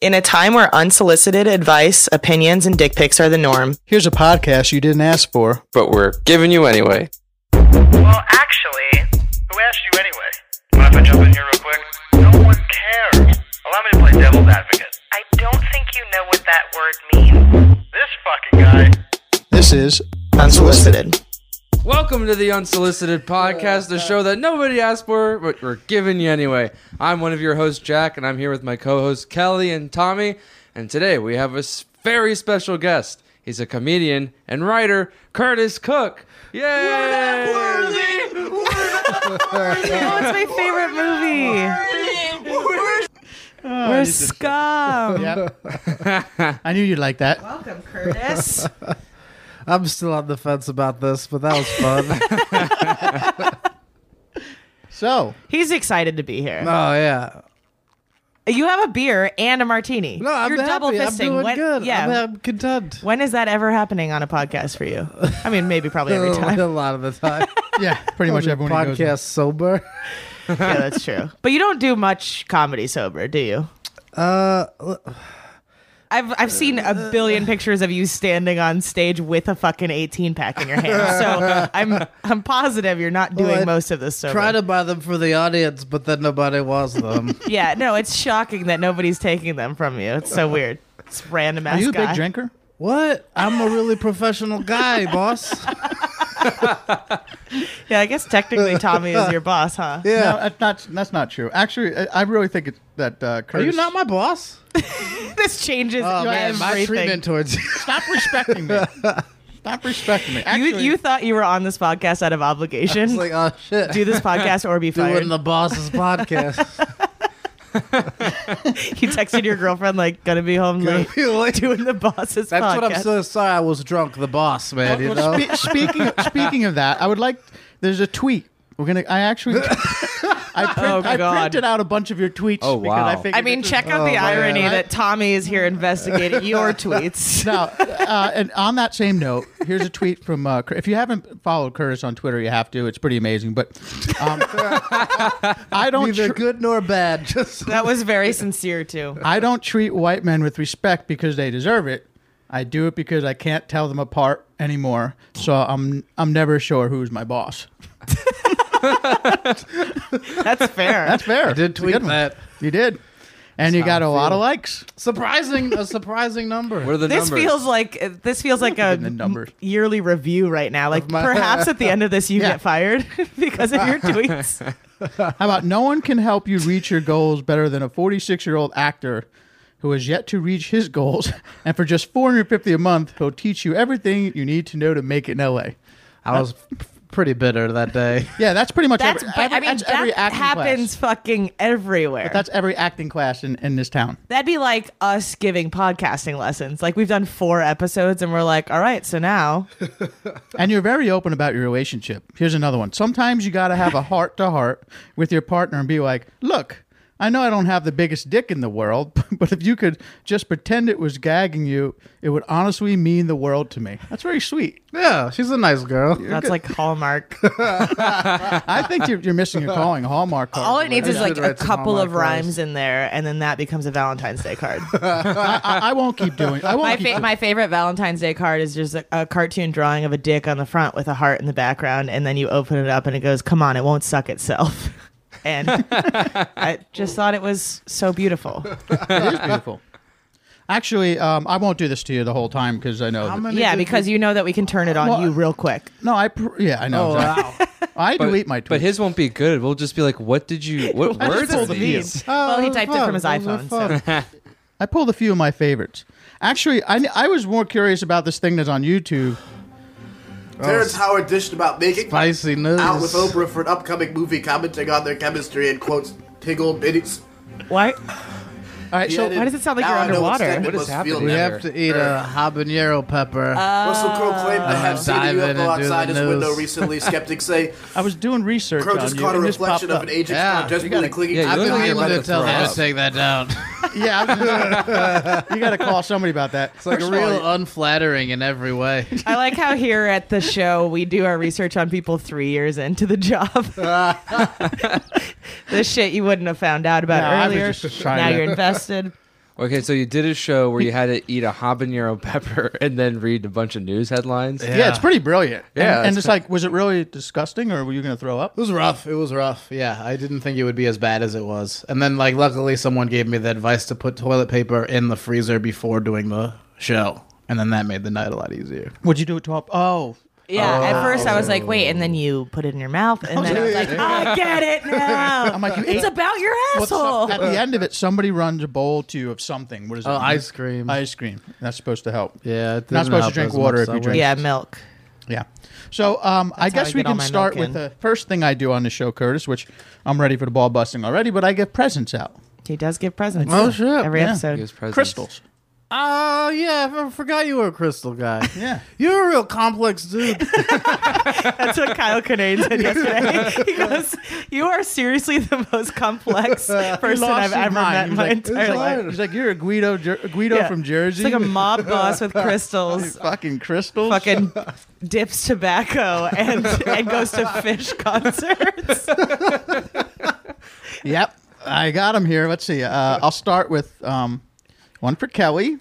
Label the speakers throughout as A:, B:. A: In a time where unsolicited advice, opinions, and dick pics are the norm,
B: Here's a podcast you didn't ask for.
C: but we're giving you anyway.
D: Well, actually, who asked you anyway? Mind if I jump in here real quick? No one cares. Allow me to play devil's advocate.
E: I don't think you know what that word means.
D: This fucking guy.
B: This is
A: unsolicited.
F: Welcome to the Unsolicited Podcast, the show that nobody asked for, but we're giving you anyway. I'm one of your hosts, Jack, and I'm here with my co hosts, Kelly and Tommy. And today we have a s- very special guest. He's a comedian and writer, Curtis Cook. Yay!
G: Oh, it's my favorite movie. We're scum.
B: I knew you'd like that.
G: Welcome, Curtis.
H: I'm still on the fence about this, but that was fun.
B: So,
G: He's excited to be here.
H: oh yeah.
G: You have a beer and a martini.
H: No, I'm
G: You're
H: happy.
G: double fisting.
H: I'm doing
G: When-
H: good.
G: Yeah.
H: I'm, I'm content.
G: when is that ever happening on a podcast for you? I mean, maybe probably every time.
H: Oh, a lot of the time.
B: yeah, pretty much everyone who goes-
H: Podcast sober.
G: yeah, that's true. But you don't do much comedy sober, do you?
H: Uh,
G: I've I've seen a billion pictures of you standing on stage with a fucking 18 pack in your hand. So I'm I'm positive you're not doing
H: I
G: most of this sober.
H: try to buy them for the audience, but then nobody wants them.
G: Yeah, no, it's shocking that nobody's taking them from you. It's so weird. It's random ass
B: are you a
G: guy.
B: big drinker?
H: what? I'm a really professional guy, boss.
G: Yeah, I guess technically Tommy is your boss, huh?
H: Yeah.
B: No, that's not. That's not true. Actually, I, I really think it's that. Uh,
H: Are
B: Curtis,
H: you not my boss?
G: This changes
H: Oh man,
G: everything.
H: my treatment towards you.
B: Stop respecting me. Stop respecting me. Actually,
G: you you thought you were on this podcast out of obligation.
H: It's like, oh shit.
G: do this podcast or be fired.
H: Doing the boss's podcast.
G: you texted your girlfriend like gonna be home late. Doing the boss's
H: That's
G: podcast.
H: what I'm so sorry. I was drunk. The boss, man. You know.
B: Well, spe- uh, speaking of, speaking of that, I would like. There's a tweet. We're gonna. I actually. I, print,
G: Oh,
B: I
G: God.
B: printed out a bunch of your tweets.
F: Oh,
B: because
F: wow.
B: I, figured
G: I mean,
B: this
G: check out the
H: Oh, man.
G: irony
H: I-
G: that Tommy is here investigating your tweets.
B: Now, uh, and on that same note, here's a tweet from uh, Cur- if you haven't followed Curtis on Twitter, you have to. It's pretty amazing. But um, I don't
H: Neither
B: tr-
H: good nor bad. Just
G: That was very sincere too.
B: I don't treat white men with respect because they deserve it. I do it because I can't tell them apart anymore. So I'm I'm never sure who's my boss.
G: That's fair.
B: That's fair. I
H: did tweet that.
B: You did, and you got a lot of likes.
H: surprising. A surprising number.
F: What are the
G: this
F: numbers?
G: feels like uh, this feels like a
B: the numbers.
G: m- yearly review right now. Like
H: my-
G: perhaps at the end of this you
B: Yeah.
G: get fired because of your tweets.
B: How about no one can help you reach your goals better than a 46 year old actor who has yet to reach his goals, and for just 450 a month, he'll teach you everything you need to know to make it in LA.
H: I was p- pretty bitter that day.
B: Yeah, that's pretty much
G: That's
B: every,
G: but I
B: every-
G: mean
B: that's
G: that
B: every acting
G: happens
B: class.
G: fucking everywhere.
B: That's every acting class in, in this town.
G: That'd be like us giving podcasting lessons. Like we've done four episodes and we're like, all right, so now
B: And you're very open about your relationship. Here's another one. Sometimes you got to have a heart to heart with your partner and be like, look, I know I don't have the biggest dick in the world, but if you could just pretend it was gagging you, it would honestly mean the world to me. That's very sweet.
H: Yeah, she's a nice girl.
G: that's like hallmark.
B: I think you're, you're missing your calling. Hallmark card.
G: All it needs is
H: should
G: like a
H: write some
G: couple
H: Hallmark
G: of
H: cards.
G: rhymes in there, and then that becomes a Valentine's Day card.
B: I, I, I won't keep doing. I won't.
G: my,
B: keep
G: fa-
B: doing-
G: my favorite Valentine's Day card is just a, a cartoon drawing of a dick on the front with a heart in the background, and then you open it up and it goes, "Come on, it won't suck itself." And I just thought it was so beautiful.
B: it is beautiful. Actually, um, I won't do this to you the whole time because I know. that-
G: Yeah, because you know that we can turn it on
B: Well,
G: you real quick.
B: no, I. Pr- yeah, I know.
H: Oh
B: exactly.
H: wow.
B: I
F: uh, But-
B: delete my tweets.
F: But his won't be good. We'll just be like, what did you, what
B: I just
F: words are
B: pulled the Oh,
F: these?
G: Well, he typed it from his
H: Those are
G: iPhone,
H: fun.
B: I pulled a few of my favorites. Actually, I, I was more curious about this thing that's on YouTube.
I: Terrence Howard dished about making
H: Spicy news.
I: out with Oprah for an upcoming movie, commenting on their chemistry and quotes Tiggle bitties.
G: Why?
B: All right,
I: He
B: so
I: added,
G: why does it sound like
I: "Now
G: you're
I: I know
G: underwater?
I: extended
F: What is
I: must
F: happening?
I: feel
F: We
H: You
I: better."
H: have to eat a habanero pepper.
J: Uh,
I: Russell Crowe claimed to have seen a
H: diving
I: UFO
H: into
I: outside
H: the
I: his window
H: news.
I: recently. Skeptics say
B: I was doing research
I: Crowe
B: on
I: just
B: you.
I: caught a
B: and this
I: reflection of
B: popped
I: an
B: up.
I: agent's
H: Yeah,
I: yeah, desperately
B: you gotta-
I: clinging
F: yeah,
I: to
F: you
H: I've
F: look
H: been
F: like you're
H: meaning
F: about
H: to
F: to
H: tell
F: throw
H: them
F: up.
H: to take that down.
B: Yeah, I was just- you got to call somebody about that.
H: It's like
B: First of
H: real
B: all,
H: unflattering in every way.
G: I like how here at the show we do our research on people three years into the job. the shit you wouldn't have found out about
B: No, I was
G: earlier.
B: just trying
G: Now
B: to-
G: you're invested.
F: Okay, so you did a show where you had to eat a habanero pepper and then read a bunch of news headlines.
B: Yeah, it's pretty brilliant. And-
F: Yeah,
B: and,
F: it's
B: it's like, was it really disgusting, or were you going to throw up?
H: It was rough. It was rough. Yeah, I didn't think it would be as bad as it was. And then, like, luckily, someone gave me the advice to put toilet paper in the freezer before doing the show, and then that made the night a lot easier.
B: Would you do it to up? Oh,
G: Yeah, at first I was like, wait, and then you put it in your mouth, and then I was like, I get it now.
B: Oh, I'm like, you
G: it's
B: ate-
G: about your asshole.
B: at the end of it, somebody runs a bowl to you of something. What is it?
H: Oh, ice cream.
B: Ice cream. That's supposed to help.
H: yeah, it
B: Not
H: didn't
B: supposed to
H: help
B: drink
H: as much
B: water if
H: as I
B: you
H: would.
B: drink.
G: Yeah, milk.
B: Yeah. So um, I
G: That's how
B: guess
G: I
B: we
G: get all
B: can
G: my
B: start
G: milk
B: with
G: in.
B: the first thing I do on the show, Curtis, which I'm ready for the ball busting already, but I get presents out.
G: He does give presents.
H: Oh, shit,
G: Every
B: yeah.
G: episode.
F: Gives presents.
B: Crystals.
H: Oh yeah, I forgot you were a crystal guy.
B: Yeah.
H: You're a real complex dude.
G: That's what Kyle Kinane said yesterday. He goes, "You are seriously the most complex person
B: lost
G: I've
B: his
G: ever
B: mind.
G: met in
B: He's
G: my
B: like,
G: entire life."
B: He's like, you're a Guido Jer- Guido
G: Yeah.
B: from Jersey.
G: It's like a mob boss with crystals,
B: fucking crystals.
G: fucking dips tobacco, and and goes to fish concerts.
B: Yep. I got him here. Let's see. Uh, I'll start with um, one for Kelly.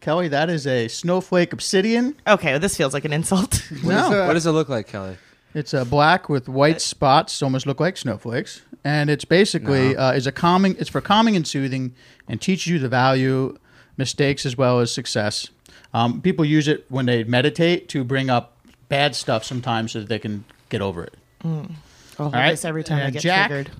B: Kelly, that is a snowflake obsidian.
G: Okay, well, this feels like an insult.
B: No.
F: What does it look like, Kelly?
B: It's uh, black with white spots, almost look like snowflakes, and it's basically uh, is a calming. It's for calming and soothing, and teaches you the value mistakes as well as success. Um, people use it when they meditate to bring up bad stuff sometimes, so that they can get over it.
G: I'll hold
B: All right.
G: this every time I
B: And
G: get
B: Jack,
G: triggered.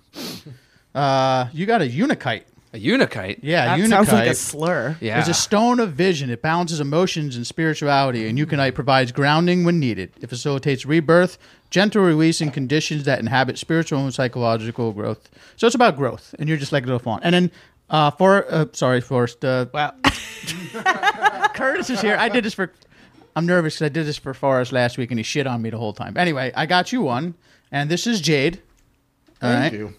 B: Uh, you got a unikite.
F: A unikite.
B: Yeah,
G: That
B: unikite.
G: sounds like a slur.
F: Yeah.
B: It's a stone of vision. It balances emotions and spirituality, and Euconite provides grounding when needed. It facilitates rebirth, gentle release in conditions that inhabit spiritual and psychological growth. So it's about growth, and you're just like a little fawn. And then, uh, for uh, sorry, Forrest. Uh,
G: Wow.
B: Curtis is here. I did this for. I'm nervous 'cause I did this for Forrest last week, and he shit on me the whole time. Anyway, I got you one, and this is Jade. All right,
H: Thank you.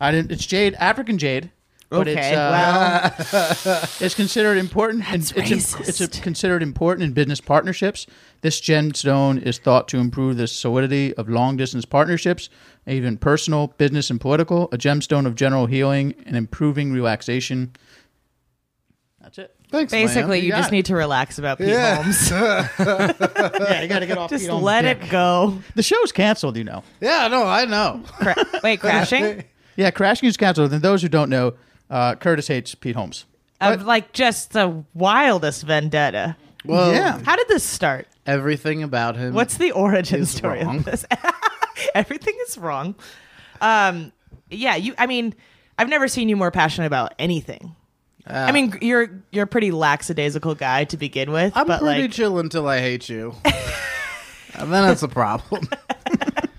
B: I didn't. It's Jade, African Jade. But
G: okay.
B: it's, uh,
G: well,
B: It's considered important.
G: That's
B: and it's, im-
G: racist.
B: it's a- considered important in business partnerships. This gemstone is thought to improve the solidity of long distance partnerships, even personal, business, and political. A gemstone of general healing and improving relaxation. That's it.
H: Thanks. man.
G: basically, you,
B: got
G: just
B: it.
G: need to relax about Pete
H: Yeah.
G: Holmes.
B: Yeah, you got to get off.
G: Just let it go.
B: The show's canceled, you know.
H: Yeah, no, I know.
G: Cra- Wait, crashing?
B: Yeah, Crash News canceled. And those who don't know, uh, Curtis hates Pete Holmes.
G: of like just the wildest vendetta.
H: Well,
B: yeah.
G: How did this start?
H: everything about him.
G: What's the origin
H: Is
G: story
H: wrong.
G: of this? Everything is wrong. Um, yeah, you. I mean, I've never seen you more passionate about anything. I mean, you're you're a pretty lackadaisical guy to begin with,
H: I'm
G: but
H: pretty
G: like,
H: chill until I hate you. and then it's a problem.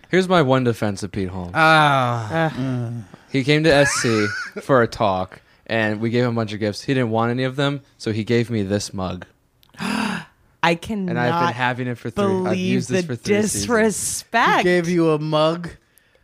F: Here's my one defense of Pete Holmes.
H: Ah,
F: He came to SC for a talk, and we gave him a bunch of gifts. He didn't want any of them, so he gave me this mug,
G: I cannot
F: and I've been having it for three. I've
G: believe
F: used
G: the
F: this for three seasons.
G: disrespect.
H: gave you a mug.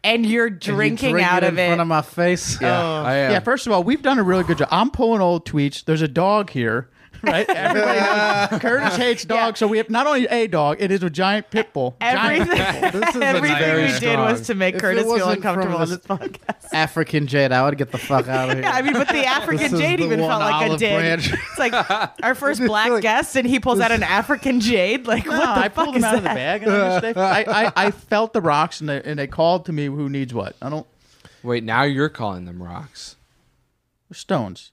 G: and you're
H: and you
G: drinking
H: drink
G: out
H: it Oh.
G: of
H: in
G: it.
H: front of my face.
F: Yeah, I am.
B: Yeah, first of all, we've done a really good job. I'm pulling old tweets. There's a dog here, right? Everybody knows Curtis hates dogs, so we have not only a dog, it is a giant pit bull. Giant-
G: Everything,
H: This is a
G: everything
H: very
G: we did
F: strong-
G: was to make
H: If it
G: Curtis feel
H: wasn't from
G: uncomfortable on
H: this-
G: this podcast.
H: African jade. I would get the fuck out of here.
G: Yeah, I mean, but the
H: This
G: African
H: is
G: jade
H: the
G: even felt
H: one
G: like a
H: olive
G: dig.
H: branch.
G: It's like our first black
H: like-
G: guest, and he pulls out an African jade. Like,
B: No,
G: what the
B: I
G: fuck
B: pulled him
G: is
B: out
G: that?
B: of the bag, and I, just, they, I, I, I felt the rocks, and they, and they called to me. Who needs what? I don't
F: Wait, now you're calling them rocks.
B: stones.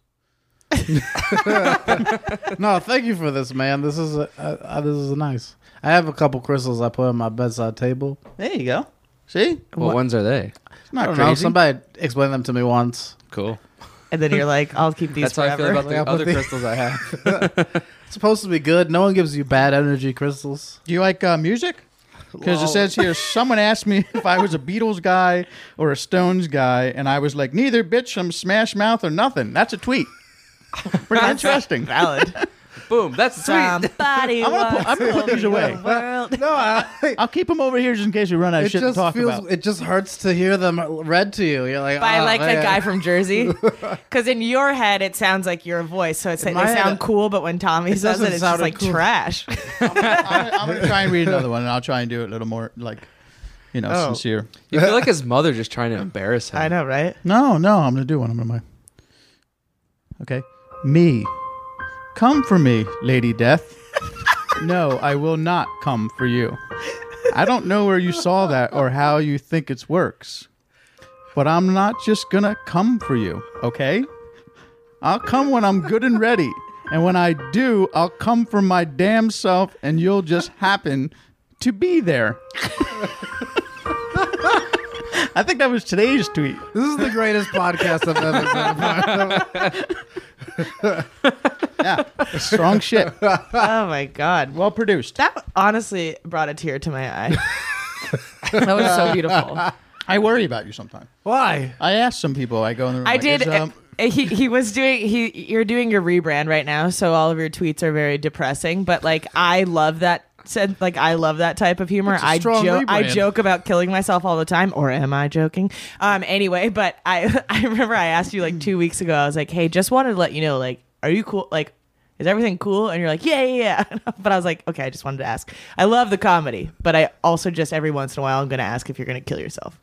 H: no, thank you for this, man. This is a, uh, uh, this is nice. I have a couple crystals I put on my bedside table.
B: There you go. See,
F: What, ones are they?
B: it's
H: I
B: not
H: don't
B: crazy.
H: know. Somebody explained them to me once.
F: Cool.
G: And then you're like, I'll keep these
F: That's how I
G: forever.
F: feel about
H: Like, I'll
F: the other
H: put the-
F: crystals I have.
H: It's supposed to be good. No one gives you bad energy crystals.
B: Do you like uh, music? Because it says here, someone asked me if I was a Beatles guy or a Stones guy, and I was like, neither, bitch. I'm Smash Mouth or nothing. That's a tweet. Pretty interesting.
G: Valid.
F: Boom. That's sweet.
G: Somebody
B: I'm gonna put-
G: once
B: I'm gonna put
G: told
B: these
G: me
B: away.
G: the world-
H: No, I,
B: I'll keep them over here just in case we run out of
H: it
B: shit to
H: just
B: talk
H: feels.
B: about.
H: It just hurts to hear them read to you. You're like
G: By
H: "Oh,
G: like
H: man."
G: that guy from Jersey, because in your head it sounds like your voice, so it's, they
H: my head,
G: sound
H: it-
G: cool. But when Tommy says
H: doesn't
G: it, it's
H: sound
G: just like
H: cool.
G: trash.
B: I'm, I'm gonna try and read another one, and I'll try and do it a little more like, you know,
G: Oh.
B: sincere.
F: You feel like his mother just trying to embarrass him.
G: I know, right?
B: No, no, I'm gonna do one. I'm gonna my. Okay. me. Come for me, Lady Death. no, I will not come for you. I don't know where you saw that or how you think it works, but I'm not just gonna come for you, okay? I'll come when I'm good and ready. And when I do, I'll come for my damn self and you'll just happen to be there. I think that was today's tweet.
H: This is the greatest podcast I've ever done.
B: Yeah. Strong shit.
G: Oh my god.
B: Well produced.
G: That honestly brought a tear to my eye. that was so beautiful.
B: I worry about you sometimes.
H: Why?
B: I asked some people. I go in the room.
G: I
B: like,
G: did.
B: is, um,
G: uh, he he was doing he you're doing your rebrand right now, so all of your tweets are very depressing. But like I love that said like I love that type of humor.
H: That's a
G: I
H: strong
G: joke I
H: rebrand.
G: joke about killing myself all the time, or am I joking? Um. Anyway, but I I remember I asked you like two weeks ago. I was like, hey, just wanted to let you know, like, are you cool? Like. Is everything cool? And you're like, yeah, yeah, yeah. But I was like, okay, I just wanted to ask. I love the comedy, but I also just every once in a while I'm going to ask if you're going to kill yourself.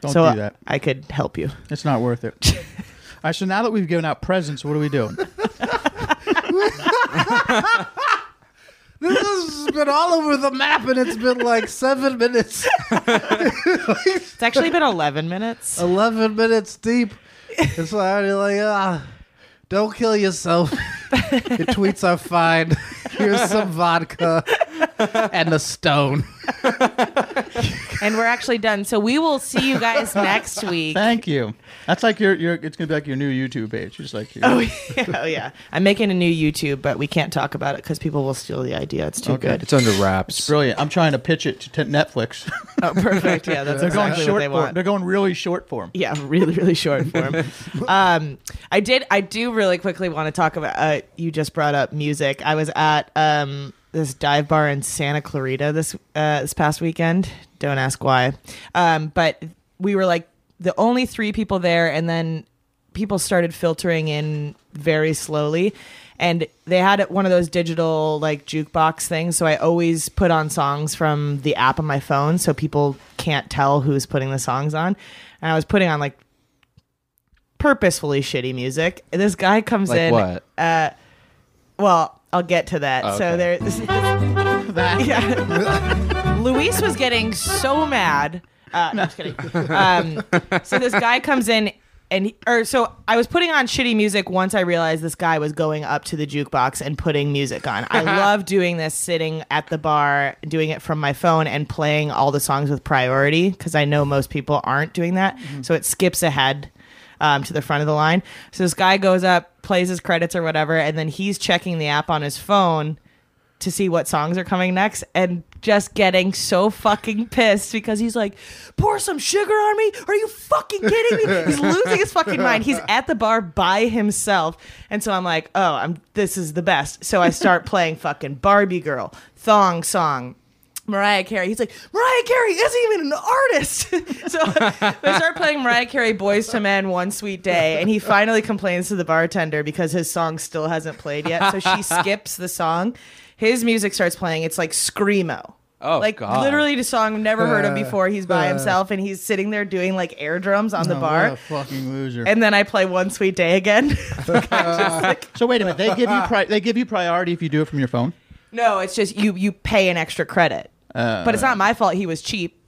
B: don't
G: so
B: do that.
G: I could help you.
B: It's not worth it. All right. So now that we've given out presents, what are we doing?
H: This has been all over the map, and it's been like seven minutes,
G: It's actually been 11 minutes.
H: eleven minutes deep. It's already like ah, don't kill yourself. Your tweets are fine. Here's some vodka and a stone.
G: and we're actually done. So we will see you guys next week.
B: Thank you. That's like your your. It's gonna be like your new YouTube page. Just like your,
G: Oh yeah, oh yeah. I'm making a new YouTube, but we can't talk about it because people will steal the idea. It's too good.
F: It's under wraps.
B: brilliant. I'm trying to pitch it to t- Netflix.
G: Oh, perfect. Yeah, that's
B: They're going
G: exactly what
B: short
G: they
B: form.
G: want.
B: They're going really short form.
G: Yeah, really, really short form. um, I did. I do really quickly want to talk about. Uh, you just brought up music. I was at um, this dive bar in Santa Clarita this uh, this past weekend. Don't ask why. Um, but we were like the only three people there, and then people started filtering in very slowly. And they had it- one of those digital like jukebox things, so I always put on songs from the app on my phone, so people can't tell who's putting the songs on. And I was putting on like purposefully shitty music. And This guy comes
F: Like
G: in.
F: what? Oh,
G: Well, I'll get to that. So
F: okay.
G: there, yeah. Luis was getting so mad. Uh, no, just kidding. Um, so this guy comes in. And he- or so I was putting on shitty music once I realized this guy was going up to the jukebox and putting music on. I love doing this sitting at the bar, doing it from my phone and playing all the songs with priority because I know most people aren't doing that. So it skips ahead um, to the front of the line. So this guy goes up, plays his credits or whatever, and then he's checking the app on his phone to see what songs are coming next and just getting so fucking pissed because he's like, pour some sugar on me? Are you fucking kidding me? He's losing his fucking mind. He's at the bar by himself. And so I'm like, oh, I'm this is the best. So I start playing fucking Barbie Girl, Thong Song, Mariah Carey. He's like, Mariah Carey isn't even an artist. so they start playing Mariah Carey Boys to Men One Sweet Day, and he finally complains to the bartender because his song still hasn't played yet. So she skips the song. His music starts playing. It's like Screamo.
F: Oh,
G: like
F: God. Uh,
G: literally a song I've never heard of before. He's by himself and he's sitting there doing like air drums
F: Oh,
G: on the bar.
B: What a fucking loser.
G: and then I play One Sweet Day again.
B: so wait a minute. They give you pri- they give you priority if you do it from your phone.
G: No, it's just you you pay an extra credit. but it's
B: Uh.
G: not my fault he was cheap.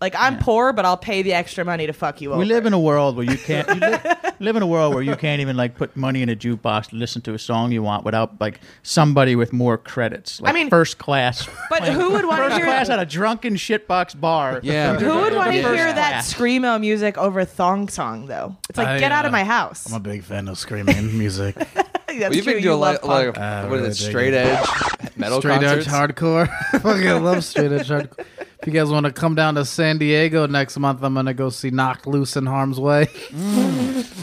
G: Like I'm poor, but I'll pay the extra money to fuck you over.
B: We live in a world where you can't you live, live in a world where you can't even like put money in a jukebox to listen to a song you want without like somebody with more credits. Like
G: mean-
B: first class.
G: but who would want to
B: First
G: hear
B: class at a drunken shitbox bar.
F: Yeah.
G: who would want to
B: Yeah.
G: hear that
B: First
G: screamo music over thong song though? It's like
H: I,
G: get out
H: uh,
G: of my house.
H: I'm a big fan of screaming music.
G: That's
F: We've
G: true.
F: been doing a
G: you love
F: lot,
G: punk.
F: like,
H: Uh,
F: what is
H: really
F: it,
H: dig
F: straight edge metal
G: Oh,
H: straight edge
F: concerts?
H: hardcore. Fucking love straight edge hardcore. If you guys want to come down to San Diego next month, I'm gonna go see Knocked Loose in Harm's Way.
G: Mm.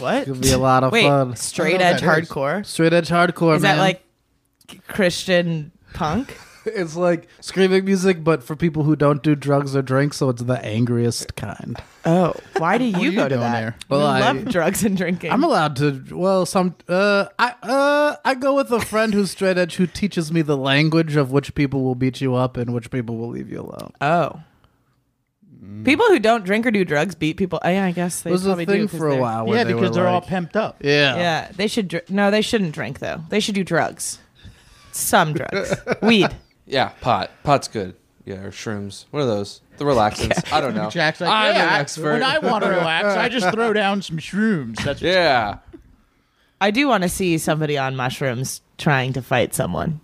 G: what?
H: It'll be a lot of
G: Wait,
H: fun.
G: straight
B: I
G: edge
B: don't know what that is.
G: hardcore? Is
H: Straight edge hardcore.
G: that
H: man.
G: like Christian punk?
H: it's like screaming music, but for people who don't do drugs or drink, so it's the angriest kind.
G: Oh, why do you,
B: you
G: go to
B: doing
G: that?
B: there?
G: Well,
H: Well,
G: I
H: I-
G: love drugs and drinking.
H: I'm allowed to. Well, some. Uh, I uh, I go with a friend who's straight edge who teaches me the language of which people will beat you up and which people will leave you alone.
G: oh, People who don't drink or do drugs beat people. Yeah, I guess they
H: Mm. It was a
G: probably do
H: thing
G: 'cause
H: for a
G: they're-
H: while. Where
B: Yeah,
H: they
B: because
H: were
B: they're all
H: like-
B: pumped up.
H: yeah.
F: Oh.
G: Yeah, they should. Dr- no, they shouldn't drink though. They should do drugs. Some drugs, weed.
F: Yeah, pot. Pot's good. Yeah, or shrooms. What are those? The relaxants. I don't know.
B: Jack's like,
F: I'm
B: "Yeah,
F: an
B: I-
F: expert.
B: When I want to relax, I just throw down some shrooms. That's
F: yeah.
G: I do want to see somebody on mushrooms trying to fight someone.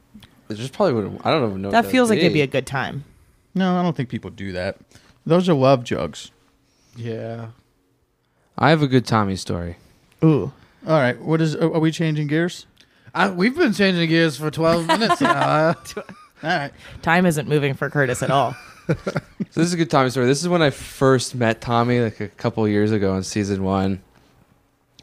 F: It just probably would. I don't even know. what
G: That feels like it'd be a
F: that'd
G: good time.
B: no, I don't think people do that. Those are love jugs.
H: Yeah.
F: I have a good Tommy story.
B: Ooh. All right. What is? Are we changing gears?
H: I, we've been changing gears for 12 minutes now. Uh,
B: All right.
G: Time isn't moving for Curtis at all.
F: So this is a good Tommy story. This is when I first met Tommy, like a couple years ago in season one,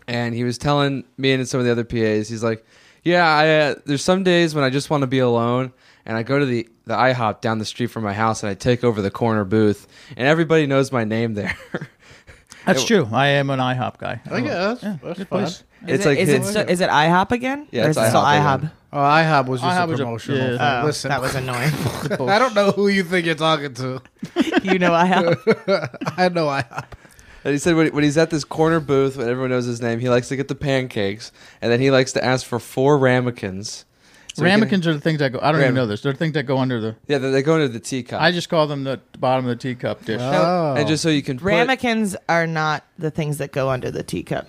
F: and he was telling me and some of the other PAs. He's like, "Yeah, I, uh, there's some days when I just want to be alone, and I go to the the IHOP down the street from my house, and I take over the corner booth, and everybody knows my name there.
B: That's true. I am an IHOP guy.
H: I guess. that's
B: Good
H: fun.
B: place.
G: Is
F: It's
G: it,
F: like
G: is it
F: his-
G: still, is it IHOP again?
F: Yeah,
G: or
F: it's
G: is it still
F: IHOP
G: IHOP?
F: again.
H: Oh, IHOP was just
B: IHOP
H: a
B: was a-
H: promotional.
B: yeah.
H: thing.
G: Oh,
H: Listen,
G: that was annoying.
H: I don't know who you think you're talking to.
G: you know IHOP.
H: I know IHOP.
F: And he said when, when he's at this corner booth, when everyone knows his name, he likes to get the pancakes, and then he likes to ask for four ramekins. So he can-
B: Ramekins are the things that go. I don't even
F: Ram-
B: know this. They're the things that go under the.
F: yeah, they they go into the teacup.
B: I just call them the bottom of the teacup dish.
H: Oh.
F: and just so you can put,
G: Ramekins are not the things that go under the teacup.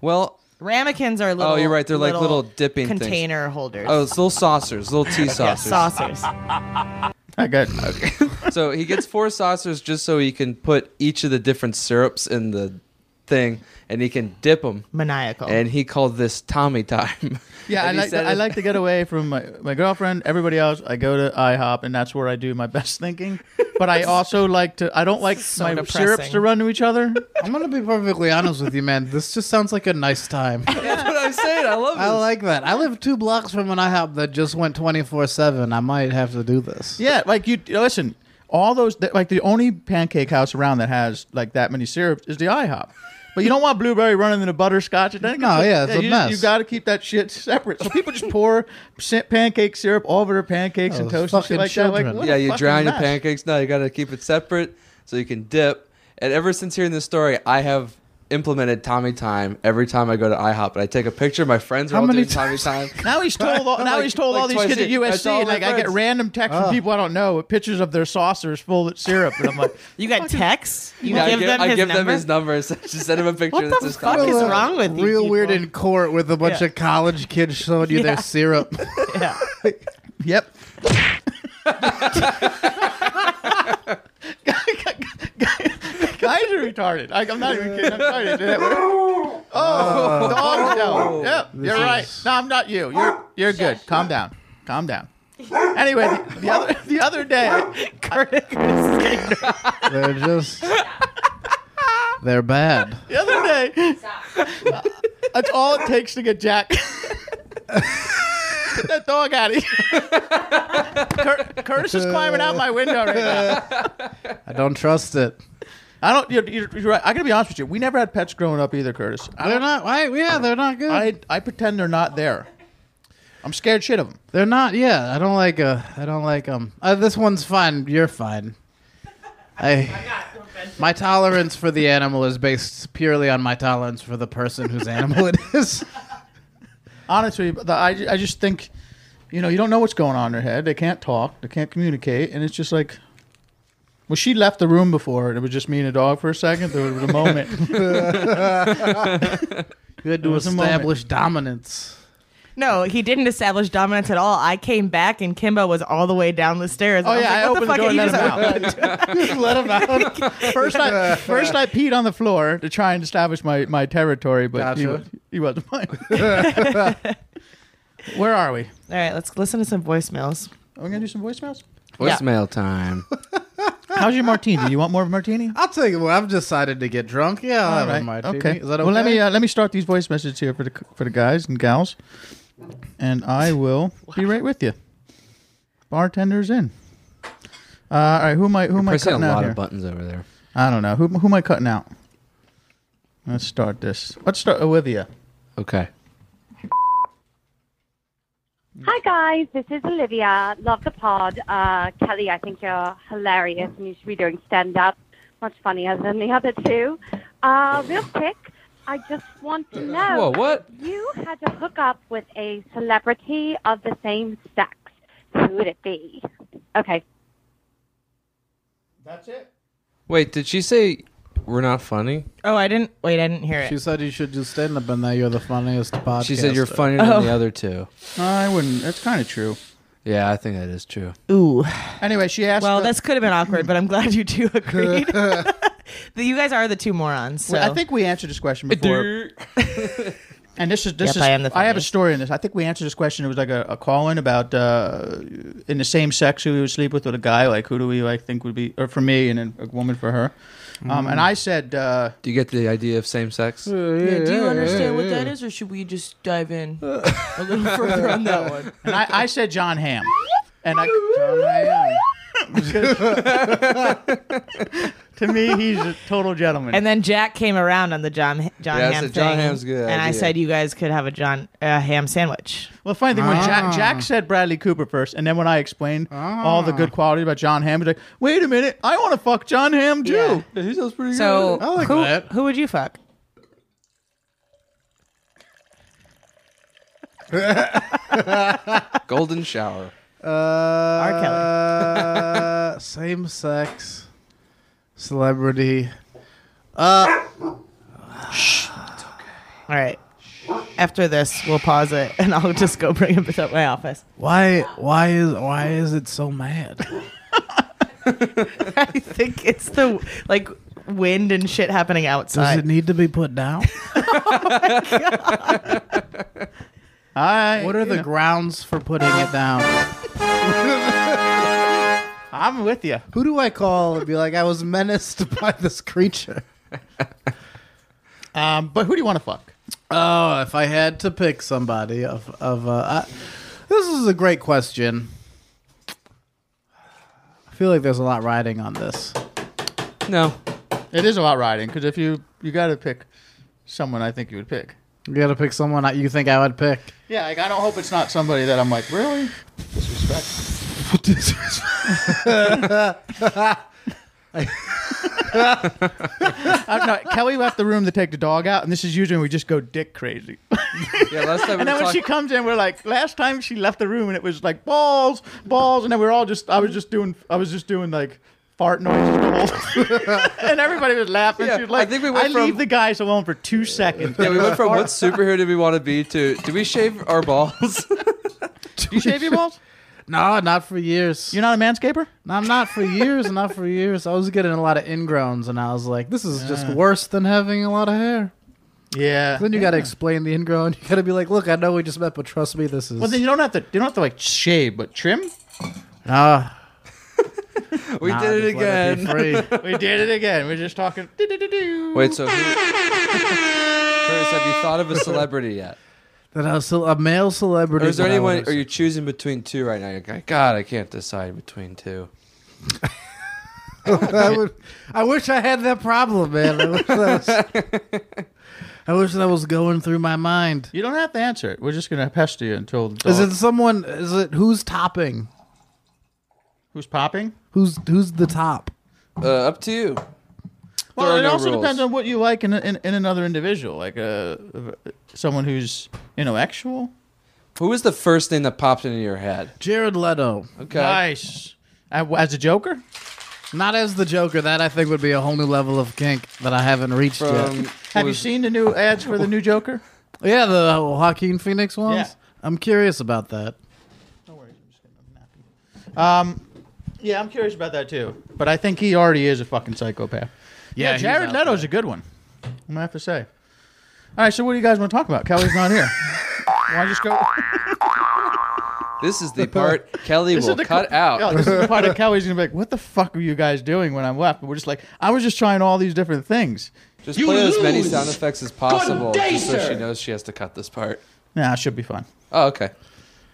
F: well,
G: Ramekins are little.
F: Oh, you're right. They're like little dipping things.
G: container holders.
F: oh, it's little saucers, little tea
G: Yeah,
F: saucers.
G: saucers.
B: I got.
F: So he gets four saucers just so he can put each of the different syrups in the thing, and he can dip them.
G: Maniacal.
F: And he called this Tommy time.
B: Yeah, I
F: And he
B: like,
F: said
B: I
F: it-
B: like to get away from my, my girlfriend, everybody else. I go to IHOP, and that's where I do my best thinking. But I also like to. I don't like
G: So
B: my
G: depressing.
B: syrups to run to each other.
H: I'm going to be perfectly honest with you, man. This just sounds like a nice time.
F: That's what I'm saying. I love.
H: I
F: this.
H: like that. I live two blocks from an IHOP that just went 24 7. I might have to do this.
B: Yeah, like you listen. All those that- like the only pancake house around that has like that many syrups is the IHOP. But you don't want blueberry running into butterscotch. It ain't gonna-
H: No, yeah, it's a
B: you
H: mess.
B: you got to keep that shit separate. So people just pour si- pancake syrup all over their pancakes and
H: Those
B: toast and shit
H: Oh,
B: like that.
H: fucking
B: Like,
H: children.
B: what
F: yeah,
B: a
F: you
B: fucking
F: drown your
B: mess.
F: pancakes. No, you got to keep it separate so you can dip. And ever since hearing this story, I have implemented Tommy Time every time I go to IHOP. And I take a picture. My friends are
H: How
F: all
H: many
F: doing Tommy Time.
B: Now he's told. All, now
F: Like-
B: he's told
F: like
B: all these
F: twice
B: kids
F: a
B: at
F: year. That's
B: USC,
F: all
B: and
F: my
B: like I get
F: friends. Ah.
B: random texts from people I don't know with pictures of their saucers full of syrup, and I'm like,
G: you got texts? You
F: Yeah, I
G: give,
F: give,
G: them,
F: I
G: his
F: give
G: number?
F: them his number. So I just send him a picture.
G: What
F: that
G: the
F: says
G: fuck
F: Tommy
G: is
F: Time.
G: wrong with you
H: Real
G: people?
H: weird in court with a bunch
G: Yeah.
H: of college kids showing you
G: Yeah.
H: their syrup.
G: Yeah.
B: "Yep." Guys are retarded. I, I'm not even kidding. I'm sorry to do that. Oh, dog is out. Yep, you're right. No, I'm not you. You're you're good. Calm down. Calm down. Anyway, the, the other the other day,
H: They're just. They're bad.
B: the other day, that's all it takes to get Jack. get that dog out of here. Cur- Curtis is climbing out my window right now.
H: I don't trust it.
B: I don't. You're, you're, you're right. I gotta be honest with you. We never had pets growing up either, Curtis. I
H: They're
B: don't.
H: not. I, yeah, they're not good.
B: I I pretend they're not there. I'm scared shit of them.
H: They're not. Yeah, I don't like. Uh, I don't like them. Uh, this one's fine. You're fine. I. My tolerance for the animal is based purely on my tolerance for the person whose animal it is.
B: Honestly, the, I ju- I just think, you know, you don't know what's going on in their head. They can't talk. They can't communicate, and it's just like. Well, she left the room before, and it was just me and a dog for a second. There was a moment.
H: You had
B: It
H: to
B: was a moment.
H: establish dominance.
G: No, he didn't establish dominance at all. I came back and Kimba was all the way down the stairs.
B: Oh yeah, I
G: was
B: opened the,
G: like,
B: door
G: what
B: and let
G: the
B: him
G: fuck?
B: out. Just let him out. First I first I peed on the floor to try and establish my, my territory, but he,
H: Gotcha.
B: wa- he wasn't mine. Where are we?
G: All right, let's listen to some voicemails.
B: Are we gonna do some voicemails?
F: Voicemail time.
B: How's your martini? You want more of a martini?
H: I'll tell you what. I've decided to get drunk. Yeah, I'll have a martini.
B: Okay.
H: Is that okay?
B: Well, let me uh, let me start these voice messages here for the for the guys and gals, and I will be right with you. Bartenders in. Uh, all right, who am I? Who am I
F: Pressing a
B: cutting out
F: lot
B: here?
F: of buttons over there.
B: I don't know. Who, who am I cutting out? Let's start this. Let's start Olivia.
F: Okay.
C: Hi guys, this is Olivia. Love the pod. Uh, Kelly, I think you're hilarious and you should be doing stand up. Much funnier than the other two. Uh, real quick, I just want to know.
F: Whoa, what?
C: You had to hook up with a celebrity of the same sex. Who would it be? Okay.
B: That's it.
F: Wait, did she say we're not funny?
G: Oh, I didn't. Wait, I didn't hear it.
H: She said you should do stand up and that you're the funniest podcast. Uh,
F: She said you're funnier than
B: Oh.
F: the other two.
B: I wouldn't. That's kind of true.
F: Yeah, I think that is true.
G: Ooh.
B: Anyway, she asked.
G: Well,
B: the-
G: this could have been awkward, but I'm glad you two agreed. you guys are the two morons. So.
B: I think we answered this question before. And this is this
G: Yep,
B: is
G: I am the
B: have a
G: funniest.
B: story in this. I think we answered this question. It was like a, a call in about uh, in the same sex who we would sleep with with a guy. Like who do we like think would be or for me and then a woman for her. Um, and I said uh,
F: Do you get the idea of same sex?
G: Yeah, do you understand what that is, or should we just dive in a little further on that one?
B: and I, I said John Ham. And I Because- to me he's a total gentleman.
G: And then Jack came around on the John John
F: Yeah, I
G: Ham
F: said
G: thing,
F: John Hamm's a good
G: and I
F: idea.
G: said you guys could have a John uh, Ham sandwich.
B: Well, the funny thing when Jack, Jack said Bradley Cooper first, and then when I explained all the good qualities about John Hamm, he's like, "Wait a minute, I want to fuck John Hamm too."
G: Yeah.
F: he sounds pretty
G: So
H: I like
G: who
H: that.
G: who would you fuck?
F: Golden shower.
H: Uh,
G: R.
H: Kelly. same sex, celebrity. Uh,
G: All right. After this, we'll pause it, and I'll just go bring him to my office.
H: why? Why is why is it so mad?
G: I think it's the like wind and shit happening
H: Does
G: outside.
H: it need to be put down?
B: I,
H: What are the grounds for putting it down?
B: I'm with you.
H: Who do I call and be like, I was menaced by this creature?
B: Um, but who do you want to fuck?
H: Oh, if I had to pick somebody of of uh, I, this is a great question. I feel like there's a lot riding on this.
F: No.
B: It is about riding because if you you got to pick someone, I think you would pick.
H: You got to pick someone I- you think I would pick.
B: Yeah, like I don't hope it's not somebody that I'm like really disrespect. I don't know. Kelly left the room to take the dog out, and this is usually when we just go dick crazy.
F: Yeah, last time we
B: And then
F: were
B: when she
F: talking.
B: comes in, we're like, last time she left the room and it was like balls, balls, and then we were all just, I was just doing, I was just doing like fart noises the whole, and everybody was laughing.
F: Yeah,
B: she was like,
F: I think we went from-
B: leave the guys alone for two seconds.
F: Yeah, we went from what superhero do we want to be to do we shave our balls?
B: you shave your balls?
H: No, not for years.
B: You're not a manscaper?
H: No, I'm not for years, not for years. I was getting a lot of ingrowns, and I was like, this is just worse than having a lot of hair.
B: Yeah.
H: Then you got to explain the ingrown. You got to be like, look, I know we just met, but trust me, this is.
B: Well, then you don't have to, you don't have to like shave, but trim?
H: Nah,
F: We
H: Ah. nah,
F: did it
H: just let
F: again.
H: be free.
B: We did it again. We're just talking. do-do-do-do.
F: Wait, so who, Curtis, have you thought of a celebrity yet?
H: that I was still a male celebrity.
F: Or is there
H: that I
F: anyone?
H: would've-
F: Are you choosing between two right now? You're like, God, I can't decide between two.
H: I, would, I wish I had that problem, man. I wish that was, I wish that was going through my mind.
B: You don't have to answer it. We're just going to pester you until the
H: Is
B: dog-
H: it someone? Is it who's topping?
B: who's popping?
H: Who's who's the top?
F: Uh, up to you. There
B: Well,
F: are
B: it
F: no
B: also
F: rules.
B: depends on what you like in, in, in another individual, like uh, someone who's intellectual.
F: Who was the first thing that popped into your head?
H: Jared Leto.
F: Okay.
B: Nice. Uh, As a Joker?
H: Not as the Joker. That I think would be a whole new level of kink that I haven't reached
F: From
H: yet.
B: Have you
F: was-
B: seen the new ads for the new Joker?
H: Yeah, the Joaquin Phoenix ones.
B: Yeah.
H: I'm curious about that.
B: Um, yeah, I'm curious about that too. But I think he already is a fucking psychopath. Yeah,
H: he's
B: Jared
H: out
B: Leto's a good one. I'm gonna have to say. All right, so what do you guys want to talk about? Kelly's not here. Why just go?
F: This is the part Kelly will
B: is the
F: cut
B: co-
F: out.
B: Yeah, this is the part of Kelly's gonna be like, "What the fuck were you guys doing when I'm left?" But we're just like, I was just trying all these different things.
F: Just play as many sound effects as possible, just so she knows she has to cut this part.
B: Nah, it should be fun.
F: Oh, okay.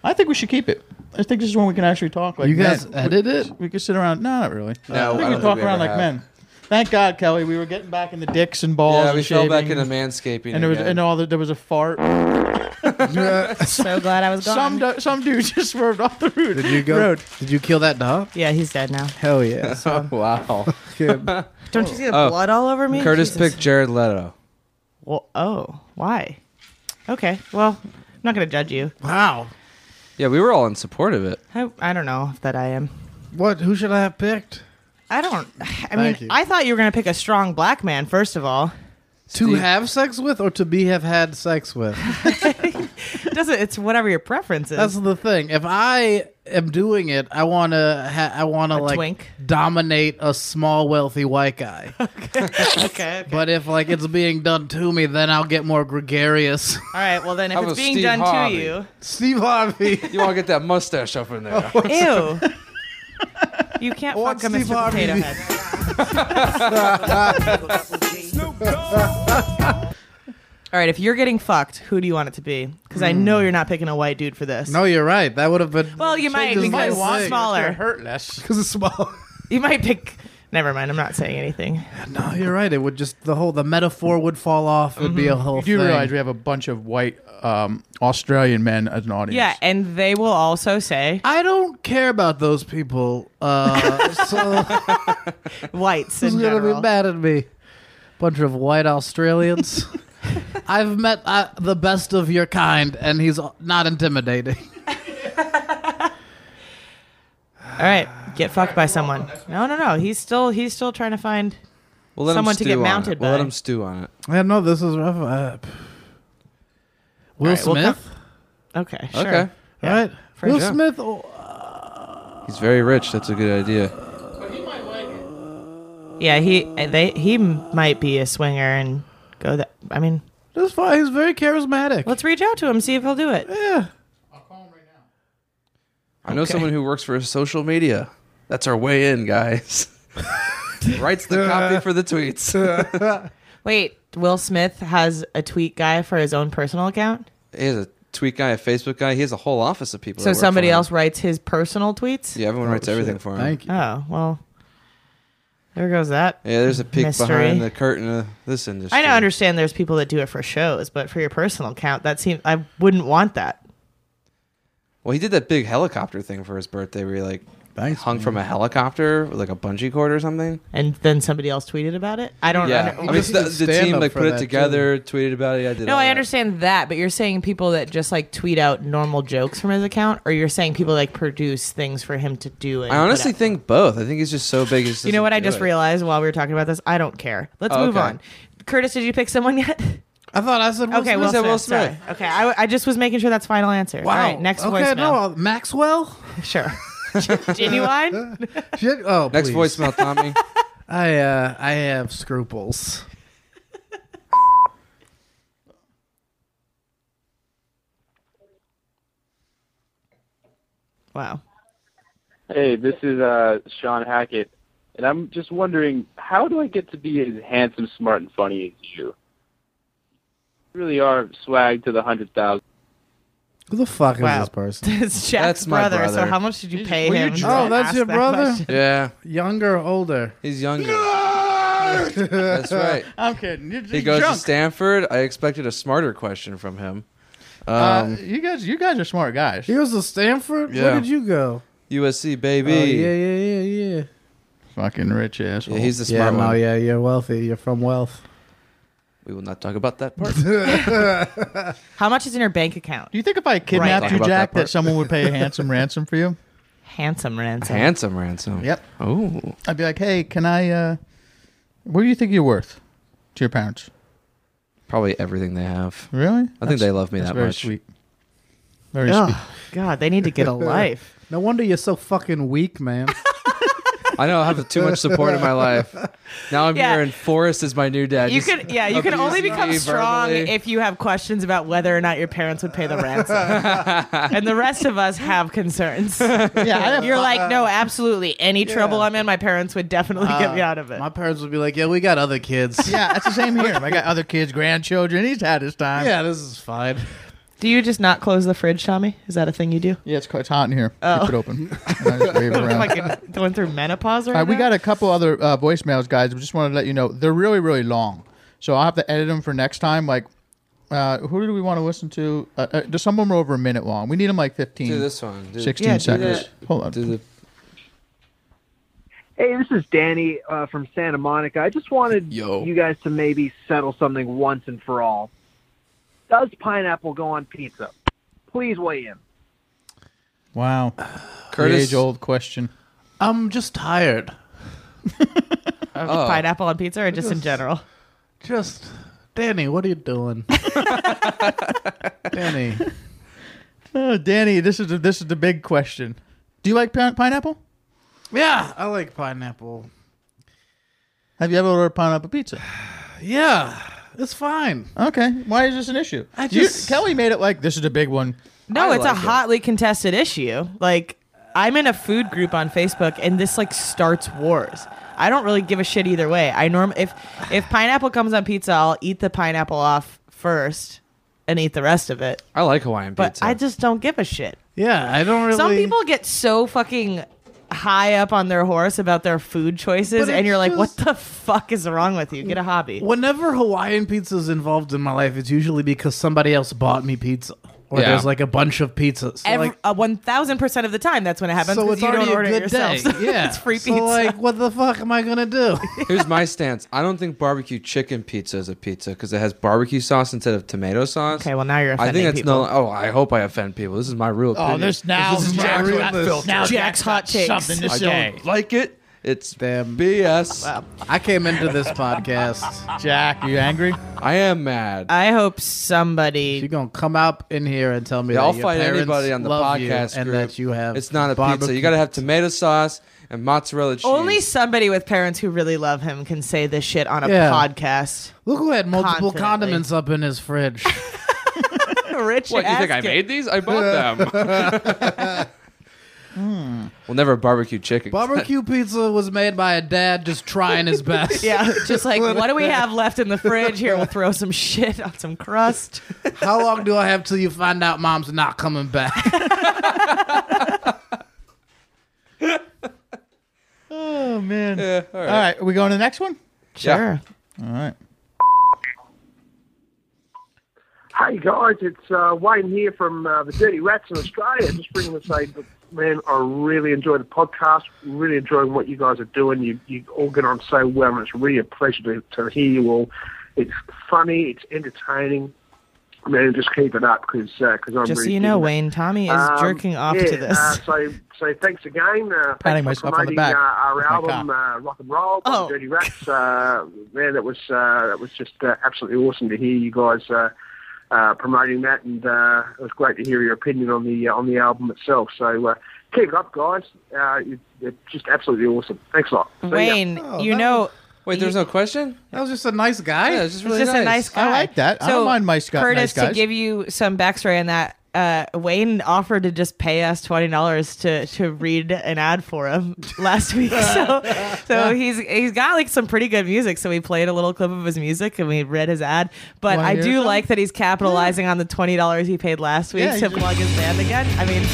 B: I think we should keep it. I think this is when we can actually talk like
H: You guys
B: men.
H: edited it?
B: We can sit around. No, not really.
F: No,
B: I
F: I
B: think
F: don't
B: we talk
F: think we
B: around
F: ever
B: like
F: have.
B: men. Thank God, Kelly, we were getting back in the dicks and balls.
F: Yeah, we
B: and
F: fell back
B: shaving.
F: into manscaping.
B: And there was
F: again.
B: and all the, there was a fart.
G: So glad I was gone.
B: Some du- some dude just swerved off the road.
H: Did you go?
B: Road.
H: Did you kill that dog?
G: yeah, he's dead now.
H: Hell yeah!
F: wow.
H: Kid.
G: Don't you see the
F: Oh.
G: blood all over me?
F: Curtis
G: Jesus.
F: picked Jared Leto.
G: Well, oh, why? Okay, well, I'm not gonna judge you.
H: wow.
F: Yeah, we were all in support of it.
G: I, I don't know if that I am.
H: What? Who should I have picked?
G: I don't. I
H: Thank
G: mean,
H: you.
G: I thought you were gonna pick a strong black man first of all.
H: To
F: Steve-
H: have sex with or to be have had sex with?
G: It doesn't. It's whatever your preference is.
H: That's the thing. If I am doing it, I wanna ha- I wanna
G: A
H: like
G: twink?
H: dominate a small wealthy white guy.
G: okay. okay.
H: but if like it's being done to me, then I'll get more gregarious.
G: all right. Well, then, if
F: How
G: it's
F: about
G: being
F: Steve
G: done
F: Harvey?
G: to you,
H: Steve Harvey.
F: You want to get that mustache up in there?
G: ew. You can't
H: What's
G: fuck a
H: Steve
G: Mr.
H: Harvey?
G: Potato Head. All right, if you're getting fucked, who do you want it to be? Because I know you're not picking a white dude for this.
H: no, you're right. That would have been
G: Well, you might
H: Changes my
G: because
H: mind.
G: smaller.
B: Hurt less.
H: because it's small.
G: You might pick. Never mind. I'm not saying anything.
H: no, you're right. It would just the whole the metaphor would fall off. It would be a
G: Mm-hmm.
H: whole.
B: You do
H: thing.
B: realize we have a bunch of white um, Australian men as an audience.
G: Yeah, and they will also say
H: I don't care about those people. Uh, so.
G: whites
H: Who's
G: in
H: gonna
G: general.
H: be mad at me? Bunch of white Australians. I've met uh, the best of your kind, and he's not intimidating.
G: All right, get fucked by someone. No, no, no. He's still he's still trying to find.
F: We'll let
G: Someone
F: him
G: to
F: stew
G: get
F: on
G: mounted
F: It. We'll let
G: by.
F: him stew on it.
H: I know this is rough. Uh, p- Will
G: right, we'll
H: Smith,
G: Okay, sure.
F: Okay.
G: Yeah,
H: right? Will
F: sure.
H: Smith. oh,
F: He's very rich. That's a good idea.
G: Yeah, he they he might be a swinger and go that. I mean,
H: That's fine. He's very charismatic.
G: let's reach out to him see if he'll do it.
H: yeah.
F: I know
G: Okay.
F: someone who works for social media. That's our way in, guys. Writes the copy for the tweets.
G: Wait, Will Smith has a tweet guy for his own personal account,
F: he has a tweet guy, a Facebook guy. He has a whole office of people. that
G: so
F: work
G: somebody
F: for him.
G: else writes his personal tweets.
F: Yeah, everyone writes everything for him.
H: Thank you.
G: Oh well, there goes that.
F: Yeah, there's a peek
G: Mystery.
F: behind the curtain of this industry.
G: I don't understand. There's people that do it for shows, but for your personal account, that seems I wouldn't want that.
F: Well, he did that big helicopter thing for his birthday where he like
H: Thanks,
F: hung from a helicopter with like a bungee cord or something.
G: and then somebody else tweeted about it. I don't.
F: Yeah,
G: under-
F: I mean,
H: just
F: the,
H: did
F: the
H: stand
F: team
H: up
F: like
H: for
F: put it
H: that,
F: together, tweeted about it. I did.
G: no,
F: all
G: I
F: that.
G: understand that, but you're saying people that just like tweet out normal jokes from his account, or you're saying people like produce things for him to do. And
F: I honestly
G: put out?
F: think both. I think he's just so big. He just
G: you know what? I
F: doesn't
G: just
F: do it.
G: realized while we were talking about this, I don't care. Let's
F: Oh,
G: move
F: okay.
G: on. Curtis, did you pick someone yet?
H: I thought I said Will
G: okay, Will
H: Smith.
F: said
G: Smith.
F: Will Smith.
G: Sorry. Okay, I, I just was making sure that's final answer.
H: Wow.
G: All right, next
H: okay,
G: voicemail.
H: no, uh, Maxwell.
G: Sure. Genuine?
H: Shit. Oh,
F: Next
H: please.
F: voicemail, Tommy.
H: I uh, I have scruples.
G: Wow.
K: Hey, this is uh, Sean Hackett, and I'm just wondering, how do I get to be as handsome, smart, and funny as you? You really are swag to the hundred thousand.
H: Who the fuck
G: Wow.
H: is this person?
G: it's Jack's
F: That's my
G: brother, So
F: brother.
G: how much did you pay
H: Were you
G: him? to
H: drunk? Oh, that's
G: ask
H: your
G: that
H: brother?
G: question?
F: yeah,
H: Younger or older?
F: he's younger. That's right.
B: I'm kidding. You're,
F: He goes to Stanford. I expected a smarter question from him. Um,
B: uh, you guys, you guys are smart guys.
H: He was to Stanford. Where
F: Yeah.
H: did you go?
F: USC
H: Oh,
F: baby.
H: yeah, yeah, yeah, yeah.
B: Fucking rich asshole.
F: Yeah, he's the
H: Yeah,
F: smart
H: no,
F: one.
H: yeah, you're wealthy. You're from wealth.
F: We will not talk about that part.
G: How much is in your bank account?
B: Do you think if I kidnapped
F: Right.
B: you,
F: Talk about
B: Jack,
F: that part.
B: that someone would pay a handsome ransom for you?
G: Handsome ransom.
F: Handsome ransom.
B: Yep.
F: Oh,
B: I'd be like, hey, can I? Uh, what do you think you're worth to your parents?
F: probably everything they have.
B: Really?
F: I think they love me
B: that's
F: that
B: very
F: much.
B: Sweet. Very sweet.
G: Oh, God, they need to get a life.
H: No wonder you're so fucking weak, man.
F: I know I have too much support in my life. Now I'm
G: Yeah.
F: here, and Forrest is my new dad.
G: You
F: Just
G: can, yeah, you can only
F: abusing
G: become
F: me
G: strong
F: verbally.
G: if you have questions about whether or not your parents would pay the ransom. and the rest of us have concerns.
B: yeah, I have,
G: You're like, no, absolutely. Any trouble I'm in, my parents would definitely
F: Uh,
G: get me out of it.
H: My parents would be like, "Yeah, we got other kids.
B: yeah, it's the same here. I got other kids, grandchildren. He's had his time.
H: yeah, this is fine."
G: Do you just not close the fridge, Tommy? Is that a thing you do?
B: Yeah, it's quite it's hot in here.
G: Oh.
B: Keep it open. And I just wave around.
G: Fucking going through menopause
B: All
G: right
B: right, we
G: now?
B: got a couple other uh, voicemails, guys. We just wanted to let you know they're really, really long, so I'll have to edit them for next time. Like, uh, who do we want to listen to? Uh, uh, just some of them are over a minute long. We need them like 15,
F: Do this one. Do-
B: 16
F: Yeah, do
B: seconds.
F: that.
B: Hold on.
L: Hey, this is Danny uh, from Santa Monica. I just wanted you guys to maybe settle something once and for all. Does pineapple go on pizza? Please weigh in.
B: Wow,
H: Curtis-
B: age old question.
H: I'm just tired.
G: Of
B: Oh.
G: Pineapple on pizza or just in
H: Just-
G: general?
H: Just Danny, what are you doing? Danny,
B: Oh, Danny, this is the, this is the big question. Do you like pine- pineapple?
H: yeah, I like pineapple.
B: Have you ever ordered pineapple pizza?
H: Yeah, it's fine.
B: Okay, why is this an issue?
H: I
B: You-
H: just-
B: Kelly made it like this is a big one.
G: No,
B: I
G: it's
B: like
G: a
B: it.
G: hotly contested issue. Like I'm in a food group on Facebook and this like starts wars. I don't really give a shit either way. I norm if if pineapple comes on pizza, I'll eat the pineapple off first and eat the rest of it.
F: I like Hawaiian
G: But
F: pizza.
G: I just don't give a shit.
H: Yeah, I don't really.
G: Some people get so fucking high up on their horse about their food choices
H: But
G: and
H: it's
G: you're like, what the fuck is wrong with you? Get a hobby.
H: Whenever Hawaiian pizza is involved in my life, it's usually because somebody else bought me pizza, or
G: Yeah.
H: there's like a bunch of pizzas. So,
G: Every,
H: like,
G: uh, 1000% of the time that's when it happens
H: so
G: 'cause
H: it's
G: you
H: already
G: don't order
H: a
G: it
H: good
G: yourself.
H: day.
G: So
H: Yeah,
G: it's free
H: So,
G: pizza.
H: like, what the fuck am I gonna do?
F: Here's my stance. I don't think barbecue chicken pizza is a pizza because it has barbecue sauce instead of tomato sauce. Okay,
G: well now you're
F: I think
G: offending
F: it's no. Oh, I hope I offend people. This is my real.
B: Oh,
F: opinion.
B: this now
F: is my
B: Jack's
F: real-
B: got- now Jack's got something to
F: I
B: say.
F: don't like it. It's damn BS.
H: I came into this podcast.
B: Jack, are you angry?
F: I am mad.
G: I hope somebody
H: you're gonna come up in here and tell me.
F: Yeah,
H: that
F: I'll
H: your
F: fight
H: parents
F: anybody on the
H: love you
F: podcast
H: and
F: group.
H: that you have.
F: It's not a pizza.
H: barbecue
F: You got to have tomato sauce and mozzarella cheese.
G: Only somebody with parents who really love him can say this shit on a
H: Yeah.
G: podcast.
H: Look who had multiple
G: Confidently.
H: condiments up in his fridge.
G: Rich
F: What you think I
G: Askin.
F: made these? I bought them. Hmm. Well, never barbecue chicken.
H: Barbecue pizza was made by a dad just trying his best.
G: yeah, just like what do we have left in the fridge? Here, we'll throw some shit on some crust.
H: How long do I have till you find out mom's not coming back?
B: Oh man.
F: Yeah, all
B: all,
F: right.
B: right. we going to the next one?
F: Sure.
B: All right.
M: Hi guys, it's uh, Wayne here from uh, the Dirty Rats in Australia. Just bringing to say, that, man, I really enjoy the podcast. Really enjoying what you guys are doing. You you all get on so well, and it's really a pleasure to, to hear you all. It's funny, it's entertaining. Man, just keep it up because because I'm
G: Just so
M: really
G: you know,
M: digging it.
G: Wayne, Tommy
H: Ah,
G: is
M: Um,
G: jerking off
M: yeah,
G: to this.
M: Uh, so, so thanks again. Uh,
G: Patting
M: thanks for
G: myself on the
M: promoting,
G: back
M: Uh, our
G: with my Oh,
M: album, uh, Rock and Roll, by the Dirty Rats. Uh, man, that was uh, that was just uh, absolutely awesome to hear you guys uh, uh, promoting that, and uh, it was great to hear your opinion on the uh, on the album itself. So uh, keep it up, guys. Uh, you, it's just absolutely awesome. Thanks a lot. See ya.
G: Wayne,
H: Oh,
G: you know.
F: Wait, there's no question.
H: That was just a nice guy.
F: Yeah, it's just really nice.
G: guy.
F: I like that. I
G: So,
F: don't mind my sc- nice
G: Curtis, to
F: guys.
G: give you some backstory on that, uh, Wayne offered to just pay us twenty dollars to to read an ad for him last week. So, so he's he's got like some pretty good music. So we played a little clip of his music and we read his ad. But
N: Wanna
G: I
N: hear
G: do
N: some?
G: like that he's capitalizing on the twenty dollars he paid last week
N: Yeah, he
G: to
N: just-
G: plug his band again. I mean.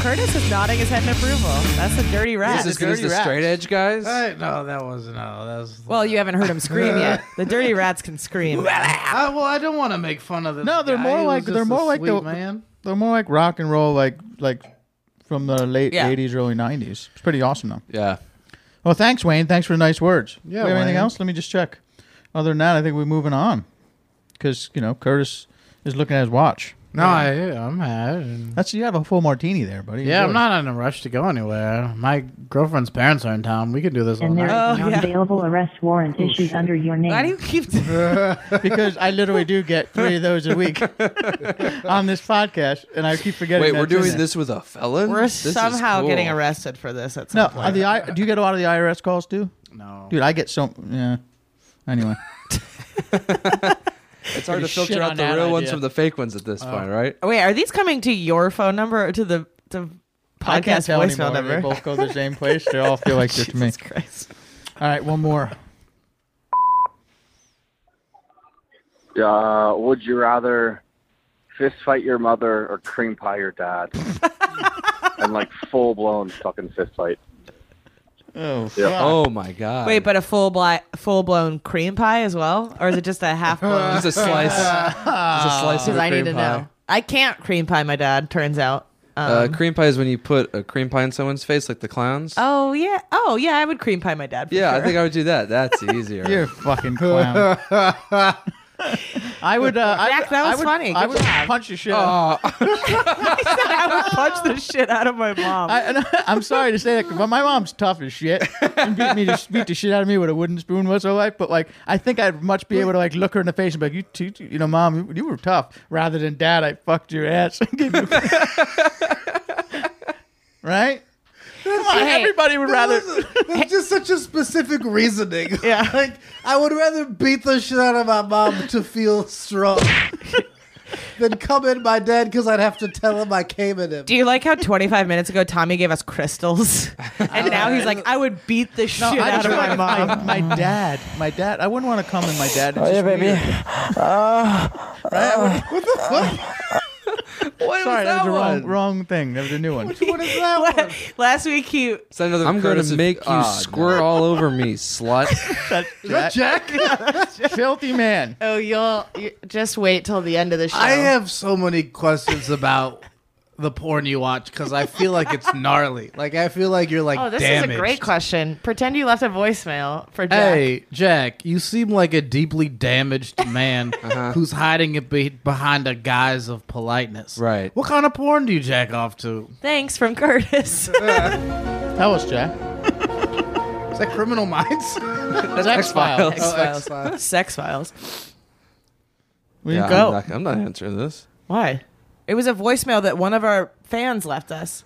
G: Curtis is nodding his head in approval. That's a dirty rat.
F: This is good as the straight edge guys.
H: no, that wasn't. No, that was.
G: Well, you haven't heard him scream yet. The dirty rats can scream.
H: I, well, I don't want to make fun of this.
B: No, they're
H: guy.
B: more
H: He was
B: like they're
H: just a
B: more like
H: sweet
B: the
H: man.
B: They're more like rock and roll, like like from the late
H: Yeah.
B: '80s, early '90s. It's pretty awesome though.
F: Yeah.
B: Well, thanks, Wayne. Thanks for the nice words.
H: Yeah,
B: We have anything
H: Wayne.
B: else? Let me just check. Other than that, I think we're moving on because you know Curtis is looking at his watch.
H: No, I, I'm mad.
B: That's you have a full martini there, buddy.
H: Yeah,
B: Enjoy.
H: I'm not in a rush to go anywhere. My girlfriend's parents are in town. We could do this all
O: and there is
H: night.
O: an unavailable arrest warrant issued under your name.
G: oh, Why do you keep?
B: because I literally do get three of those a week on this podcast, and I keep forgetting.
F: Wait, we're
B: that's in
F: doing
B: there.
F: this with a felon.
G: We're
F: This is
G: somehow
F: cool.
G: getting arrested for this at some
B: No,
G: point.
B: are the I, do you get a lot of the IRS calls too?
H: No,
B: dude, I get so yeah. Anyway,
F: It's hard to
B: Pretty shit
F: filter out
B: on
F: the real
B: that
F: ones
B: idea.
F: from the fake ones at this point, right?
G: Wait, are these coming to your phone number or to the to
B: I can't
G: podcast
B: tell
G: voicemail
B: anymore.
G: number?
B: They both go to the same place. They all feel like they're to me.
G: Christ.
B: All right, one more.
N: Uh, would you rather fist fight your mother or cream pie your dad? and like full blown fucking fist fight.
F: Oh,
N: Yeah.
F: oh my god!
G: Wait, but a full bli- full blown cream pie as well, or is it just a half blown?
F: Just a slice. Just a slice of
G: Because
F: a
G: I need
F: cream
G: to
F: pie.
G: know. I can't cream pie my dad. Turns out.
F: uh,
G: Um,
F: cream pie is when you put a cream pie in someone's face, like the clowns.
G: oh yeah. Oh yeah. I would cream pie my dad. For
F: yeah,
G: sure.
F: I think I would do that. That's easier.
B: You're a fucking clown. I would. Uh, I,
G: Jack, that
B: I
G: was
B: would-
G: funny.
B: I
G: Good
B: would
G: job.
B: punch the shit.
F: out.
G: He said I would punch the shit out of my mom.
B: I, and I, am sorry to say that, but my mom's tough as shit and beat me to beat the shit out of me with a wooden spoon most of her life. But like, I think I'd much be able to like look her in the face and be like, "You, t- t- you know, mom, you, you were tough." Rather than, "Dad, I fucked your ass." Give you- right? Come on, everybody would rather.
H: That's just such a specific reasoning.
G: Yeah.
H: like, I would rather beat the shit out of my mom to feel strong than come in my dad because I'd have to tell him I came at him.
G: Do you like how 25 minutes ago Tommy gave us crystals, and now he's like, I would beat the shit
B: No, I
G: out
B: just
G: of my
B: want
G: mom.
B: My, my dad, my dad. I wouldn't want to come in my dad.
G: Oh, yeah, baby.
B: what the fuck?
F: What
B: Sorry,
G: that
B: was a wrong,
F: one?
B: wrong thing. That was a new one.
H: What is that one?
G: Last week he.
F: I'm going
B: Curtis
F: to
B: of-
F: make you
B: Ah, no.
F: squirt all over me, slut.
B: Is that Jack? Filthy man.
G: Oh, you'll you, just wait till the end of the show.
H: I have so many questions about the porn you watch because I feel like it's gnarly. Like, I feel like you're like,
G: oh, this
H: damaged.
G: is a great question. Pretend you left a voicemail for Jack.
H: Hey, Jack, you seem like a deeply damaged man who's hiding it be- behind a guise of politeness. Right. What kind of porn do you jack off to?
G: Thanks from Curtis.
B: Tell us, Jack.
H: Is that Criminal Minds? That's
G: X-Files.
H: Oh,
G: X-Files.
H: X-Files.
G: Sex Files.
F: Yeah, I'm
G: go.
F: not- I'm not answering this.
G: Why? It was a voicemail that one of our fans left us.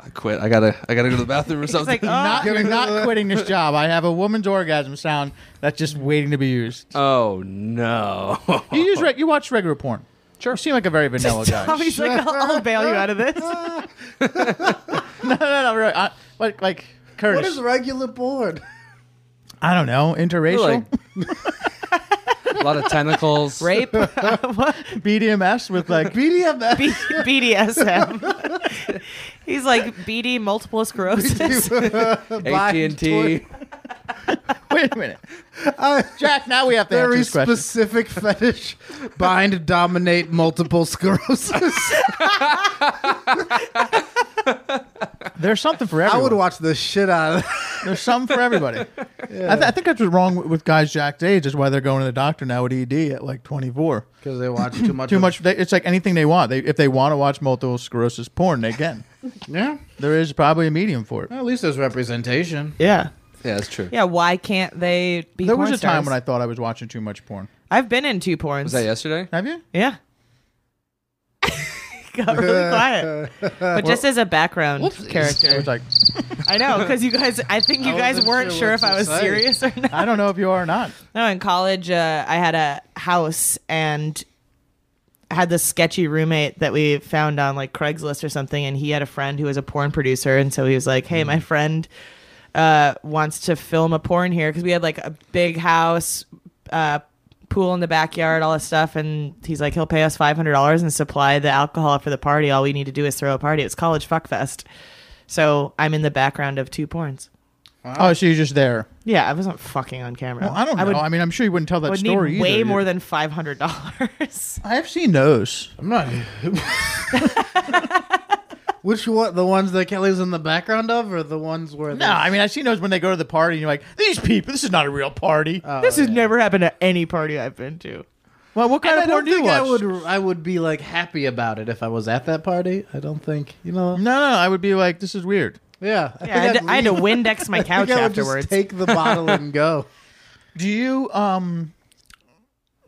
F: I quit. I gotta. I gotta go to the bathroom or something.
G: like, "Uh." oh,
B: Not, you're not quitting this job. I have a woman's orgasm sound that's just waiting to be used.
F: Oh no!
B: You use reg- you watch regular porn. Sure. You seem like a very vanilla guy.
G: Tommy's like, I'll, I'll bail you out of this.
B: no, no, no. Really, I, like, like Curtis.
H: What is regular porn?
B: I don't know. Interracial.
F: a lot of tentacles.
G: Rape.
B: BDMS with like
H: BDMS.
G: B- BDSM. He's like BD multiple sclerosis.
F: AT&T.
B: Wait a minute.
H: Uh,
B: Jack, now we have to answer
H: Very
B: this question.
H: specific fetish. Bind, dominate, multiple sclerosis.
B: There's something for
H: I
B: everyone.
H: would watch the shit out of that.
B: There's something for everybody. I, th- I think that's what's wrong with, with guys Jack's age is why they're going to the doctor now at ED at like 24.
H: Because they watch too much.
B: Too
H: of-
B: much. They, it's like anything they want. They, if they want to watch multiple sclerosis porn, they can.
H: Yeah.
B: There is probably a medium for it.
H: Well, at least there's representation.
G: Yeah.
F: Yeah, that's true.
G: yeah, why can't they be
B: there
G: porn
B: was a time
G: stars?
B: when I thought I was watching too much porn.
G: I've been in two porns.
F: Was that yesterday?
B: Have you?
G: Yeah. Got really quiet. But just as a background
B: It
G: character.
B: was like,
G: I know, because you guys, I think you
B: I
G: guys
B: wasn't
G: weren't
B: sure
G: sure,
B: what
G: if I
B: to
G: was
B: say.
G: serious or not.
B: I don't know if you are or not.
G: No, in college, uh, I had a house and had this sketchy roommate that we found on like Craigslist or something, and he had a friend who was a porn producer, and so he was like, "Hey, my
B: Hmm.
G: friend uh, wants to film a porn here because we had like a big house, uh, pool in the backyard, all this stuff." And he's like, "He'll pay us five hundred dollars and supply the alcohol for the party. All we need to do is throw a party. It's college fuckfest." So I'm in the background of two porns.
B: Oh, so you're just there.
G: Yeah, I wasn't fucking on camera.
B: Well, I don't know. I, mean, I'm sure you wouldn't tell that
G: would
B: story
G: need
B: either.
G: way
B: You-
G: more than five hundred dollars.
B: I've seen those.
H: I'm not. Which one? The ones that Kelly's in the background of, or the ones where?
B: No, I mean, I've seen those when they go to the party and you're like, these people, this is not a real party.
G: This has never happened at any party I've been to.
B: Well, what kind
H: I
B: of porn
H: don't
B: do you
H: think
B: watch?
H: I would. I would be like happy about it if I was at that party. I don't think you know.
B: No, no, I would be like, this is weird.
H: Yeah,
G: Yeah, I had, to, I had to Windex my couch
H: I would just
G: afterwards.
H: take the bottle and go.
B: Do you, um,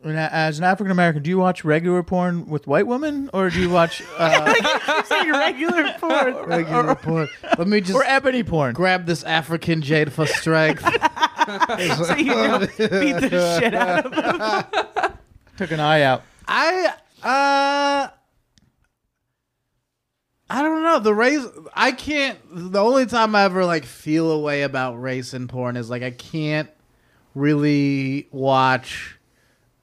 B: when a- as an African American, do you watch regular porn with white women, or do you watch uh,
G: regular porn.
H: Regular porn. Let me just
B: or ebony porn?
H: grab this African jade for strength.
G: so you don't beat the shit out of them.
B: Took an eye out.
H: I uh I don't know. The race I can't the only time I ever like feel a way about race in porn is like I can't really watch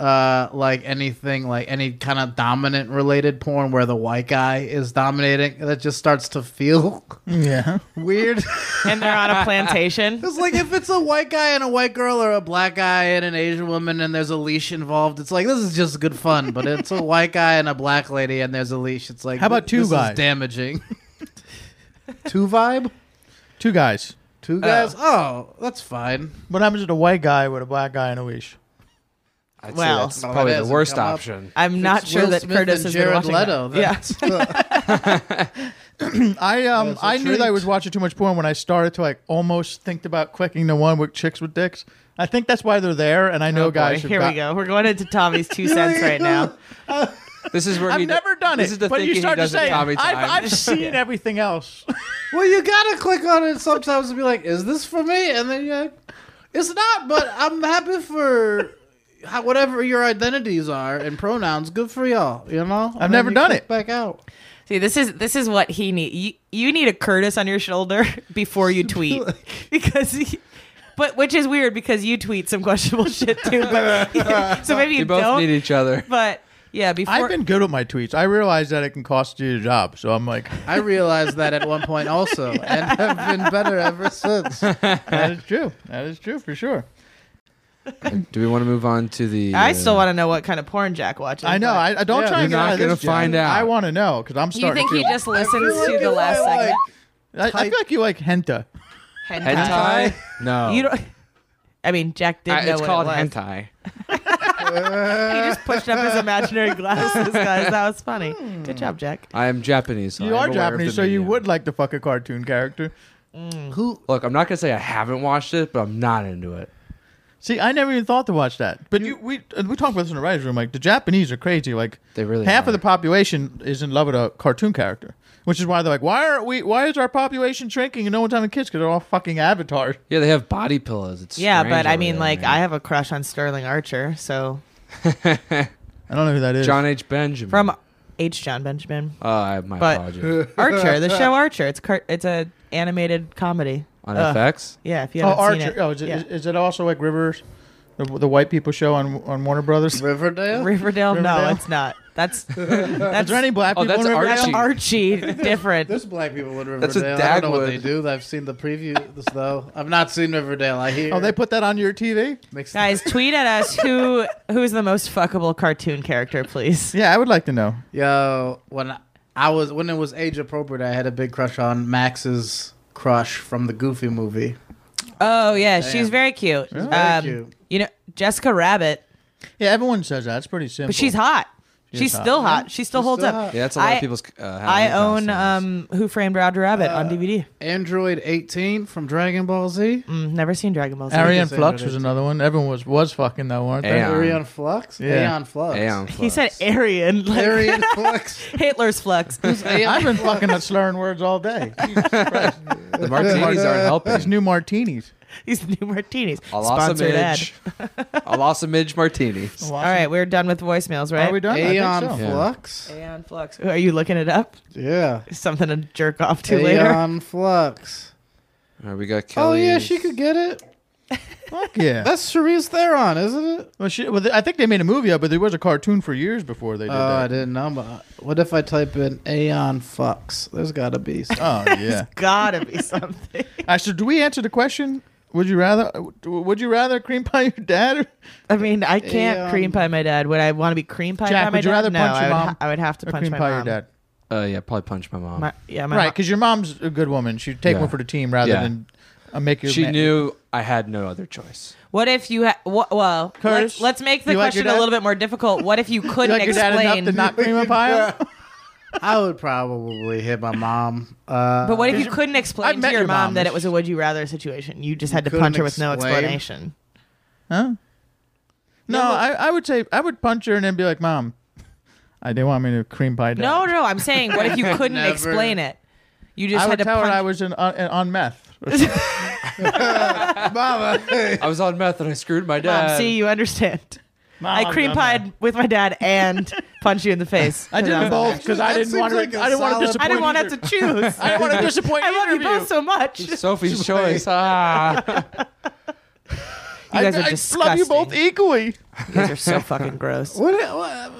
H: uh, like anything, like any kind of dominant related porn where the white guy is dominating, that just starts to feel
B: Yeah.
H: weird.
G: and they're on a plantation.
H: It's like if it's a white guy and a white girl or a black guy and an Asian woman and there's a leash involved, it's like this is just good fun. But it's a white guy and a black lady and there's a leash. It's like
B: How about two
H: this is
B: guys?
H: damaging. two vibe?
B: Two guys. Uh,
H: Two guys? Oh, that's fine.
B: What happens to a white guy with a black guy and a leash?
F: I'd
G: Well-
F: say that's probably the worst option.
G: I'm
H: It's
G: not sure
H: Will
G: that
H: Smith
G: Curtis
H: and
G: is
H: Jared
G: watching
H: Leto. uh,
G: That. Yeah.
B: I um
H: That's a
B: I knew that I
H: treat.
B: was watching too much porn when I started to like almost think about clicking the one with chicks with dicks. I think that's why they're there, and I know
G: Oh, boy.
B: guys. have
G: Here
B: got-
G: we go. We're going into Tommy's two cents right now.
F: This is where
B: I've
F: he d-
B: never done
F: this
B: it,
F: is the
B: but
F: thinking
B: you
F: he
B: start to
F: does at
B: say
F: Tommy
B: I've,
F: time."
B: I've seen
F: Yeah.
B: everything else.
H: Well, you gotta click on it sometimes and be like, "Is this for me?" And then you're like, "It's not," but I'm happy for how, whatever your identities are and pronouns. Good for y'all, you know. And then
B: never
H: you
B: done
H: click
B: it.
H: Back out.
G: See, this is this is what he need. You, you need a Curtis on your shoulder before you tweet because. He, but which is weird because you tweet some questionable shit too. But, so maybe you
B: We both
G: don't
B: need each other.
G: But yeah, before
B: I've been good with my tweets. I realize that it can cost you your job, so I'm like,
H: I realized that at one point also, and have been better ever since.
B: that is true. That is true for sure.
F: Do we want to move on to the?
G: I still want to know what kind of porn Jack watches.
B: I know. I, I don't try and get
F: You're not
B: out of this,
F: gonna
B: Jen.
F: find out.
B: I want to know because I'm
G: You
B: starting.
G: think
B: to
G: he just listens to the last segment?
B: I, I feel like you like henta.
F: Hentai? No.
G: You don't. I mean, Jack did
F: I-
G: not know
F: it's
G: what
F: called
G: it was.
F: hentai.
G: he just pushed up his imaginary glasses, guys. That was funny.
B: Hmm.
G: Good job, Jack.
F: I am Japanese. So
B: You
F: I
B: are
F: am aware of the
B: Japanese, so you
F: medium.
B: would like to fuck a cartoon character.
H: Who?
F: Look, I'm not gonna say I haven't watched it, but I'm not into it.
B: See, I never even thought to watch that. But you, we uh, we talked about this in the writers' room. Like the Japanese are crazy. Like
F: they really
B: half of the population is in love with a cartoon character, which is why they're like, why are we? Why is our population shrinking and no one's having kids because they're all fucking avatars.
F: Yeah, they have body pillows. It's
G: Yeah,
F: strange
G: but I
F: over
G: mean,
F: there,
G: like,
F: man.
G: I have a crush on Sterling Archer, so
B: I don't know who that is.
F: John H. Benjamin.
G: from H. John Benjamin.
F: Oh, I my
G: but
F: apologies.
G: Archer, the show Archer. It's car- it's a animated comedy
F: On
G: Uh,
F: FX?
G: Yeah, if you
B: oh,
G: haven't
B: Archer.
G: seen it.
B: Oh, is it,
G: Yeah.
B: is, is it also like Rivers, the, the white people show on on Warner Brothers?
H: Riverdale.
G: Riverdale? No,
B: Riverdale?
G: it's not. That's that's
B: is there any black
F: Oh,
B: people in Riverdale?
G: That's Archie. Different.
H: There's black people in Riverdale.
B: That's what
H: I don't know what
B: Dagwood-
H: they do. I've seen the previews though. I've not seen Riverdale. I hear.
B: Oh, they put that on your TV.
H: Makes
G: Guys, tweet at us who who is the most fuckable cartoon character, please.
B: Yeah, I would like to know.
H: Yo, when I was when it was age appropriate, I had a big crush on Max's crush from the Goofy movie.
G: Oh yeah,
H: Damn.
G: she's very cute. Um,
H: She's very cute.
G: You know, Jessica Rabbit,
B: Yeah, everyone says that. It's pretty simple.
G: but she's hot.
B: She
G: she's
B: is hot.
G: still hot.
B: Yeah,
G: She still
B: she's
G: holds
B: still
G: up.
B: hot. Yeah, that's a lot of
G: I-
B: people's,
F: uh,
G: I
F: Halloween
G: own um, Who Framed Roger Rabbit on DVD.
H: Android 18 from Dragon Ball Z.
G: Mm, never seen Dragon Ball Z.
B: Arian Flux was another one. Everyone was was fucking though, weren't they?
H: Aeon. Arian Flux?
B: Yeah.
H: Aeon Flux. Aeon
G: um, He said Aryan. Like
H: Arian Flux.
G: Hitler's flux.
B: I've been fucking up slurring words all day.
F: The martinis aren't helping.
B: These new martinis.
G: These new martinis. Sponsored ad.
F: Alasamidge. Alasamidge martini.
G: All right, we're done with voicemails, right?
B: Are we done? I think Aeon so.
H: Flux?
G: Aeon Flux. Are you looking it up?
H: Yeah.
G: Something to jerk off to later.
H: Aeon Flux.
F: All right, we got
H: Oh
F: Kelly.
H: yeah, she could get it.
B: Yeah.
H: That's Charisse Theron, isn't it?
B: well, shit, well, th- I think they made a movie of, it, but there was a cartoon for years before they
H: Oh,
B: did
H: I
B: that.
H: didn't know. But what if I type in Aeon Flux? There's gotta be. some-
B: Oh yeah.
G: Gotta be something.
B: I so do we answer the question? Would you rather? Would you rather cream pie your dad? Or
G: I mean, I can't
B: Aeon.
G: cream pie my dad. Would I want to be cream pie
B: Jack,
G: by my
B: would you
G: dad?
B: rather
G: no,
B: punch
G: I,
B: your
G: would
B: mom
G: ha- I would have to
B: or
G: punch
B: cream
G: my
B: pie
G: mom.
B: your dad?
F: Uh, yeah, probably punch my mom.
G: My- yeah, my
B: right,
G: mom-
B: because your mom's a good woman. She'd take
F: Yeah.
B: one for the team rather
F: Yeah.
B: than uh, make your.
F: she
B: ma-
F: knew I had no other choice.
G: What if you ha- wha- well?
B: Curtis,
G: let's, let's make the
B: you like your
G: question a
B: dad?
G: little bit more difficult. What if you couldn't
B: like your dad
G: explain?
B: enough to not cream a pie him?
H: I would probably hit my mom. Uh,
G: but what if you
H: couldn't
G: couldn't
B: I've
G: explain to
B: met
G: your,
B: your
G: mom,
B: mom.
G: that it was a would you rather situation? You just had to
H: couldn't
G: punch her with no
H: explain?
G: explanation.
B: Huh? No, I, I would say I would punch her and then be like, "Mom, I didn't want me to cream pie dad."
G: No, no, I'm saying what if you couldn't
H: Never.
G: explain it? You just
B: I
G: had
B: would
G: to
B: tell
G: punch.
B: her I was in, on, on meth. or something.
H: Mama.
F: I was on meth and I screwed my
G: Mom,
F: dad.
G: see, you understand. I
B: Mom,
G: cream
B: dumb
G: pied with my dad and punched you in the face.
B: I did both because I didn't
H: seems
B: want to.
H: like a
B: I didn't want to
H: solid
B: disappoint.
G: I didn't want to
B: either.
G: have to choose.
B: I didn't want to disappoint.
G: I love
B: either
G: you
B: of
G: both so much.
F: Sophie's choice. Ah.
G: You guys
B: I,
G: are
B: I
G: disgusting.
B: love you both equally.
G: You guys are so fucking gross.
H: What? what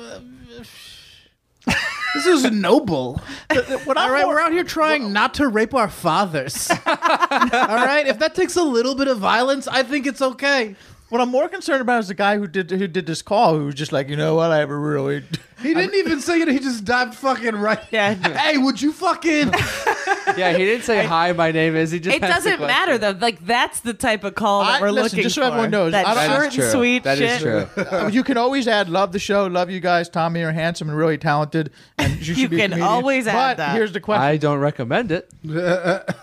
H: this is noble. All right, we're out here trying not to rape our fathers. All right, if that takes a little bit of violence, I think it's okay.
B: What I'm more concerned about is the guy who did who did this call, who was just like, you know what, I have a really.
H: He didn't even say it. He just dived fucking right. Yeah. hey, would you fucking?
F: yeah, he didn't say hi. My name is. He just.
G: it
F: asked the
G: doesn't
F: question.
G: matter though. Like that's the type of call that
B: I-
G: we're
B: listen,
G: looking
B: just so
G: for.
B: everyone knows,
G: that
B: I don't-
G: short and sweet
F: That
G: shit.
F: is true.
B: Uh, you can always add love the show, love you guys. Tommy, you're handsome and really talented, and you should
G: You
B: be a
G: can
B: comedian.
G: always add
B: But
G: that.
B: Here's the question.
F: I don't recommend it.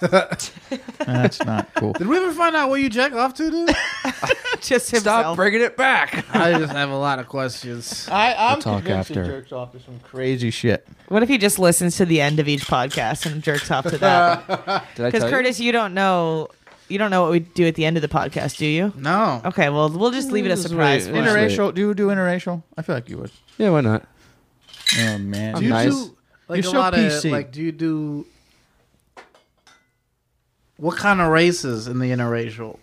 B: That's not cool.
H: Did we ever find out what you jack off to, dude?
G: just
F: Stop bringing it back.
H: I just have a lot of questions.
B: I, I'm
H: We'll talk
B: convinced
H: after.
B: he jerks off to some crazy shit.
G: What if he just listens to the end of each podcast and jerks off to that?
B: Did I
G: Because
B: tell you?
G: Curtis, you? don't know, you don't know what we do at the end of the podcast, do you?
H: No.
G: Okay, well we'll just leave it a
B: Mm. Just
G: surprise.
B: wait,
G: for now.
B: interracial? Do you do interracial? I feel like you would.
F: Yeah, why not?
B: Oh man,
H: Do you do like
B: You're
H: a
B: so
H: lot
B: PC.
H: of like? Do you do what kind of races in the interracial?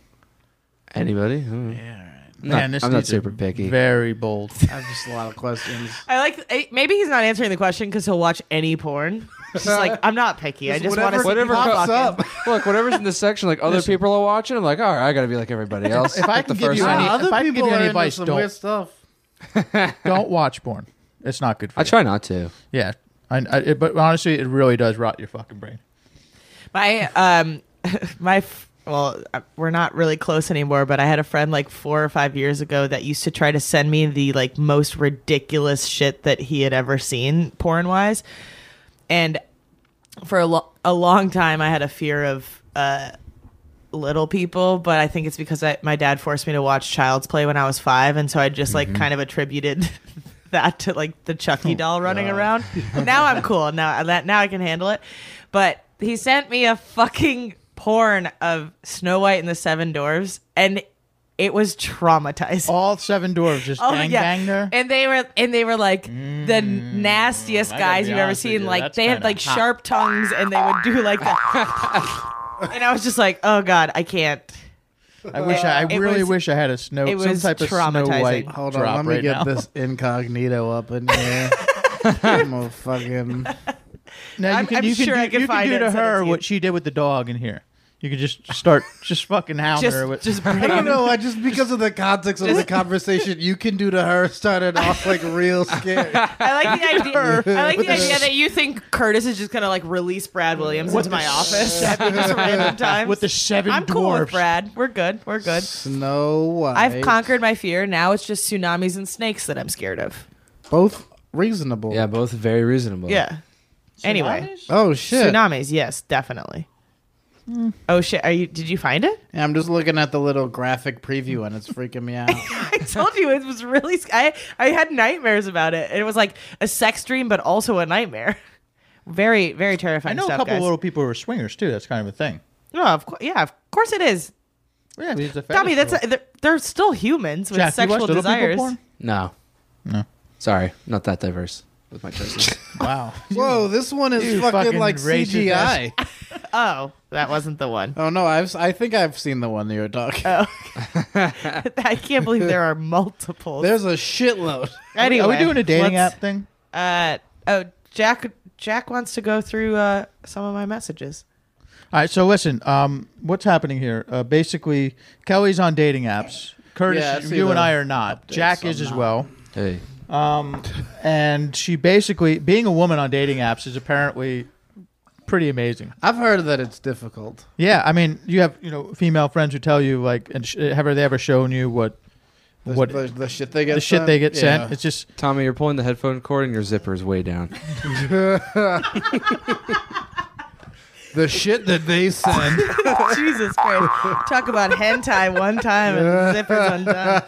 F: Anybody? Yeah. I'm not,
B: Man, this
F: I'm not
B: dude's a
F: super picky.
B: Very bold.
H: I have just a lot of questions.
G: I like. eh, Maybe he's not answering the question because he'll watch any porn. Just like I'm not picky. I just want to see
F: whatever
G: people
F: pops
G: fucking.
F: up. Look, whatever's in the section, like other
B: Listen.
F: people are watching. I'm like, all right, I gotta be like everybody else.
B: If I
F: Pick
B: can
F: the
B: give
F: first
B: you
F: one.
B: any-
H: Other
B: if I can give
H: people
B: you
H: are
B: any
H: into
B: advice,
H: some
B: don't.
H: weird stuff.
B: Don't watch porn. It's not good for
F: I
B: you.
F: try not to.
B: Yeah, I, I, it, but honestly, it really does rot your fucking brain.
G: My um, my f- well, uh, we're not really close anymore. But I had a friend like four or five years ago that used to try to send me the like most ridiculous shit that he had ever seen porn wise, and for a, lo- a long time I had a fear of uh little people but i think it's because I, my dad forced me to watch child's play when i was five and so i just like kind of attributed that to like the chucky doll running around now i'm cool now that now i can handle it but he sent me a fucking porn of snow white and the seven dwarfs and it was traumatizing
B: All seven dwarves just
G: Oh,
B: gang bang there.
G: and they were and they were like the nastiest
B: I gotta
G: guys
B: be
G: you've ever
B: honest with
G: seen.
B: you,
G: Like
B: that's
G: they had
B: kinda
G: like
B: hot.
G: sharp tongues and they would do like that. and I was just like, oh god, I can't.
B: I wish I, I
G: It
B: really
G: was-
B: wish I had a snow,
G: it
B: some
G: was
B: type of snow
G: traumatizing.
B: white
H: Hold on,
B: drop
H: let me
B: right
H: get
B: now.
H: this incognito up in here. I'm a fucking.
B: Now
G: I'm-
B: you can,
G: I'm
B: you can
G: sure
B: do,
G: I could
B: you
G: find
B: can
G: it
B: do to
G: and send it
B: her
G: to you.
B: what she did with the dog in here. You can just start just fucking hound
G: Just-
B: her with
G: just
H: I don't know. I just because of the context of the
G: Just-
H: conversation, you can do to her started off like real scary.
G: I like the idea. I like
H: With
G: the
H: the
G: idea
H: s-
G: that you think Curtis is just gonna like release Brad Williams
B: With
G: into
B: the
G: my
B: s-
G: office at me just random times.
B: with the 7
G: I'm
B: dwarves.
G: cool with Brad. We're good. We're good.
H: Snow White.
G: I've conquered my fear. Now it's just tsunamis and snakes that I'm scared of.
H: both reasonable.
F: Yeah, both very reasonable.
G: Yeah. Anyway.
H: Oh shit.
G: Tsunamis, yes, definitely.
B: Hmm.
G: Oh shit! Are you? Did you find it?
H: Yeah, I'm just looking at the little graphic preview and it's freaking me out.
G: I told you it was really. sc- I I had nightmares about it. It was like a sex dream, but also a nightmare. Very very
B: I
G: terrifying.
B: know
G: stuff,
B: a couple
G: guys.
B: little people who are swingers too. That's kind of a thing.
G: No, of course. Yeah, of course it is.
B: Yeah, I mean, it's a
G: Tommy,
B: fetish
G: that's they're, they're still humans with
B: Jack, you
G: sexual
B: watch Little People
G: desires.
B: porn?
F: No.
B: No.
F: Sorry, not that diverse with my choices.
B: Wow.
H: Whoa, this one is
B: You
H: fucking,
B: fucking
H: like
B: racist
H: CGI.
G: Oh, that wasn't the one.
H: Oh no, I've I think I've seen the one that you're talking.
G: I can't believe there are multiples.
H: There's a shitload.
G: anyway,
B: Are we doing a dating
G: let's-
B: app thing?
G: Uh oh, Jack. Jack wants to go through uh, some of my messages.
B: All right, so listen, um, what's happening here? Uh, basically, Kelly's on dating apps. Curtis,
H: Yeah, I see
B: you and
H: the
B: I are not.
H: updates
B: Jack
H: on
B: is as
H: that.
B: well.
F: hey.
B: Um, and she basically, being a woman on dating apps is apparently pretty amazing.
H: I've heard that it's difficult.
B: Yeah, I mean, you have you know female friends who tell you like, and sh- have they ever shown you what
H: The,
B: what
H: the, the shit they get?
B: the shit they get
H: Yeah.
B: sent? It's just
F: Tommy, you're pulling the headphone cord and your zipper is way down.
H: the shit that they send.
G: Jesus Christ! Talk about hentai one time and zippers undone.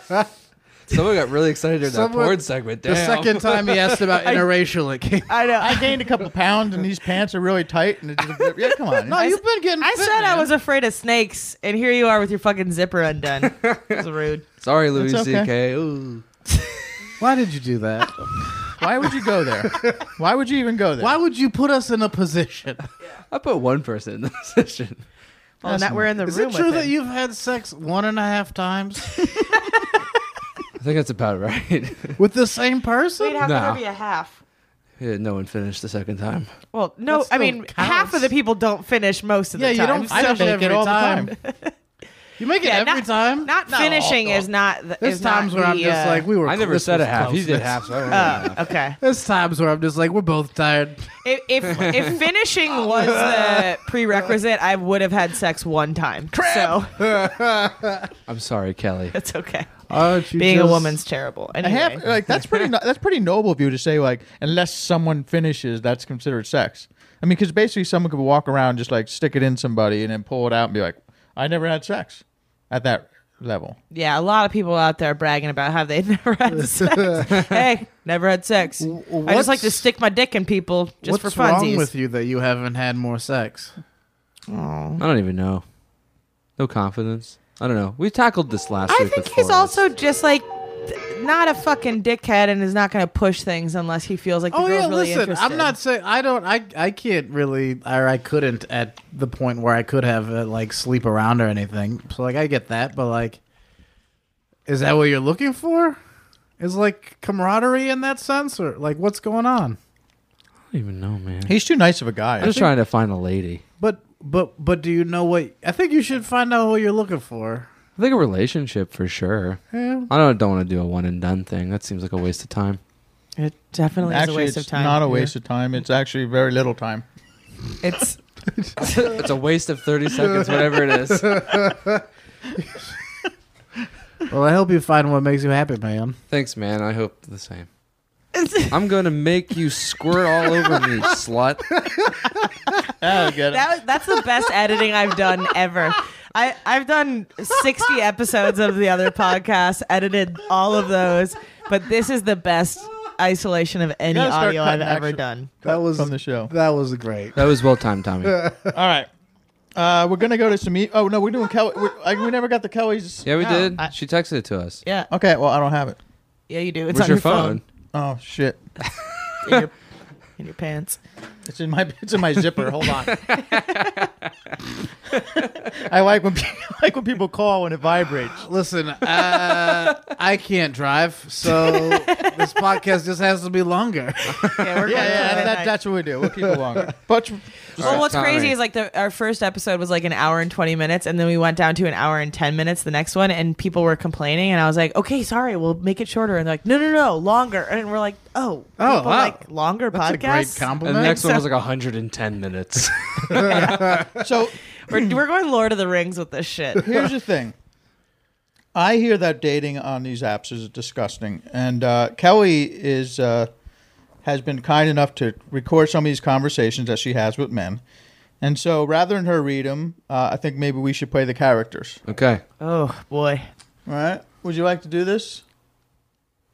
F: Someone got really excited during that
H: Someone-
F: porn segment. Damn.
H: The second time he asked about interracial, it came.
G: I know.
B: I gained a couple pounds and these pants are really tight and it just, yeah, come on.
H: No, you've been getting.
G: I
H: fit,
G: said I
H: man.
G: was afraid of snakes, and here you are with your fucking zipper undone. That's rude.
F: Sorry, Louis
B: It's okay.
F: C.K. Ooh.
H: Why did you do that?
B: Why would you go there? Why would you even go there?
H: Why would you put us in a position?
F: I put one person in the position.
G: Well, now we're in the
H: Is
G: room.
H: it true
G: with
H: that
G: him.
H: you've had sex one and a half times?
F: I think that's about right.
H: With the same person?
G: We'd have
F: No.
G: to be a half.
F: Yeah, no one finished the second time.
G: Well, no, I mean half of the people don't finish most of
H: Yeah,
G: the
H: you
G: time.
H: don't I finish make every it all the time. You make it
G: Yeah,
H: every
G: not-
H: time.
G: Not
H: No.
G: finishing is not. The,
H: There's
G: is not
H: times where I'm
G: the,
H: just
G: uh,
H: like, we were.
F: I never
H: this
F: said
H: was
F: a half. He
H: close.
F: did half, so I don't
G: know. Oh, okay.
H: There's times where I'm just like, we're both tired.
G: If if, if finishing was the prerequisite, I would have had sex one time. So
F: I'm sorry, Kelly.
G: it's okay.
B: Aren't you
G: Being a
B: just-
G: woman's terrible.
B: I have-
G: Anyway.
B: like that's pretty no- that's pretty noble of you to say like unless someone finishes that's considered sex. I mean, because basically someone could walk around just like stick it in somebody and then pull it out and be like, I never had sex at that level.
G: Yeah, a lot of people out there bragging about how they've never had sex. hey, never had sex. I just like to
H: what's-
G: stick my dick in people just
H: What's
G: for funsies.
H: wrong with you that you haven't had more sex?
F: I don't even know. No confidence. I don't know. We tackled this last
G: I
F: week.
G: think
F: with
G: he's
F: Florence.
G: also just like th- not a fucking dickhead and is not going to push things unless he feels like the
H: oh
G: girl's
H: yeah,
G: really
H: listen.
G: interested.
H: I'm not saying I don't. I I can't really, or I couldn't at the point where I could have uh, like sleep around or anything. So like I get that, but like, is that what you're looking for? Is like camaraderie in that sense, or like what's going on?
F: I don't even know, man.
B: He's too nice of a guy.
F: I'm just trying to find a lady.
H: But but but do you know what? I think you should find out what you're looking for.
F: I think a relationship for sure.
H: Yeah.
F: I don't don't want to do a one and done thing. That seems like a waste of time.
G: It definitely
B: actually,
G: is a waste
B: it's
G: of time.
B: Not a waste of time. It's actually very little time.
G: It's
F: it's a waste of thirty seconds, whatever it is.
H: Well, I hope you find what makes you happy, man.
F: Thanks, man. I hope the same. I'm gonna make you squirt all over me, slut.
B: That'll get
G: That, was- that's the best editing I've done ever. I, I've done 60 episodes of the other podcast, edited all of those, but this is the best isolation of any
B: gotta start
G: audio I've
B: cutting
G: ever
B: action-
G: done.
H: That was
B: from the show.
H: That was great.
F: That was well timed, Tommy.
B: All right. Uh, we're gonna go to some. E- oh no, we're doing Kelly. We're, I, we never got the Kelly's.
F: Yeah, we
B: No.
F: did. she texted it to us.
G: Yeah.
B: Okay. Well, I don't have it.
G: Yeah, you do. It's
F: Where's your
G: on your phone.
B: Oh shit.
G: In, your, in your pants.
B: It's in my it's in my zipper. Hold on. I like when pe- I like when people call when it vibrates.
H: Listen, uh, I can't drive, so this podcast just has to be longer.
G: Yeah, we're
B: Yeah,
G: going to
B: yeah, that,
G: midnight.
B: that's what we do. We'll keep it longer. But
G: Well, what's crazy is like the our first episode was like an hour and twenty minutes, and then we went down to an hour and ten minutes the next one, and people were complaining, and I was like, "Okay, sorry, we'll make it shorter," and they're like, "No, no, no, longer," and we're like, "Oh,
H: Oh,
G: people
H: wow.
G: like longer
H: That's a great
G: podcasts."
F: And the next one was like 110 minutes.
B: so
G: we're, we're going Lord of the Rings with this shit.
B: here's the thing. I hear that dating on these apps is disgusting, and uh, Kelly is uh, has been kind enough to record some of these conversations that she has with men, and so rather than her read them, uh, I think maybe we should play the characters.
F: okay.
G: oh boy,
B: All right? Would you like to do this?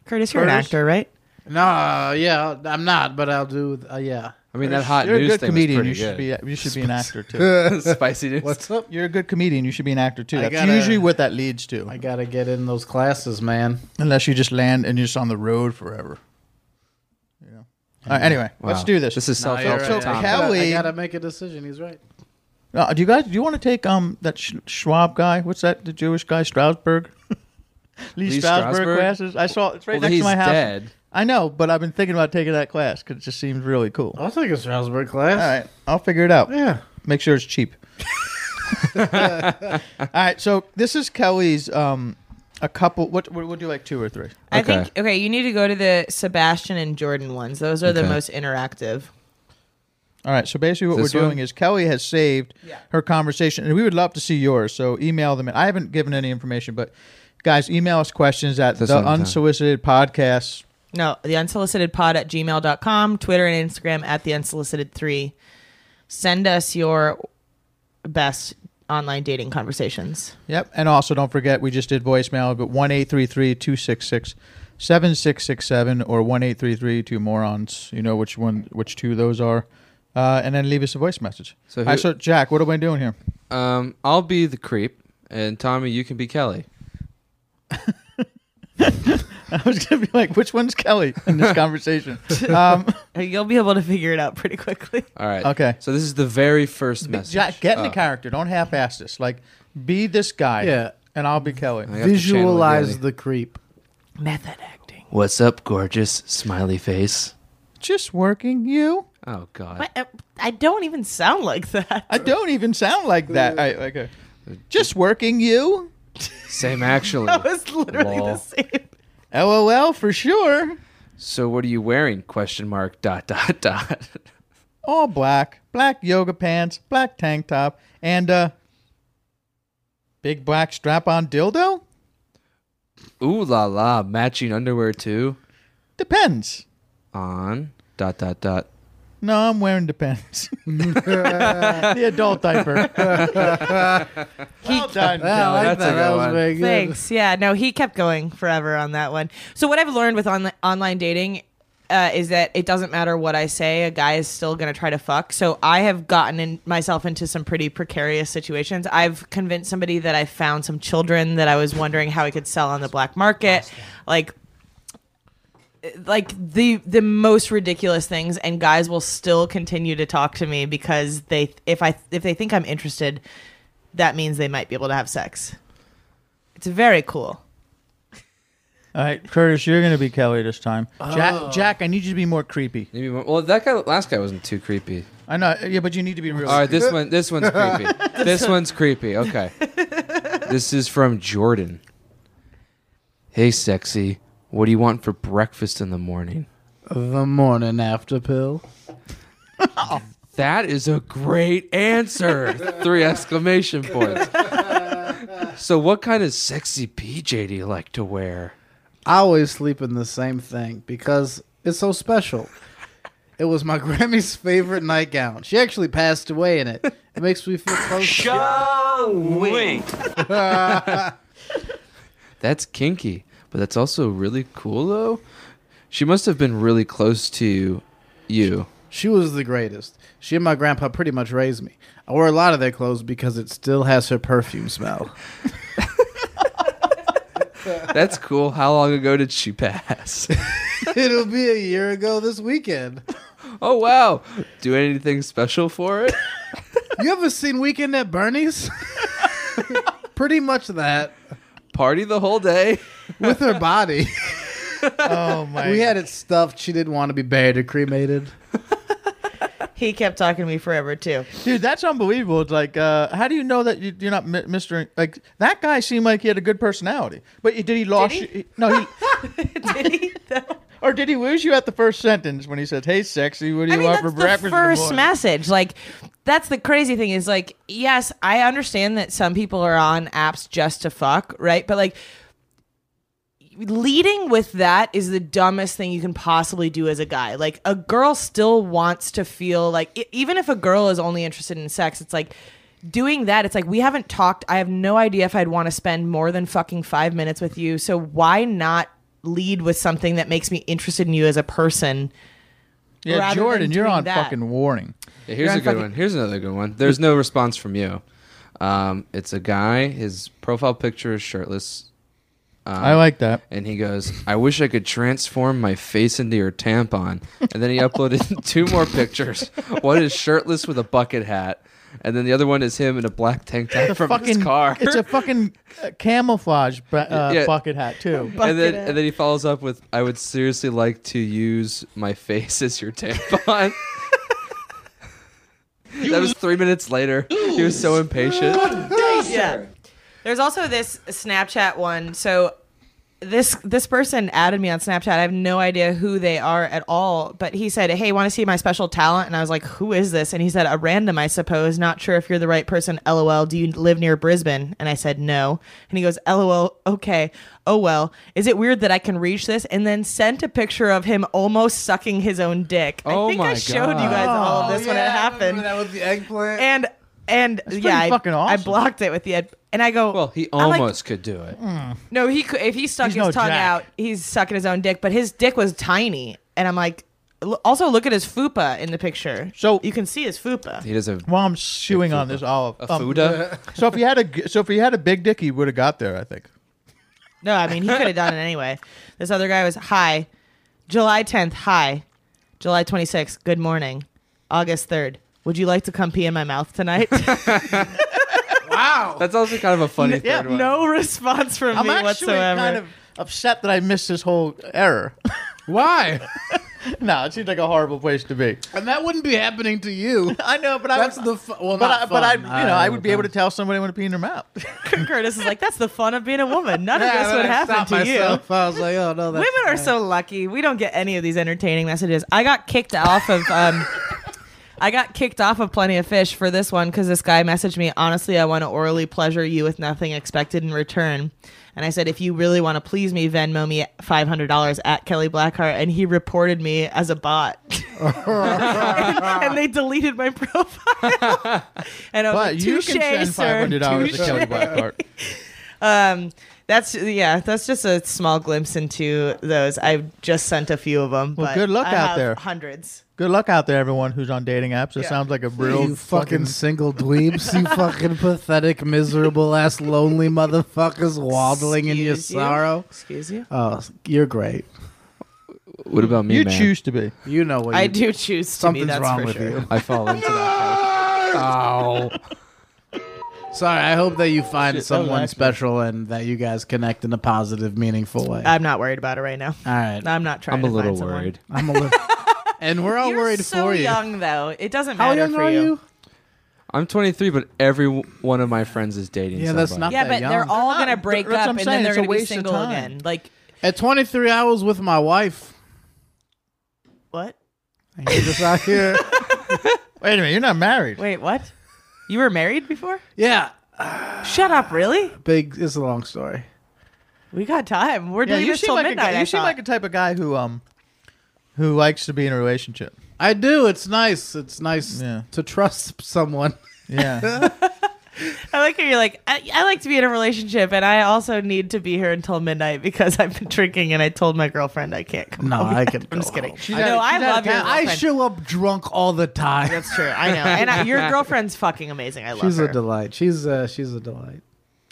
G: Curtis, you're an
B: Curtis?
G: actor, right?
H: No, yeah, I'm not, but I'll do. Uh, yeah.
F: I mean, that hot
B: You're
F: news
B: a good
F: thing
B: comedian.
F: was
B: you
F: pretty
B: should
F: good.
B: be you should be an actor too.
F: Be Spicy news.
H: What's up?
B: You're a good comedian. You should be an actor too.
H: I
B: That's
H: gotta-
B: usually what that leads to.
H: I gotta get in those classes, man.
B: Unless you just land and you're just on the road forever. Yeah. All right, anyway, let's
F: Wow.
B: do this.
F: This is
H: No,
F: self-help.
H: Oh, you're
B: So
H: right. I gotta- I
B: Kelly,
H: gotta make a decision. He's right.
B: Uh, do you guys do you want to take um that Sch- Schwab guy? What's that? The Jewish guy Strasburg. Lee,
F: Lee
B: Strasburg,
F: Strasberg?
B: classes. I saw it's right
F: Well,
B: next
F: he's
B: to my house.
F: dead.
B: I know, but I've been thinking about taking that class because it just seems really cool. All
H: I'll take a Strasbourg class.
B: right, I'll figure it out.
H: Oh. Yeah.
B: Make sure it's cheap. All right, so this is Kelly's um a couple. What what would you like? Two or three?
G: I think okay, you need to go to the Sebastian and Jordan ones. Those are the
B: Okay.
G: most interactive.
B: All right. So basically, what
F: This
B: we're
F: one?
B: doing is Kelly has saved her conversation, and we would love to see yours. So email them. in. I haven't given any information, but guys, email us questions at
F: This
B: the
F: one time.
B: unsolicited podcast.
G: No, the unsolicited pod at gmail.com, Twitter and Instagram at the unsolicited three. Send us your best online dating conversations.
B: Yep. And also, don't forget, we just did voicemail, but one eight three three two six six seven six six seven or one eight three three two morons. You know which one, which two those are, uh, and then leave us a voice message.
F: So
B: So,
F: who-
B: so Jack, what am I doing here?
F: Um, I'll be the creep, and Tommy, you can be Kelly.
B: I was gonna be like, which one's Kelly in this conversation? um,
G: You'll be able to figure it out pretty quickly.
F: All right.
B: Okay.
F: So this is the very first message.
B: Jack, get in the
F: Uh,
B: character. Don't half-ass this. Like, be this guy.
H: Yeah.
B: And I'll be Kelly.
F: I have to channel
H: Visualize
F: Yeti.
H: the creep.
G: Method.
F: What's up, gorgeous smiley face?
B: Just working you.
F: Oh God.
G: What? I- uh, I don't even sound like that.
B: I don't even sound like that. I, okay.
F: Uh,
B: Just working you.
F: Same actually.
G: That was literally
F: Lol.
G: the same.
B: LOL for sure.
F: So what are you wearing? Question mark. Dot dot dot.
B: All black, black yoga pants, black tank top, and uh big black strap-on dildo.
F: Ooh la la. Matching underwear too.
B: Depends.
F: On. Dot dot dot.
B: No, I'm wearing depends. the adult diaper. well done.
G: Yeah, I
B: Kelly.
G: like that. Thanks. Yeah. No, he kept going forever on that one. So what I've learned with on- online dating uh, is that it doesn't matter what I say, a guy is still going to try to fuck. So I have gotten in- myself into some pretty precarious situations. I've convinced somebody that I found some children that I was wondering how I could sell on the black market, like uh, like the the most ridiculous things and guys will still continue to talk to me because they if i if they think i'm interested that means they might be able to have sex it's very cool
B: All right, Curtis, you're gonna be Kelly this time.
G: Oh.
B: Jack, Jack, I need you to be more creepy.
F: Maybe more- well, that guy, last guy wasn't too creepy.
B: I know, yeah, but you need to be real.
F: All right, this one, this one's creepy. this one's creepy. Okay. This is from Jordan. Hey, sexy. What do you want for breakfast in the morning?
H: The morning after pill.
F: That is a great answer. Three exclamation points. So, what kind of sexy PJ do you like to wear?
H: I always sleep in the same thing because it's so special. It was my Grammy's favorite nightgown. She actually passed away in it. It makes me feel close.
F: That's kinky, but that's also really cool, though. She must have been really close to you.
H: She was the greatest. She and my grandpa pretty much raised me. I wore a lot of their clothes because it still has her perfume smell.
F: That's cool. How long ago did she pass?
H: It'll be a year ago this weekend.
F: Oh wow! Do anything special for it?
H: You ever seen Weekend at Bernie's? pretty much that.
F: Party the whole day
H: with her body.
B: oh
G: my.
H: We had it stuffed. She didn't want to be buried or cremated.
G: he kept talking to me forever too
B: Dude, that's unbelievable. It's like, uh, how do you know that you, you're not mi- Mr. Like that guy seemed like he had a good personality, but you- did he lost?
G: Did he?
B: You, no, he. Or did he lose you at the first sentence when he said, "Hey, sexy, what do you
G: I mean,
B: want
G: that's
B: for
G: the
B: breakfast?" in the
G: first
B: morning?"
G: message. Like, that's the crazy thing is like, yes, I understand that some people are on apps just to fuck, right? But like, leading with that is the dumbest thing you can possibly do as a guy. Like, a girl still wants to feel like, e- even if a girl is only interested in sex, it's like, Doing that, it's like we haven't talked. I have no idea if I'd want to spend more than fucking five minutes with you. So why not lead with something that makes me interested in you as a person?
B: Yeah,
G: rather than
B: Jordan, you're
G: doing
B: on
G: that.
B: fucking warning.
F: Yeah, here's
G: You're
F: a
G: on
F: good
G: fucking-
F: one. Here's another good one. There's no response from you. Um, it's a guy. His profile picture is shirtless. Um,
B: I like that.
F: And he goes, "I wish I could transform my face into your tampon." And then he uploaded two more pictures. One is shirtless with a bucket hat, and then the other one is him in a black tank top
B: It's a
F: from his
B: fucking
F: car.
B: It's a fucking uh, camouflage bu- uh,
F: Yeah.
B: bucket hat too.
F: and then and then he follows up with, "I would seriously like to use my face as your tampon." that was three minutes later. He was so impatient.
G: Yeah. There's also this Snapchat one. So this this person added me on Snapchat. I have no idea who they are at all, but he said, "Hey, want to see my special talent?" And I was like, "Who is this?" And he said, "A random, I suppose. Not sure if you're the right person. LOL. Do you live near Brisbane?" And I said, "No." And he goes, "LOL. Okay. Oh well. Is it weird that I can reach this?" And then sent a picture of him almost sucking his own dick.
H: Oh
G: I think
H: my
G: I showed you guys all of
H: God.
G: this when it
H: Yeah, I
G: happened.
H: remember that was the eggplant.
G: And and
H: pretty
G: yeah, I,
H: fucking
G: I blocked it with the ed- and I go. Well,
F: He almost could do it.
G: no, he could if he stuck
F: He's
G: his
F: no
G: tongue
F: Jack.
G: out, he's sucking his own dick. But his dick was tiny, and I'm like, l- also look at his fupa in the picture. So you can see his fupa.
F: He does a.
B: While I'm chewing on this olive, um,
G: A Fuda?
B: so if he had a, g- so if he had a big dick, he would have got there. I think.
G: No, I mean he could have done it anyway. This other guy was hi, July 10th. Hi, July 26th. Good morning, August 3rd. Would you like to come pee in my mouth tonight?
F: wow. That's also kind of a funny
B: Yeah,
F: third one.
G: No response from
B: I'm
G: me
B: actually
G: whatsoever.
B: kind of upset that I missed this whole error.
H: Why?
B: no, it seems like a horrible place to be.
H: And that wouldn't be happening to you.
B: I know, but
H: that's
B: I would,
H: the fu- well,
B: but
H: not
B: I, but I, you
H: fun.
B: know,
H: Uh,
B: I would be able to tell somebody when to pee in their mouth.
G: Curtis is like, that's the fun of being a woman. None
H: Yeah,
G: of this
H: then
G: would
H: I
G: happen
H: stopped
G: to you.
H: myself. I was like, oh no, that's
G: Women are so lucky. We don't get any of these entertaining messages. I got kicked off of. Um, I got kicked off of Plenty of Fish for this one because this guy messaged me. Honestly, I want to orally pleasure you with nothing expected in return. And I said, if you really want to please me, Venmo me five hundred dollars at Kelly Blackheart. And he reported me as a bot. and they deleted my profile. and I was
B: but
G: like,
B: you can
G: "Touche,
B: send
G: sir,
B: five hundred dollars to
G: touche."
B: Kelly Blackheart.
G: Um, that's yeah. That's just a small glimpse into those. I've just sent a few of them.
B: Well,
G: but
B: good luck
G: I
B: out
G: have
B: there.
G: Hundreds.
B: Good luck out there, everyone who's on dating apps. It sounds like a real
H: you fucking single dweebs, you fucking pathetic, miserable ass, lonely motherfuckers waddling in your
G: Excuse you?
H: sorrow.
G: Excuse you?
H: Oh, you're great.
F: What about me,
H: You
F: man?
H: choose to be. You know what
G: I
H: you-
G: do choose to
H: Something's
G: be. That's
H: wrong
G: for
H: with
G: sure.
H: you.
F: I fall into that.
H: Sorry, I hope that you find
G: Shit, that was
H: someone
G: accurate.
H: special and that you guys connect in a positive, meaningful way.
G: I'm not worried about it right now.
H: All right.
G: I'm not trying.
H: I'm a
G: to
H: little
G: find someone.
H: worried. I'm a little. and we're all
G: You're
H: worried
G: so
H: for you.
G: young though. It doesn't
H: How
G: matter
H: young
G: for
H: are you?
F: I'm 23, but every w- one of my friends is dating.
H: Yeah, that's not
F: somebody.
G: Yeah,
H: that
G: but they're
H: young.
G: all
H: They're not-
G: gonna break
H: that's what
G: up
H: I'm
G: and
H: saying,
G: then they're
H: it's a
G: gonna be
H: waste of
G: single
H: time.
G: again. Like
H: At 23, I was with my wife.
G: what?
H: And you're just out here.
B: Wait a minute, you're not married.
G: Wait, what? You were married before?
H: Yeah.
G: Shut up, really?
H: Big. It's a long story.
G: We got time. We're
B: Yeah,
G: doing
B: you
G: this
B: seem
G: till
B: like a
G: midnight.
B: guy.
G: I
B: You seem
G: thought.
B: like a type of guy who um, who likes to be in a relationship.
H: I do. It's nice. It's nice to trust someone.
B: Yeah.
G: I like how you're like, I, I like to be in a relationship, and I also need to be here until midnight because I've been drinking, and I told my girlfriend I can't come
H: No,
G: home
H: I
G: yet.
H: can
G: I'm just
H: go
G: kidding.
H: home.
G: no, I love your
H: I
G: girlfriend.
H: show up drunk all the time.
G: That's true. I know, and I, your girlfriend's fucking amazing. I love
H: She's
G: her.
H: a delight. She's uh, she's a delight.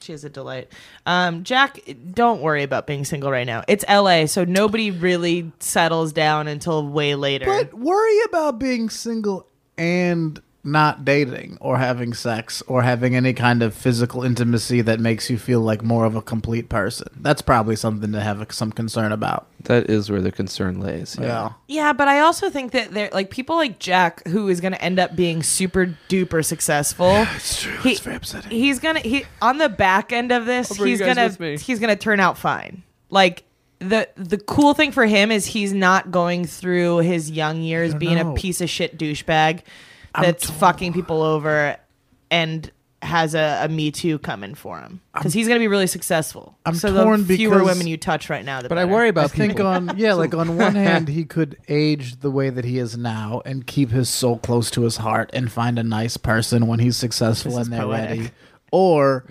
G: She is a delight. Um, Jack, don't worry about being single right now. It's LA, so nobody really settles down until way later.
H: But worry about being single and not dating or having sex or having any kind of physical intimacy that makes you feel like more of a complete person. That's probably something to have some concern about.
F: That is where the concern lays. Yeah.
G: yeah, but I also think that there, like people like Jack, who is going to end up being super duper successful. it's true. He, it's very upsetting. He's gonna he on the back end of this.
F: I'll bring you
G: He's
F: guys
G: gonna
F: with me.
G: he's gonna turn out fine. Like the the cool thing for him is he's not going through his young years
H: don't
G: being
H: know.
G: a piece of shit douchebag that's fucking people over and has a, a Me Too coming for him because he's gonna be really successful.
H: I'm
G: so the
H: torn
G: fewer
H: because-
G: women you touch right now, the better.
H: I think on yeah, like on one hand, he could age the way that he is now and keep his soul close to his heart and find a nice person when he's successful
B: This
H: and
B: is
H: they're
B: poetic.
H: ready. Or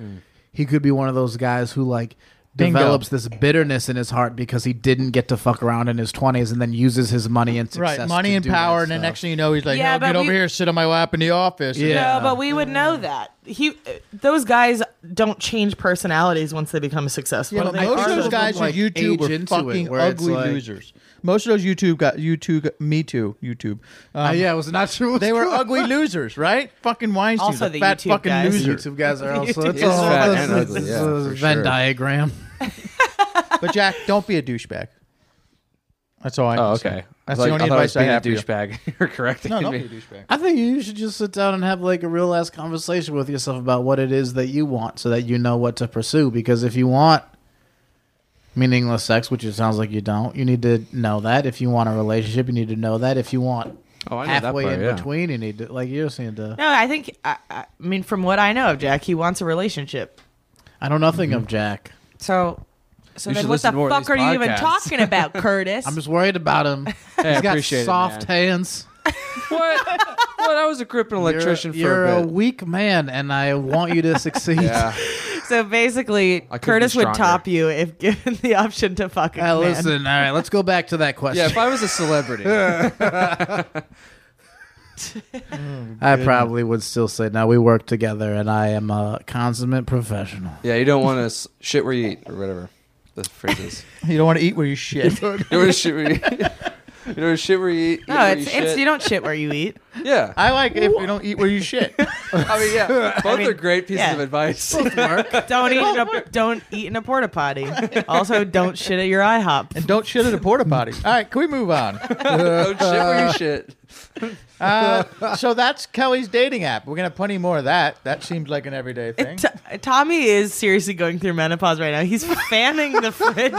H: he could be one of those guys who like
B: Bingo.
H: develops this bitterness in his heart because he didn't get to fuck around in his twenties and then uses his money and success,
B: right, money
H: to
B: and
H: do that
B: power, and the
H: stuff.
B: next thing you know, he's like,
G: Yeah,
B: "No, get
G: but
B: over
G: we-
B: here, sit on my lap in the office."
H: Yeah.
G: No, Oh, but we would know that. He, those guys don't change personalities once they become successful.
B: Yeah, but
G: They
B: most
G: are
B: of those
G: the-
B: guys on
H: like,
B: YouTube
H: age
B: were
H: into it,
B: fucking
H: where it's
B: ugly
H: like-
B: losers. Most of those YouTube got YouTube, me too, YouTube. Um,
H: Uh, yeah, I was not sure. what was
B: they were
H: going
B: ugly
H: on.
B: losers, right? Fucking Weinstein,
H: Also
B: a
H: the
B: fat
H: YouTube
B: fucking
H: guys.
B: loser.
H: YouTube guys are also-
B: The
H: it's
B: YouTube
H: all-
B: guys.
H: Fat and ugly, yeah, for sure. Venn diagram.
B: but Jack, don't be a douchebag. That's all I.
F: Oh,
B: can say.
F: okay.
B: That's
F: I
B: the
F: thought-
B: only
F: I thought I was
B: advice I
F: being a
B: have. for you.
F: douchebag. You're correcting
B: No, don't
F: me.
B: be a douchebag.
H: I think you should just sit down and have like a real ass conversation with yourself about what it is that you want so that you know what to pursue. Because if you want meaningless sex, which it sounds like you don't, you need to know that. If you want a relationship, you need to know that. If you want
F: Oh, I know that
H: halfway
F: part,
H: in
F: yeah.
H: between, you need to like you just need to
G: No, I think. I, I mean, from what I know of Jack, he wants a relationship.
H: I know nothing
F: Mm-hmm.
H: of Jack.
G: So, so
H: You
G: then
H: should
G: what the
H: listen to more of
G: fuck
H: these
G: are you even
H: podcasts.
G: talking about, Curtis?
H: I'm just worried about him.
F: Hey, I
H: He's got
F: appreciate it,
H: soft
F: man.
H: hands.
F: what? What? I was a crippling electrician
H: you're,
F: for
H: you're
F: a
H: a
F: bit.
H: weak man and I want you to succeed.
F: Yeah.
G: so basically,
H: I could be
G: Curtis would
H: stronger.
G: top you if given the option to fuck a
H: Uh,
G: man.
H: listen, all right, let's go back to that question.
F: Yeah, if I was a celebrity.
H: I probably would still say, "No, we work together, and I am a consummate professional."
F: yeah, you don't want to shit where you eat or whatever the phrase is.
B: You don't want to eat where you shit.
F: you don't want to shit where you eat. You don't wanna shit where you eat. eat
G: No,
F: where
G: it's,
F: you
G: it's
F: shit.
G: you don't shit where you eat.
F: Yeah.
B: I like if you don't eat where you shit.
F: I mean, yeah, both
G: I mean,
F: are great pieces
G: yeah.
F: of advice.
G: don't eat in a don't eat in a porta potty. Also, don't shit at your IHOP.
B: And don't shit at a porta potty. All right, can we move on?
F: Don't shit where you shit.
B: Uh, so that's Kelly's dating app. We're gonna have plenty more of that. That seems like an everyday thing.
G: T- Tommy is seriously going through menopause right now. He's fanning the fridge.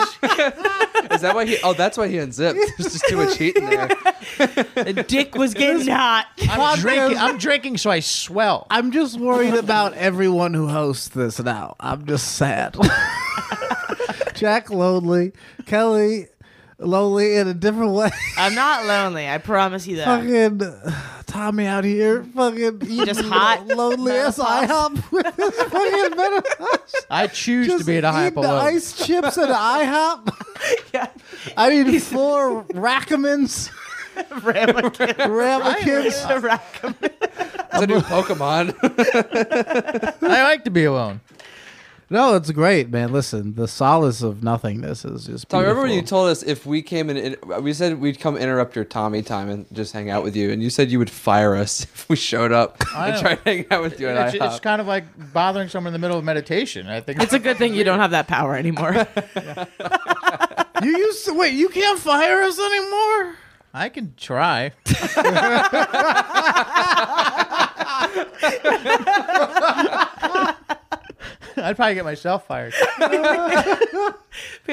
F: Is that why he? Oh, that's why he unzipped. There's just too much heat in there.
G: The dick was getting hot.
B: I'm drinking. I'm drinking, so I swell.
H: I'm just worried about everyone who hosts this now. I'm just sad. Jack lonely, Kelly lonely in a different way.
G: I'm not lonely. I promise you that.
H: fucking Tommy out here, fucking
G: Just
H: eating
G: hot.
H: lonely as I IHOP with his fucking menopause.
B: I choose to be at a high
H: Eating the
B: below.
H: ice chips at IHOP. yeah, I mean four Rackamans,
G: ramekins,
H: ramekins.
F: It's a new Pokemon.
B: I like to be alone.
H: No, it's great, man. Listen, the solace of nothingness is just.
F: Tom, remember when you
H: beautiful.
F: told us if we came in, in- we said we'd come interrupt your Tommy time and just hang out with you, and you said you would fire us if we showed up
B: I
F: and
B: know.
F: tried to hang out with you at
B: It's, it's
F: IHOP.
B: kind of like bothering someone in the middle of meditation. I think
G: It's a good thing you don't have that power anymore.
H: you used to wait. You can't fire us anymore.
B: I can try. I'd probably get myself fired.
G: People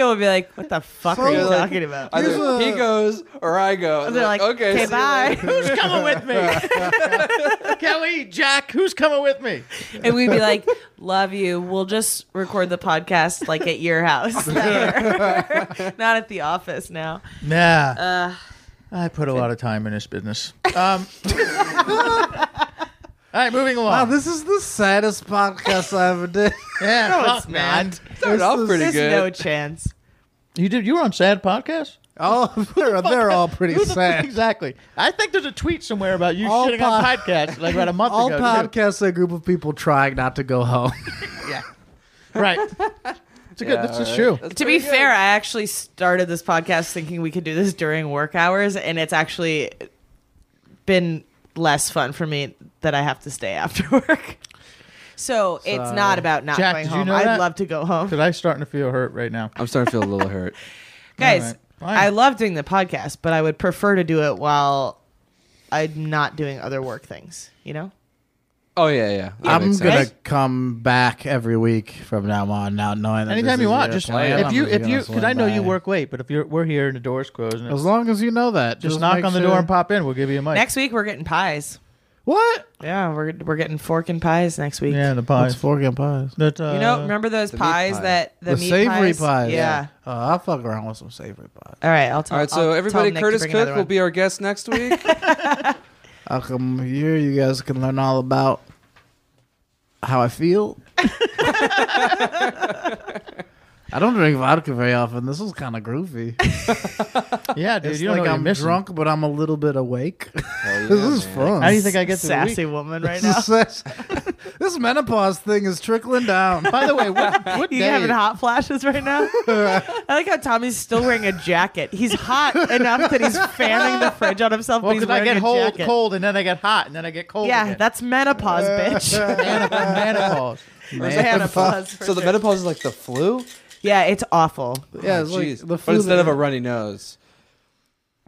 G: would be like, "What the fuck are you
F: You're like,
G: talking about?"
F: Either
H: Here's a-
F: he goes or I go. And
G: They're like,
F: okay,
G: "Okay,
F: see you
G: bye."
F: later."
B: Who's coming with me? Kelly, Jack, who's coming with me?
G: and we'd be like, "Love you. We'll just record the podcast like at your house, not here. Not at the office now."
B: Nah.
G: Uh,
B: I put a lot of time in this business. Um, all right, moving along.
H: Wow, this is the saddest podcast I ever did.
B: yeah,
G: No,
B: fuck,
G: it's not.
B: man.
F: Started off pretty
G: there's
F: good.
G: no chance.
B: You did. You were on sad podcast.
H: Oh, they're, they're all pretty
B: Who the-
H: sad.
B: Exactly. I think there's a tweet somewhere about you
H: All
B: shitting on
H: pod-
B: podcasts like about a month
H: All
B: ago. too.
H: podcasts are a group of people trying not to go home.
B: Yeah. Right. It's a good.
F: Yeah,
B: This is
F: all
B: true.
F: right. That's
G: to be
F: pretty good.
G: fair, I actually started this podcast thinking we could do this during work hours, and it's actually been less fun for me that I have to stay after work. So, it's not about not
B: Jack,
G: going
B: did you
G: home.
B: know
G: I'd
B: that?
G: love to go home,
B: Because I'm starting to feel hurt right now.
F: I'm starting to feel a little hurt.
G: guys.
B: All right. Fine.
G: I love doing the podcast, but I would prefer to do it while I'm not doing other work things. You know,
F: Oh yeah, yeah. That
H: I'm
F: makes sense.
H: gonna come back every week from now on, now knowing that
B: Anytime
H: this
B: you
H: is
B: want,
H: your
B: just
H: plan,
B: if
H: I'm
B: you
H: just
B: if you
H: gonna
B: because
H: swing
B: I know you
H: by.
B: work late, but if you're we're here and the door's closed, and
H: As
B: it's,
H: long as you know that,
B: just knock
H: make
B: on the
H: sure-
B: door and pop in. We'll give you a mic.
G: next week we're getting pies.
H: What?
G: Yeah, we're we're getting fork and pies next week.
B: yeah, the
H: What's
B: pie.
H: fork and pies?
B: That, uh,
G: You know, remember those
F: the meat
G: pies
F: pie.
G: that the,
H: The,
G: meat
H: savory
G: pies?
H: pies.
G: yeah.
H: Uh, I'll fuck around with some savory pies.
G: All right, I'll tell.
F: All right, so
G: I'll tell
F: everybody,
G: Nick to
F: Curtis
G: bring another
F: Cook will
G: one.
F: be our guest next week.
H: I'll come here. You guys can learn all about how I feel. I don't drink vodka very often. This was kind of groovy.
B: yeah, dude,
H: it's
B: you don't know
H: like
B: what
H: I'm
B: you're missing.
H: drunk, but I'm a little bit awake.
F: Hell yeah,
H: this is
F: man.
H: fun.
B: How do you think I get through the week?
G: sassy woman right now.
H: This is such- this menopause thing is trickling down.
B: By the way, what, what
G: You
B: day-
G: having hot flashes right now? I like how Tommy's still wearing a jacket. He's hot enough that he's fanning the fridge on himself,
B: Well,
G: but he's
B: because I
G: wearing
B: get
G: a
B: cold,
G: jacket.
B: cold, and then I get hot, and then I get cold.
G: yeah,
B: again.
G: that's menopause, bitch.
B: Menop- menopause.
G: menopause. for
F: so the
G: sure.
F: menopause is like the flu.
G: Yeah, it's awful.
H: yeah, it's like
F: Oh, Jeez.
H: the
F: but
H: food
F: instead
H: that-
F: of a runny nose,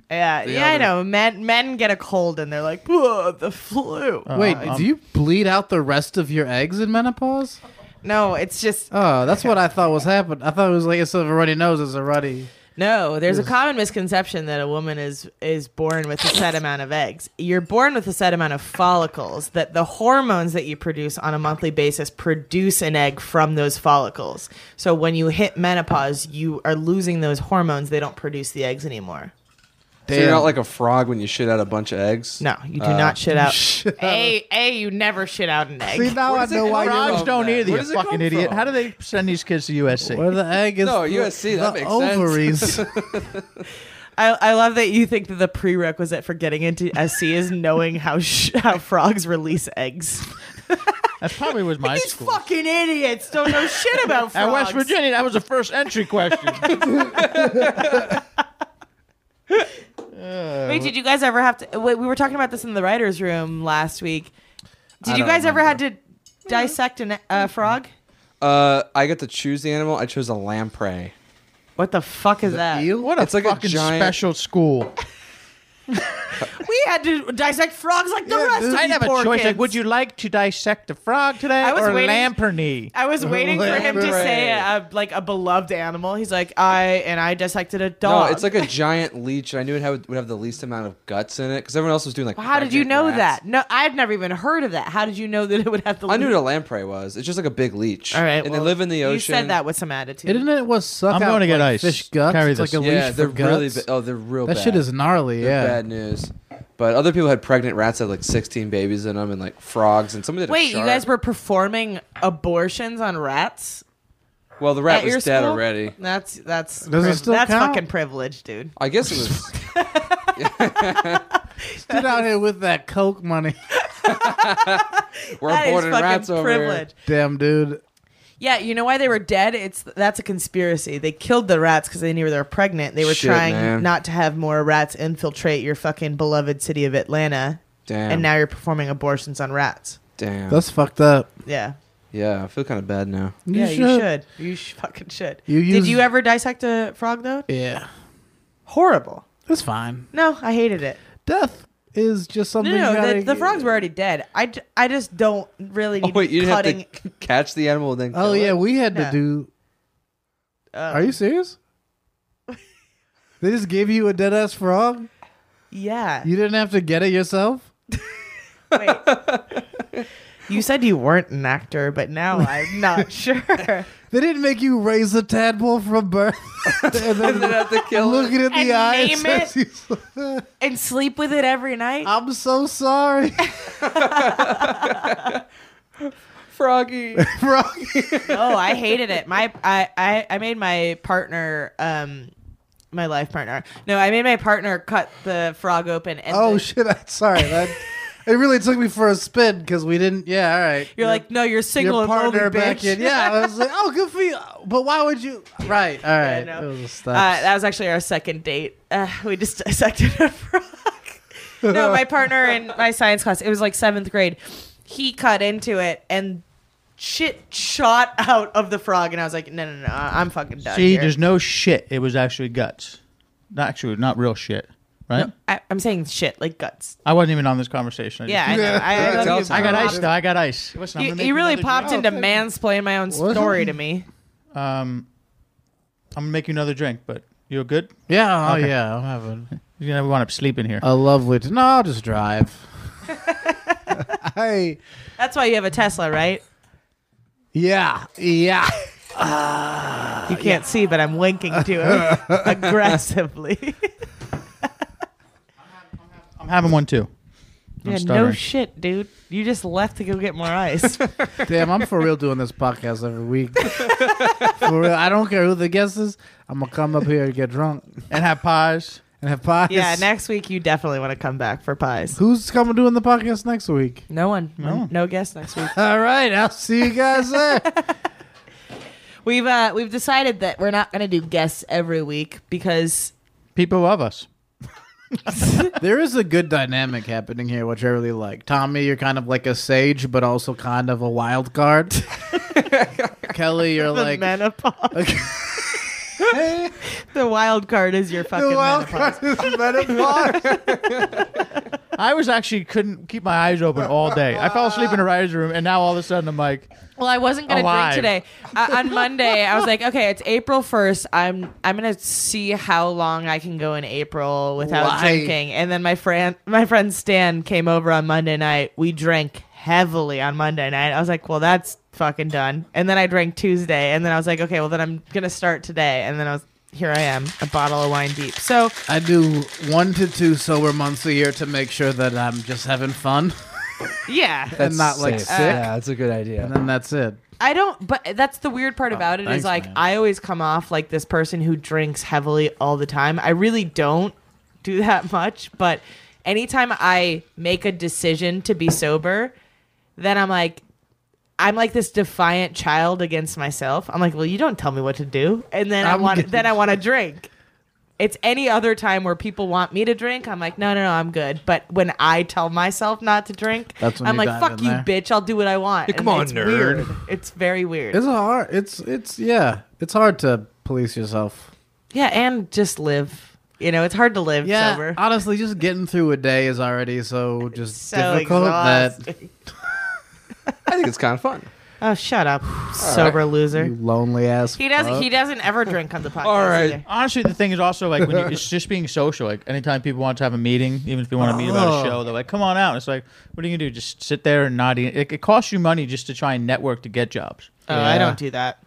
G: Yeah,
F: The
G: yeah, I
F: other-
G: know. Men men get a cold and they're like, "Ugh, the flu.
H: Wait,
F: um,
B: Uh,
H: do you bleed out the rest of your eggs in menopause?
G: no, it's just
H: Oh, that's what I thought was happening. I thought it was like instead of a runny nose, it's a runny.
G: No, there's a common misconception that a woman is is born with a set amount of eggs. You're born with a set amount of follicles that the hormones that you produce on a monthly basis produce an egg from those follicles. So when you hit menopause, you are losing those hormones. They don't produce the eggs anymore.
F: so you're
H: Damn.
F: not like a frog when you shit out a bunch of eggs.
G: No, you do
F: Uh,
G: not shit out.
H: shit
G: a a you never shit out an egg.
H: See, now I
F: does it
H: know why
F: come
H: you're
B: Frogs
F: from?
B: don't
F: that.
B: either,
F: Where
B: you
F: does it
B: fucking
F: come
B: idiot.
F: from?
B: How do they send these kids to USC?
H: Where the egg is.
F: No,
H: the-
F: USC, that
H: the
F: makes sense.
H: ovaries.
G: I, I love that you think that the prerequisite for getting into SC is knowing how sh- how frogs release eggs.
B: That probably was my
G: These
B: school.
G: fucking idiots don't know shit about frogs.
B: At West Virginia, that was the first entry question.
G: Wait, did you guys ever have to? Wait, we were talking about this in the writers' room last week. Did
F: I
G: you
F: don't
G: guys ever had to dissect a uh, frog?
F: Uh, I get to choose the animal. I chose a lamprey.
G: What the fuck is that?
B: What a fucking special school.
G: We had to dissect frogs like the rest of
B: I
G: you
B: have a
G: poor
B: choice. Like,
G: kids.
B: would you like to dissect a frog today
G: I was
B: or
G: waiting-
B: Lamprey?
G: I was waiting for him to say
F: Lamprey.
G: a, like a beloved animal. He's like, I and I dissected a dog.
F: No, it's like a giant leech, and I knew it had, would have the least amount of guts in it because everyone else was doing like.
G: Well, how did you know
F: pregnant rats.
G: that? No, I've never even heard of that. How did you know that it would have the?
F: I knew what a lamprey was. It's just like a big leech. All right, and they live in the
G: You
F: ocean.
G: said that with some attitude.
H: Isn't it what suck
F: I'm
H: out,
F: going to get
H: like,
F: ice.
H: Fish guts.
F: Carry
H: it's
F: this.
H: like a
F: Yeah,
H: leash
F: they're
H: for
F: really
H: guts.
F: ba- oh, they're real
H: That
F: bad.
H: shit is gnarly.
F: They're
H: yeah.
F: bad news. But other people had pregnant rats that had like 16 babies in them and like frogs and somebody. Had
G: Wait,
F: a
G: you
F: shark.
G: guys were performing abortions on rats?
F: Well, the rat
G: at
F: was
G: your
F: dead
G: school?
F: already.
G: That's that's
F: Does it
G: priv-
F: still
G: that's
F: count?
G: fucking privilege, dude.
F: I guess it was.
H: Stood out here with that coke money.
F: We're
G: That is
F: boarding
G: fucking
F: rats over here.
G: privilege.
H: Damn, dude.
G: Yeah, you know why they were dead? It's that's a conspiracy. They killed the rats because they knew they were pregnant. They were
F: Shit,
G: trying
F: man.
G: not to have more rats infiltrate your fucking beloved city of Atlanta.
F: Damn.
G: And now you're performing abortions on rats.
F: Damn.
H: That's fucked up.
G: Yeah.
F: Yeah, I feel kind of bad now.
G: yeah, you should. You sh- fucking should.
H: You
G: Did
H: use-
G: you ever dissect a frog though?
H: Yeah.
G: Horrible.
H: That's fine.
G: No, I hated it.
H: Death is just
G: No,
H: something.
G: no,
H: you
G: no,
H: gotta,
G: the, the frogs were already dead. I, j- I just don't really
F: Oh
G: need
F: wait, you didn't
G: cutting.
F: have to catch the animal and then.
H: Oh
F: kill it?
H: yeah, we had to
G: No.
H: do.
G: Um,
H: Are you serious? they just gave you a dead ass frog.
G: Yeah.
H: You didn't have to get it yourself.
G: You said you weren't an actor, but now I'm not sure.
H: They didn't make you raise a tadpole from birth and then,
F: have to kill
H: look it in
G: And
H: the eye.
G: name
H: as
G: it.
H: you-
G: and sleep with it every night.
H: I'm so sorry.
F: Froggy.
H: Froggy.
G: oh, I hated it. My I, I, I made my partner um my life partner. No, I made my partner cut the frog open and
H: oh
G: the-
H: shit! I'm sorry. That, it really took me for a spin because we didn't. Yeah, all right.
G: you're like, no, you're single
H: your
G: and lonely,
H: partner back
G: bitch.
H: in. Yeah, I was like, oh, good for you. But why would you? Right, all right.
G: no.
H: It was a step.
G: Uh, that was actually our second date. Uh, we just dissected a frog. no, my partner in my science class, it was like seventh grade. He cut into it and shit shot out of the frog, and I was like, no, no, no, I- I'm fucking done.
B: See,
G: here.
B: there's no shit. It was actually guts. Not actually, not real shit, right?
G: I, I'm saying shit like guts.
B: I wasn't even on this conversation.
G: Yeah, I know. I- I love you,
B: I got
G: Bob.
B: ice though. I got ice. Listen, I'm
G: You,
B: gonna make
G: you really
B: another
G: popped
B: drink.
G: into mansplaining my own
B: What?
G: story to me.
B: Um, I'm gonna make you another drink, but you're good.
H: Yeah, oh,
B: Okay.
H: yeah, I'm having
B: You're gonna wind up sleeping here.
H: a lovely. T- no, I'll just drive. I
G: That's why you have a Tesla, right?
H: yeah yeah.
G: you
B: Uh,
G: can't see, but I'm winking to him aggressively.
B: I'm having one too. I'm
G: yeah, no
B: stuttering.
G: shit, dude. You just left to go get more ice.
H: Damn, I'm for real doing this podcast every week. for real, I don't care who the guest is. I'm gonna come up here and get drunk
B: and have pies
H: and have pies.
G: yeah, next week you definitely want to come back for pies.
H: Who's coming doing the podcast next week?
G: No one. No, guest next week.
H: All right, I'll see you guys there.
G: We've uh, we've decided that we're not going to do guests every week because
B: People love us.
H: there is a good dynamic happening here, which I really like. Tommy, you're kind of like a sage, but also kind of a wild card. Kelly, you're
G: the
H: like
G: menopause. the wild card is your fucking
H: wild
G: menopause.
B: I was actually couldn't keep my eyes open all day. I fell asleep in a writer's room, and now all of a sudden I'm like,
G: Well, I wasn't gonna
B: Alive.
G: drink today. Uh, on Monday, I was like, okay, it's April first. I'm I'm gonna see how long I can go in April without
H: Why?
G: drinking. And then my friend my friend Stan came over on Monday night. We drank heavily on Monday night. I was like, well, that's fucking done. And then I drank Tuesday, and then I was like, okay, well, then I'm gonna start today. And then I was here. I am a bottle of wine deep. So
H: I do one to two sober months a year to make sure that I'm just having fun
G: yeah,
H: and not like
B: Uh,
H: sick.
F: Yeah, that's a good idea.
H: And then that's it.
G: I don't, but that's the weird part about it is
H: Oh, thanks,
G: like I always come off like this person who drinks heavily all the time. I really don't do that much, but anytime I make a decision to be sober, then I'm like, I'm like this defiant child against myself. I'm like, well, you don't tell me what to do, and then i
H: I'm
G: want,
H: getting-
G: then I want to drink. It's any other time where people want me to drink, I'm like, no, no, no, I'm good. But when I tell myself not to drink,
H: That's when
G: I'm
H: you
G: like,
H: dive
G: fuck
H: in
G: you,
H: there.
G: bitch, I'll do what I want.
H: Yeah, come
G: And
H: on,
G: it's
H: nerd.
G: weird. It's very weird.
H: It's hard. It's it's yeah. It's hard to police yourself.
G: yeah, and just live. You know, it's hard to live
H: Yeah,
G: sober.
H: honestly, just getting through a day is already so just
G: so
H: difficult that
G: exhausting.
F: I think it's kind of fun.
G: Oh, shut up, sober loser.
H: You lonely ass.
G: He doesn't.
H: fuck.
G: He doesn't ever drink on the podcast. either.
B: Honestly, the thing is also like when you, it's just being social. Like anytime people want to have a meeting, even if they want to meet about
H: Oh.
B: a show, they're like, "Come on out." It's like, what are you gonna do? Just sit there and not eat? It, it costs you money just to try and network to get jobs.
G: Oh, I don't do that.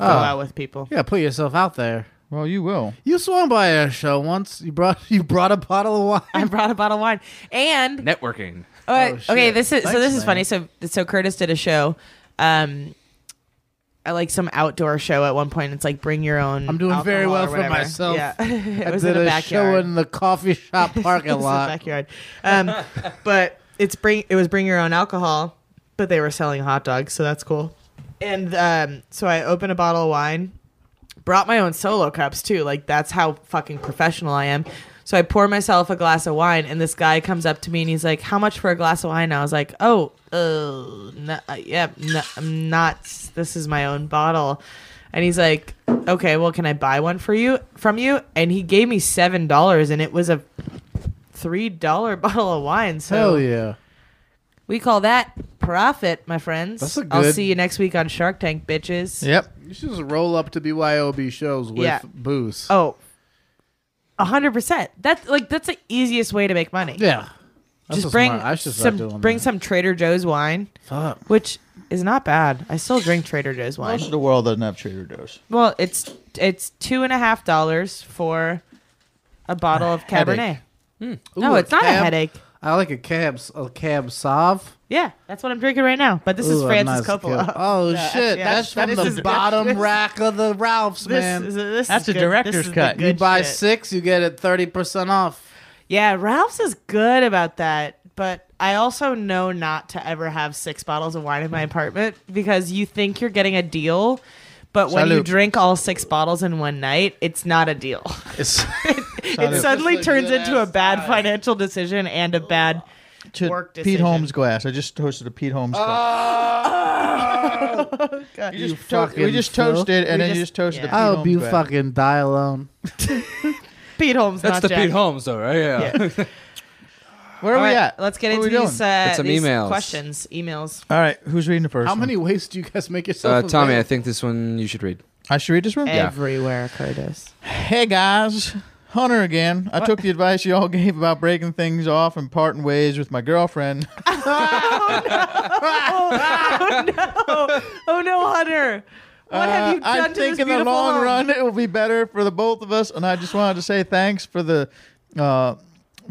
H: Oh.
G: Go out with people.
H: Yeah, put yourself out there.
B: Well, you will.
H: You swung by a show once. You brought you brought a bottle of wine. I
G: brought a bottle of wine and
F: Networking.
G: Oh, okay,
H: shit.
G: this is so.
H: Thanks,
G: This is funny. So, so Curtis did a show, um, at like some outdoor show at one point. It's like bring your own.
H: I'm doing very
G: alcohol
H: well
G: or
H: for
G: whatever.
H: myself.
G: Yeah,
H: I
G: it was
H: did
G: in the
H: a
G: backyard.
H: show in the coffee shop
G: It
H: parking
G: was
H: lot.
G: in the backyard. Um, but it's bring. It was bring your own alcohol, but they were selling hot dogs, so that's cool. And um, so I opened a bottle of wine, brought my own solo cups too. Like that's how fucking professional I am. So I pour myself a glass of wine, and this guy comes up to me and he's like, "How much for a glass of wine?" And I was like, "Oh, uh, no, uh, yeah, no, I'm not. This is my own bottle." And he's like, "Okay, well, can I buy one for you from you?" And he gave me seven dollars, and it was a three dollar bottle of wine. So
H: Hell yeah.
G: we call that profit, my friends.
H: That's a
G: I'll
H: good-
G: see you next week on Shark Tank, bitches.
H: You should just roll up to BYOB shows with
G: Yeah.
H: booze.
G: Oh, a hundred percent. That's like that's the easiest way to make money.
H: Yeah. That's
G: just
H: a
G: bring
H: smart- I should start
G: some
H: doing
G: bring some Trader Joe's wine,
H: Fuck.
G: which is not bad. I still drink Trader Joe's wine.
B: Most of the world doesn't have Trader Joe's.
G: Well, it's it's two and a half dollars for a bottle of Cabernet. No,
H: Ooh,
G: it's not a
H: cab-
G: headache.
H: I like a cab, s- a cab sauv.
G: Yeah, that's what I'm drinking right now. But this is
H: Ooh, a nice
G: Francis Coppola.
H: cab. Oh
G: Yeah,
H: shit,
G: yeah.
H: that's,
G: That
H: from
G: is
H: the
G: his- that's-
H: bottom
G: this-
H: rack of the Ralphs,
G: This
H: man.
G: is- this That's is a good- director's this is the cut.
H: You
G: good
H: buy
G: shit.
H: six, you get it thirty percent off.
G: Yeah, Ralph's is good about that, but I also know not to ever have six bottles of wine in my apartment because you think you're getting a deal, but when you
H: Salute.
G: drink all six bottles in one night, it's not a deal.
H: It's,
G: it suddenly turns into a bad financial decision and a bad work
B: Pete
G: decision.
B: Holmes glass. I just toasted a Pete Holmes glass.
H: Ah,
G: God.
B: Uh, You just to- we just toasted, and then you just toasted a Pete
H: I hope
B: Holmes
H: you
B: glass.
H: fucking die alone.
G: Pete Holmes.
F: That's
G: not
F: the
G: Jack.
F: Pete Holmes, though, right? Yeah.
B: Where are
G: All
B: we
G: right,
B: at?
G: Let's get
B: What are
G: into
B: we
G: these,
B: doing?
G: uh,
F: Get some
G: these
F: emails.
G: questions, emails.
B: All right, who's reading the first?
H: How
B: one?
H: many ways do you guys make yourself?
F: Uh, Tommy, I
H: available?
F: think this one you should read.
B: I should read this one.
G: Everywhere, Curtis.
B: Hey guys, Hunter again. I took the advice you all gave about breaking things off and parting ways with my girlfriend.
G: oh, no. oh no, Hunter. What have you
B: Uh,
G: done
B: I
G: to
B: think
G: this
B: in the
G: beautiful
B: long
G: home?
B: run it will be better for the both of us, and I just wanted to say thanks for the uh,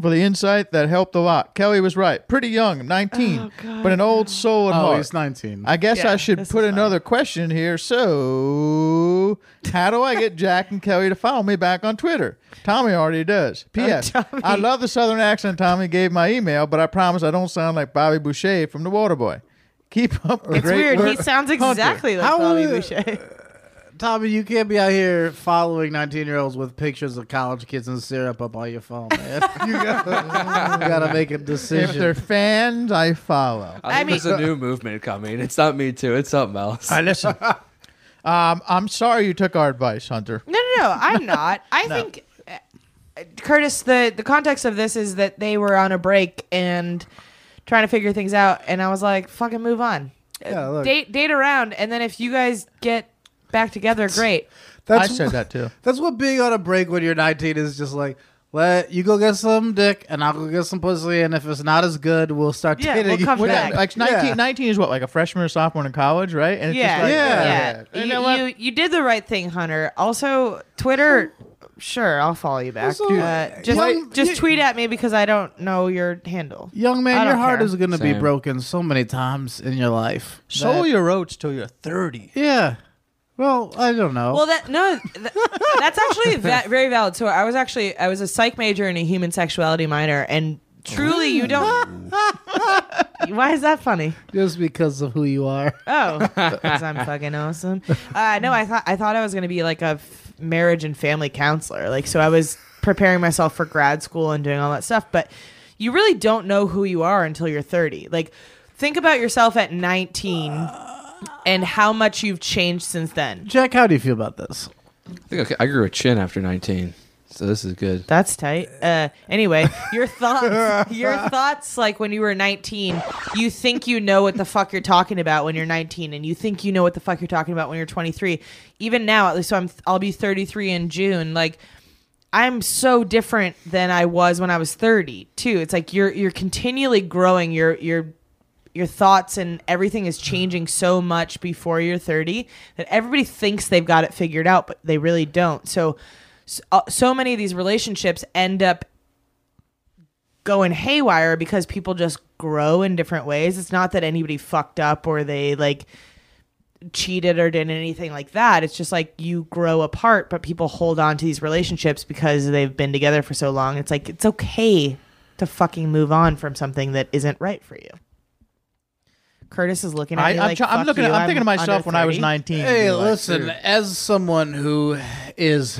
B: for the insight that helped a lot. Kelly was right. Pretty young, nineteen, but an old soul and
H: Oh,
B: heart.
H: he's 19.
B: I guess
H: Yeah,
B: I should put another question here. So, how do I get Jack and Kelly to follow me back on Twitter? Tommy already does.
G: Oh,
B: P.S. I love the southern accent Tommy gave my email, but I promise I don't sound like Bobby Boucher from The Waterboy. Keep up. the
G: It's
B: great
G: weird. He
B: work.
G: sounds exactly like
H: How
G: Bobby
H: would-
G: Boucher.
H: Tommy, you can't be out here following 19 year olds with pictures of college kids and syrup up on your phone, man. you, gotta, you gotta make a decision.
B: If they're fans, I follow.
F: I think there's a new movement coming. It's not me too. It's something else.
B: I listen. um, I'm sorry you took our advice, Hunter.
G: No, no, no. I'm not. I think uh, Curtis. The the context of this is that they were on a break and trying to figure things out, and I was like, "Fucking move on,
H: Yeah,
G: Uh,
H: look.
G: date date around, and then if you guys get back together, great."
H: That's-
B: I said that too.
H: That's what being on a break when you're 19 is just like. Let you go get some dick, and I'll go get some pussy, and if it's not as good, we'll start
G: Yeah,
H: dating.
G: we'll come
H: again."
B: What, Like 19, 19 is what, like a freshman or sophomore in college, right? And
G: yeah,
B: like,
G: yeah,
B: You
G: You,
B: know what?
G: you you did the right thing, Hunter. Also, Twitter. Sure, I'll follow you back.
H: Also,
G: uh, just
H: young-
G: just
H: you-
G: tweet at me because I don't know your handle.
H: Young
G: I
H: man, your
G: don't
H: heart
G: care.
H: is going to be
B: Same.
H: broken so many times in your life.
B: Sow
H: that-
B: your oats till you're 30.
H: yeah. Well, I don't know.
G: Well, that no, th- that's actually va- very valid. So I was actually I was a psych major and a human sexuality minor, and truly, you don't. Why is that funny?
H: just because of who you are.
G: Oh, because I'm fucking awesome. Uh, no, I thought I thought I was gonna be like a f- marriage and family counselor. Like, so I was preparing myself for grad school and doing all that stuff, but you really don't know who you are until you're 30. Like, think about yourself at 19 and how much you've changed since then.
H: Jack, how do you feel about this?
F: I think I, I grew a chin after 19, so this is good.
G: That's tight. Uh, anyway, your thoughts, your thoughts, like when you were 19, you think you know what the fuck you're talking about when you're 19, and you think you know what the fuck you're talking about when you're 23. Even now, at least, so I'm, I'll be 33 in June. Like, I'm so different than I was when I was 30 too. It's like you're you're continually growing. Your your your thoughts and everything is changing so much before you're 30 that everybody thinks they've got it figured out, but they really don't. So so, uh, so many of these relationships end up going haywire because people just grow in different ways. It's not that anybody fucked up or they like cheated or did anything like that. It's just like you grow apart, but people hold on to these relationships because they've been together for so long. It's like it's okay to fucking move on from something that isn't right for you. Curtis is looking at
B: I-
G: me
B: I'm
G: like
B: try- I'm
G: "Fuck
B: looking
G: you,
B: at- I'm thinking to
G: under
B: myself when I was
G: 30."
B: 19.
H: Hey,
B: You're like,
H: listen,
B: dude.
H: as someone who is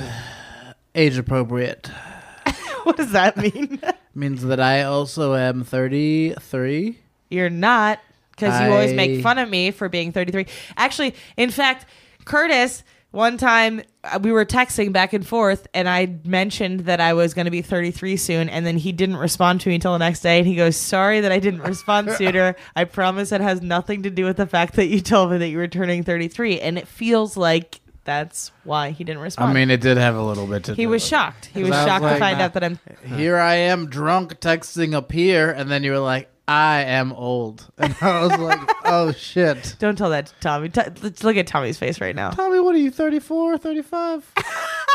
H: age appropriate.
G: what does that mean?
H: means that I also am 33.
G: You're not because you always make
H: I-
G: fun of me for being 33. Actually, in fact, Curtis, one time uh, we were texting back and forth, and I mentioned that I was going to be 33 soon, and then he didn't respond to me until the next day. And he goes, Sorry that I didn't respond sooner. I promise it has nothing to do with the fact that you told me that you were turning 33. And it feels like that's why he didn't respond.
H: I mean, it did have a little bit to
G: He
H: do
G: was
H: with it.
G: shocked. He
H: 'Cause
G: was
H: I
G: shocked to
H: like,
G: find out that I'm-
H: Here I am drunk texting a peer, and then you were like, I am old. And I was like, oh shit.
G: Don't tell that to Tommy. T- let's look at Tommy's face right now.
H: Tommy, what are you, 34, 35?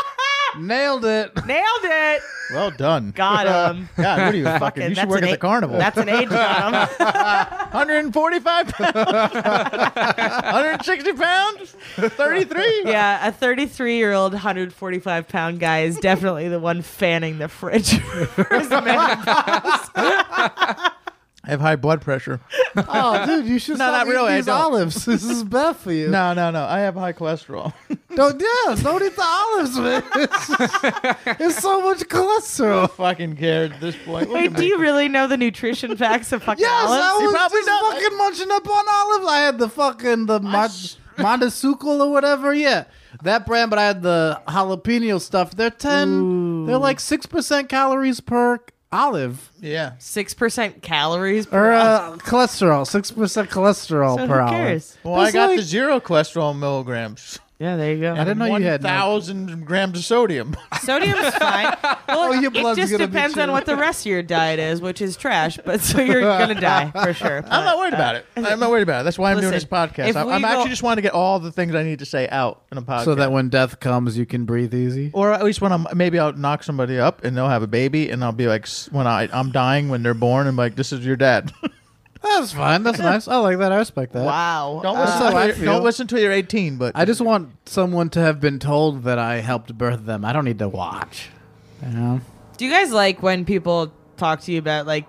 H: Nailed it.
G: Nailed it.
B: Well done.
G: Got him.
B: God, what are you fucking? You should
G: that's
B: work
G: an
B: at the
G: a-
B: carnival.
G: That's an age got 'em.
B: 145 pounds. 160 pounds. 33.
G: Yeah, a 33 year old, 145 pound guy is definitely the one fanning the fridge.
B: I have high blood pressure.
H: Oh, dude, you should
B: No,
H: stop
B: not really,
H: eating
B: I
H: these
B: don't.
H: olives. This is bad for you.
B: No, no, no. I have high cholesterol.
H: Don't, yeah, don't eat the olives, man. It's, it's so much cholesterol.
B: fucking care at this point. Look
G: Wait,
B: at
G: do
B: me.
G: you really know the nutrition facts of fucking
H: Yes,
G: olives?
H: I was just fucking munching up on olives. I had the fucking the mon- Montesukul or whatever. Yeah, that brand. But I had the jalapeno stuff. They're ten. They're like six percent calories per olive
B: Yeah.
G: 6% calories per
H: or uh, cholesterol. Six percent cholesterol
G: So who
H: per olive.
G: cares?
B: Well, I got the zero cholesterol in milligrams.
G: Yeah, there you go.
B: I didn't know you had thousand grams of sodium.
G: Sodium's fine. Well, it just depends on what the rest of your diet is, which is trash. But so you're gonna die for sure.
B: I'm not worried about it. I'm not worried about it. That's why I'm doing this
G: Listen,
B: podcast.
G: if
B: I,
G: we
B: am
G: go-
B: actually just wanting to get all the things I need to say out in a podcast.
H: So that when death comes, you can breathe easy.
B: or at least when I'm maybe I'll knock somebody up and they'll have a baby and I'll be like s- when I I'm dying when they're born and like this is your dad.
H: That's fine. That's nice. I like that. I respect that.
G: Wow.
B: Don't
H: Uh,
B: listen.
H: that's how I
B: till you're, don't
H: feel.
B: listen till you're 18. But
H: I just want someone to have been told that I helped birth them. I don't need to watch. You know?
G: Do you guys like when people talk to you about like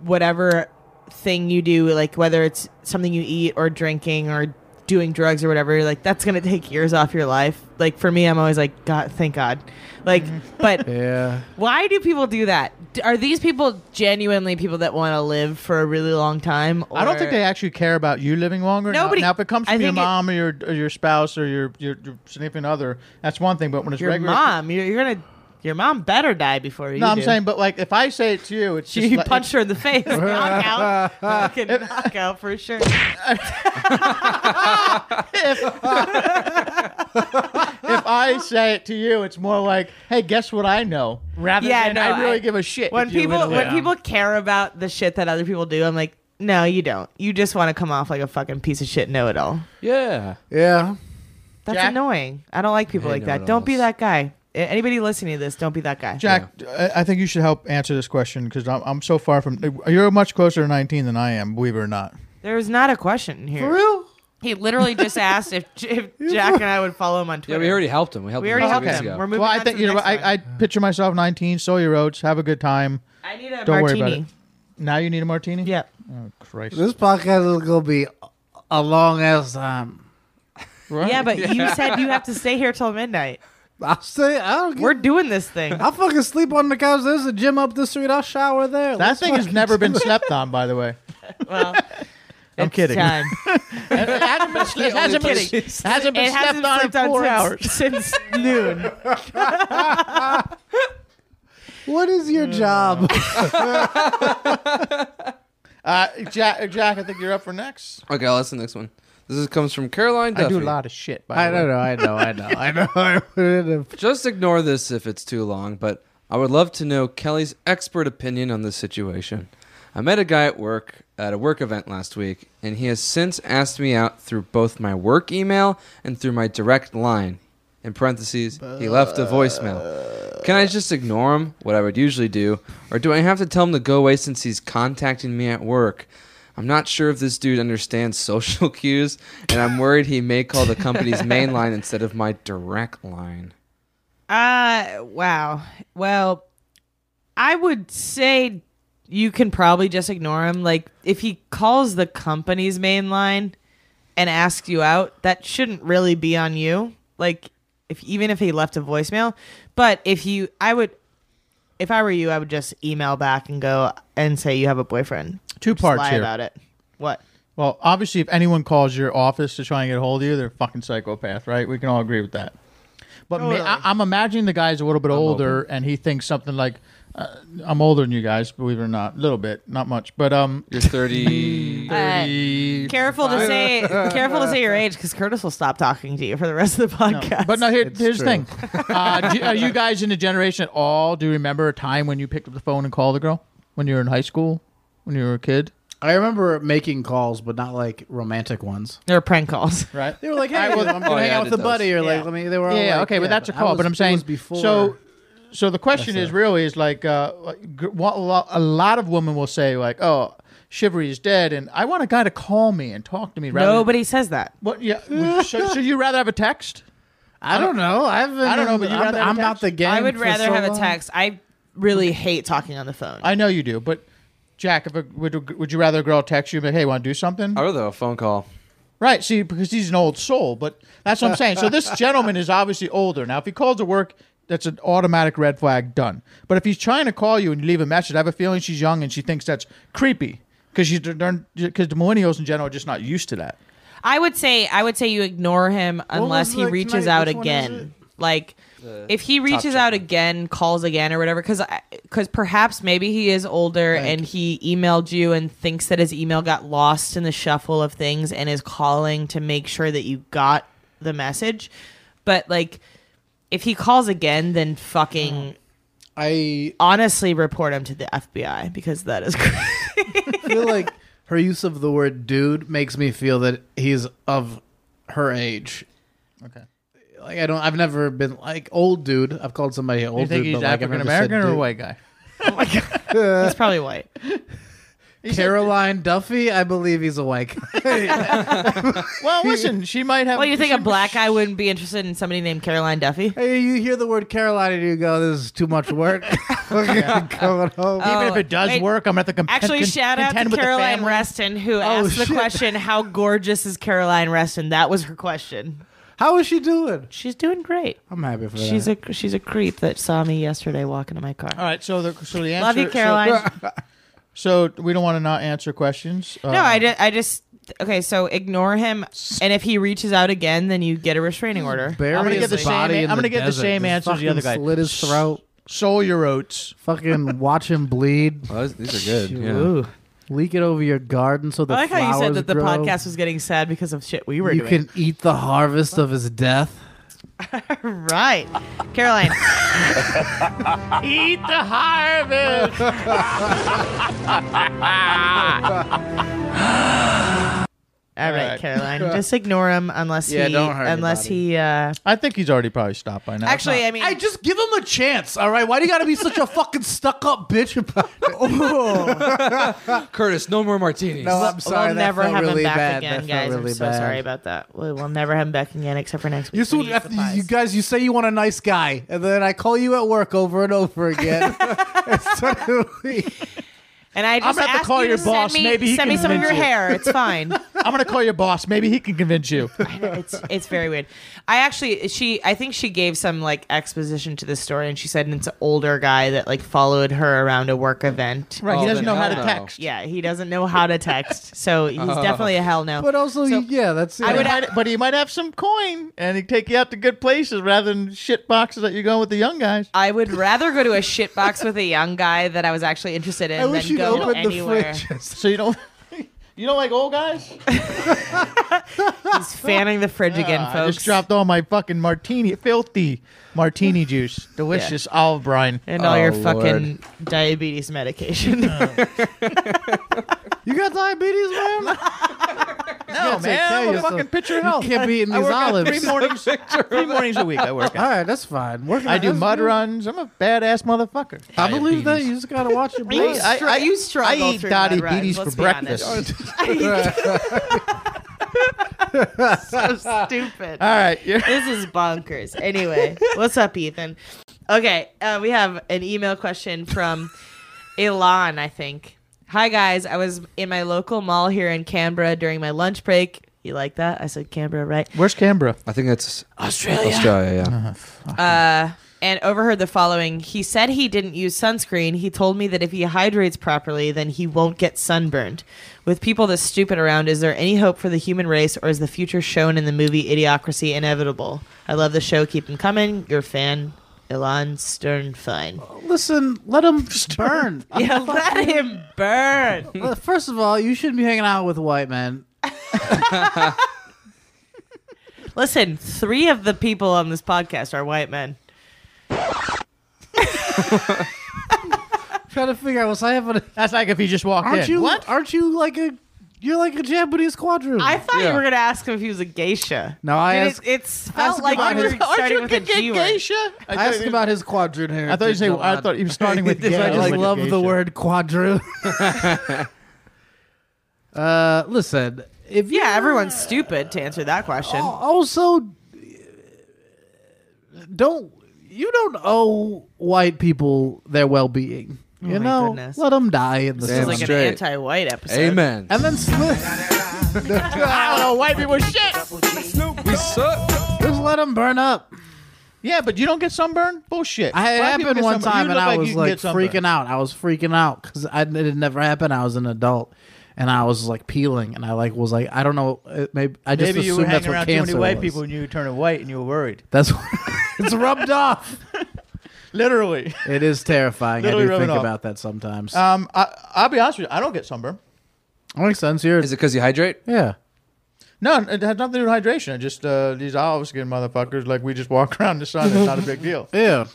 G: whatever thing you do, like whether it's something you eat or drinking or doing drugs or whatever, you're like that's gonna take years off your life. Like for me, I'm always like, God, thank God. Like,
B: Mm-hmm.
G: but
H: yeah.
G: why do people do that? D- Are these people genuinely people that want to live for a really long time? Or
B: I don't think they actually care about you living longer. Now-
G: Nobody-
B: Now, if it comes
G: I
B: from your
G: think it-
B: mom or your or your spouse or your, your your significant other, that's one thing. But when it's
G: your
B: regular,
G: mom. You're, you're gonna your mom better die before you.
B: no, I'm
G: do.
B: saying, but like if I say it to you, it's
G: She
B: just like,
G: punched her in the face. knockout. Fucking knockout for sure.
B: if, if I say it to you, it's more like, hey, guess what I know? Rather than I really give a shit.
G: When
B: if you
G: people
B: really-
G: when people care about the shit that other people do, I'm like, no, you don't. You just want to come off like a fucking piece of shit know-it-all.
F: Yeah.
H: Yeah.
G: That's
B: Jack-
G: annoying. I don't like people
B: Hey,
G: like that. Don't be that guy. A- Anybody listening to this, don't be that guy.
B: Jack, I I think you should help answer this question because I'm, I'm so far from. You're much closer to 19 than I am, believe it or not.
G: there was not a question here.
B: For real?
G: He literally just asked if, if Jack and I would follow him on
F: Yeah,
G: Twitter.
F: we already helped him. We helped
G: We
F: him
G: already
F: two
G: helped
F: weeks
G: him.
F: ago.
G: We're moving
B: well, I
G: on
B: think
G: to
B: you
G: the
B: know.
G: next
B: I, I picture myself 19, sow your oats, have a good time.
G: I need a
B: Don't Worry about
G: martini.
B: it. Now you need a martini.
G: Yeah.
B: Oh Christ.
H: This podcast is gonna be a long ass time.
G: Yeah, but you said you have to stay here till midnight.
H: I'll say I don't. We're
G: doing this thing.
H: I'll fucking sleep on the couch. There's a gym up the street. I'll shower there.
B: That thing has never been slept on, by the way.
G: Well,
B: I'm kidding.
G: time.
B: it hasn't been, slept- it hasn't been-
G: Kidding.
B: it hasn't been
G: It
B: slept
G: hasn't
B: on
G: slept
B: in
G: on
B: four
G: since-
B: hours
G: since noon.
H: What is your job?
B: Uh, Jack, Jack, I think you're up for next.
F: Okay, I'll ask the next one. This is, comes from Caroline
B: I
F: Duffy.
B: do a lot of shit. By
H: I
B: the way.
H: don't know. I know. I know. I know. I know.
F: Just ignore this if it's too long, but I would love to know Kelly's expert opinion on this situation. I met a guy at work at a work event last week, and he has since asked me out through both my work email and through my direct line. In parentheses, he left a voicemail. Can I just ignore him, what I would usually do, or do I have to tell him to go away since he's contacting me at work? I'm not sure if this dude understands social cues, and I'm worried he may call the company's main line instead of my direct line.
G: Uh wow. Well, I would say you can probably just ignore him. Like if he calls the company's main line and asks you out, that shouldn't really be on you. Like if even if he left a voicemail, but if you I would if I were you, I would just email back and go and say you have a boyfriend.
B: Two
G: Just
B: parts
G: lie
B: here.
G: about it. What?
B: Well, obviously, if anyone calls your office to try and get a hold of you, they're a fucking psychopath, right? We can all agree with that. But ma-
M: Totally.
B: I- I'm imagining the guy's a little bit older, and he thinks something like, uh, "I'm older than you guys, believe it or not, a little bit, not much." But um,
F: you're 30.
B: Uh,
G: Careful to say careful to say your age because Curtis will stop talking to you for the rest of the podcast.
B: But no, here, here's the thing: uh, do, are you guys in the generation at all? Do you remember a time when you picked up the phone and called a girl when you were in high school, when you were a kid?
H: I remember making calls, but not like romantic ones.
G: They're prank calls,
B: right?
H: They were like, "Hey, I
B: was-
H: am gonna
B: Oh,
H: hang
B: yeah, I
H: out with a
B: did those.
H: buddy," or like,
B: Yeah.
H: "Let me." They were all
B: yeah,
H: like,
B: okay, but that's your
H: I
B: call.
H: was-
B: but I'm
H: it
B: saying
H: was before.
B: So, so the question
H: That's
B: is really is like uh, gr- what a lot- a lot of women will say like, "Oh, chivalry is dead," and I want a guy to call me and talk to me. Rather
G: Nobody says that.
B: What? Yeah. Would- should, should you rather have a text?
H: I don't know. I've
B: I don't know, but you
H: I'm,
B: rather have a
H: I'm
B: text?
H: not the game.
G: I would
H: for
G: rather
H: so
G: have a
H: long.
G: text. I really hate talking on the phone.
B: I know you do, but Jack, if a, would you- would you rather a girl text you, but hey, want to do something?
F: I rather have a phone call.
B: Right, see, because he's an old soul, but that's what I'm saying. So this gentleman is obviously older. Now, if he calls to work, that's an automatic red flag, done. But if he's trying to call you and you leave a message, I have a feeling she's young and she thinks that's creepy because because the millennials in general are just not used to that.
G: I would say I would say you ignore him unless
B: was
G: he
B: the
G: reaches
B: tonight-
G: out
B: which one is
G: again. Like
B: The
G: if he
B: top
G: reaches out again, calls again or whatever cuz cuz perhaps maybe he is older and he emailed you and thinks that his email got lost in the shuffle of things and is calling to make sure that you got the message. But like if he calls again, then
B: Uh-huh.
G: fucking
H: I
G: honestly report him to the FBI because that is crazy.
H: I feel like her use of the word "dude" makes me feel that he's of her age.
B: Okay.
H: Like I don't. I've never been like old dude. I've called somebody an old
B: you think
H: dude.
B: he's
H: but, like, I've
B: African
H: never said
B: American or a
H: dude.
B: white guy?
G: He's probably white.
H: Caroline Duffy, I believe he's a white guy.
B: well, listen, she might have.
G: Well, you think a black guy wouldn't be interested in somebody named Caroline Duffy?
H: Hey, you hear the word Caroline and you go, "This is too much work." Uh, Going home.
B: Even if it does
G: Oh, wait.
B: work, I'm at the com-
G: Actually,
B: con-
G: shout out
B: contend
G: to
B: with the
G: Caroline
B: family. Oh,
G: Reston who asked the
B: shit.
G: question, "How gorgeous is Caroline Reston?" That was her question.
H: How is she doing?
G: She's doing great.
H: I'm happy for
G: She's
H: that.
G: a she's a creep that saw me yesterday walking to my car.
B: All right, so the so the answer.
G: Love you, Caroline.
B: So, so we don't want to not answer questions. Uh,
G: no, I just, I just okay. So ignore him, and if he reaches out again, then you get a restraining order.
B: I'm gonna get the same. I'm gonna get the same answer as the other guy.
H: Slit his throat.
B: Soul your oats.
H: Fucking watch him bleed.
F: Oh, these are good, yeah.
H: Ooh. Leak it over your garden so the
G: I like how you said
H: flowers
G: that the
H: grow.
G: podcast was getting sad because of shit we were
H: you
G: doing.
H: can eat the harvest of his death.
G: right, Caroline.
B: Eat the harvest.
G: All right,
B: right.
G: Caroline. Just ignore him unless
B: Yeah,
G: he
B: don't hurt
G: unless
B: anybody.
G: he uh
B: I think he's already probably stopped by now. It's
G: Actually,
B: not-
G: I mean,
H: I just give him a chance. All right, why do you got to be such a fucking stuck up bitch about it?
F: Curtis, no more martinis.
H: No, I'm sorry.
G: we'll
H: that
G: never
H: felt
G: have
H: really
G: him back
H: bad. That
G: again,
H: felt
G: guys.
H: really
G: I'm so
H: bad.
G: sorry about that. We- We'll never have him back again except for next week.
H: You, so, you guys, you say you want a nice guy, and then I call you at work over and over again. It's totally-
G: And I
H: I'm
G: just
H: gonna have to
G: asked
H: call
G: you
H: your
G: to
H: boss.
G: Send me,
H: Maybe he
G: send me
H: can
G: some of
H: convince you.
G: your hair. It's fine.
B: I'm gonna call your boss. Maybe he can convince you.
G: it's it's very weird. I actually she I think she gave some like exposition to this story and she said it's an older guy that like followed her around a work event.
B: Right, he
G: all
B: doesn't
G: the
B: know how
G: time.
B: to text. Oh.
G: Yeah, he doesn't know how to text. So he's definitely a hell no.
B: But also, yeah, that's.
G: I would
B: have, but he might have some coin, and he'd take you out to good places rather than shit boxes that you're going with the young guys.
G: I would rather go to a shit box with a young guy that I was actually interested in
B: I wish
G: than
B: you'd
G: go
B: opened the
G: anywhere.
B: fridge. so you don't. You don't like old guys?
G: He's fanning the fridge again,
B: Ah, I
G: folks.
B: just dropped all my fucking martini, filthy martini juice, delicious olive brine,
G: and all your fucking diabetes medication.
B: you got diabetes, man? no,
H: That's
B: man.
H: okay,
B: I'm a
H: you're so-
B: fucking picture of
H: you
B: health.
H: can't be eating
B: I
H: these
B: work out
H: olives.
B: Three mornings, three mornings a week. I work out.
H: All right, that's fine. Working
B: I
H: out-
B: do
H: that's
B: mud
H: good.
B: runs. I'm a badass motherfucker.
H: I believe that you just gotta watch your
B: You
H: blood.
B: str- I- I- you struggle I eat through mud diabetes runs, for let's be breakfast.
H: Oh,
G: so stupid.
B: All right, you're-
G: Uh, this is bonkers. Anyway, what's up, Ethan? Okay, uh, we have an email question from Elon, I think. Hi guys, I was in my local mall here in Canberra during my lunch break. You like that? I said Canberra, right?
B: Where's Canberra?
F: I think that's
G: Australia.
F: Australia, yeah.
B: Uh-huh.
G: Uh, and overheard the following. He said he didn't use sunscreen. He told me that if he hydrates properly, then he won't get sunburned. With people this stupid around, is there any hope for the human race, or is the future shown in the movie Idiocracy inevitable? I love the show. Keep them coming. Your fan, Elon Sternfine.
H: Listen, let him burn.
G: Yeah, let him burn.
H: Well, Uh, First of all, you shouldn't be hanging out with white men.
G: Listen, three of the people on this podcast are white men.
H: Trying to figure out what's happening.
B: That's like if you just walked
H: aren't
B: in.
H: You,
B: What?
H: Aren't you like a? You're like a Japanese quadroon.
G: I thought you were going to ask him if he was a geisha.
H: No, I
G: Dude,
H: asked-
G: it, it's
H: I
G: felt
H: asked
G: like
H: about
G: you were
H: his- Aren't
G: starting
H: you
G: with a
H: gay-
G: G word.
B: geisha?
H: I asked him about his quadroon hair.
B: I thought you say. I thought you were starting with.
H: I
B: gay.
H: just
B: Like a
H: love
B: geisha.
H: the word quadroon. uh, listen, if
G: yeah, everyone's stupid to answer that question.
H: also don't you don't owe white people their well-being.
B: Oh
H: You
G: my
H: know,
G: goodness.
H: let them die in the
G: This is like
H: sun.
G: an anti-white episode.
F: Amen.
H: And then split.
B: I don't know. White people shit.
F: We suck.
H: Just let them burn up.
B: Yeah, but you don't get sunburn. Bullshit.
H: I it
B: White people
H: happened
B: get
H: one
B: sunburn.
H: time
B: You
H: and
B: look
H: I
B: you
H: was
B: can
H: like
B: get sunburn.
H: freaking out. I was freaking out because I it had never happened. I was an adult and I was like peeling and I like was like I don't know. It, maybe I just
B: Maybe you
H: assumed
B: were
H: that's
B: hanging
H: what
B: around too many
H: cancer
B: white
H: was.
B: people and you were turning white and you were worried.
H: That's it's rubbed off.
B: Literally.
H: It is terrifying. I
B: Literally
H: do
B: rubbing
H: think
B: off.
H: about that sometimes.
B: Um, I, I'll be honest with you. I don't get sunburn.
H: that makes sense. You're,
F: is it because you hydrate?
H: Yeah.
B: No, it had nothing to do with hydration. It just uh, these olive skin motherfuckers, like we just walk around in the sun. It's not a big deal.
H: Yeah.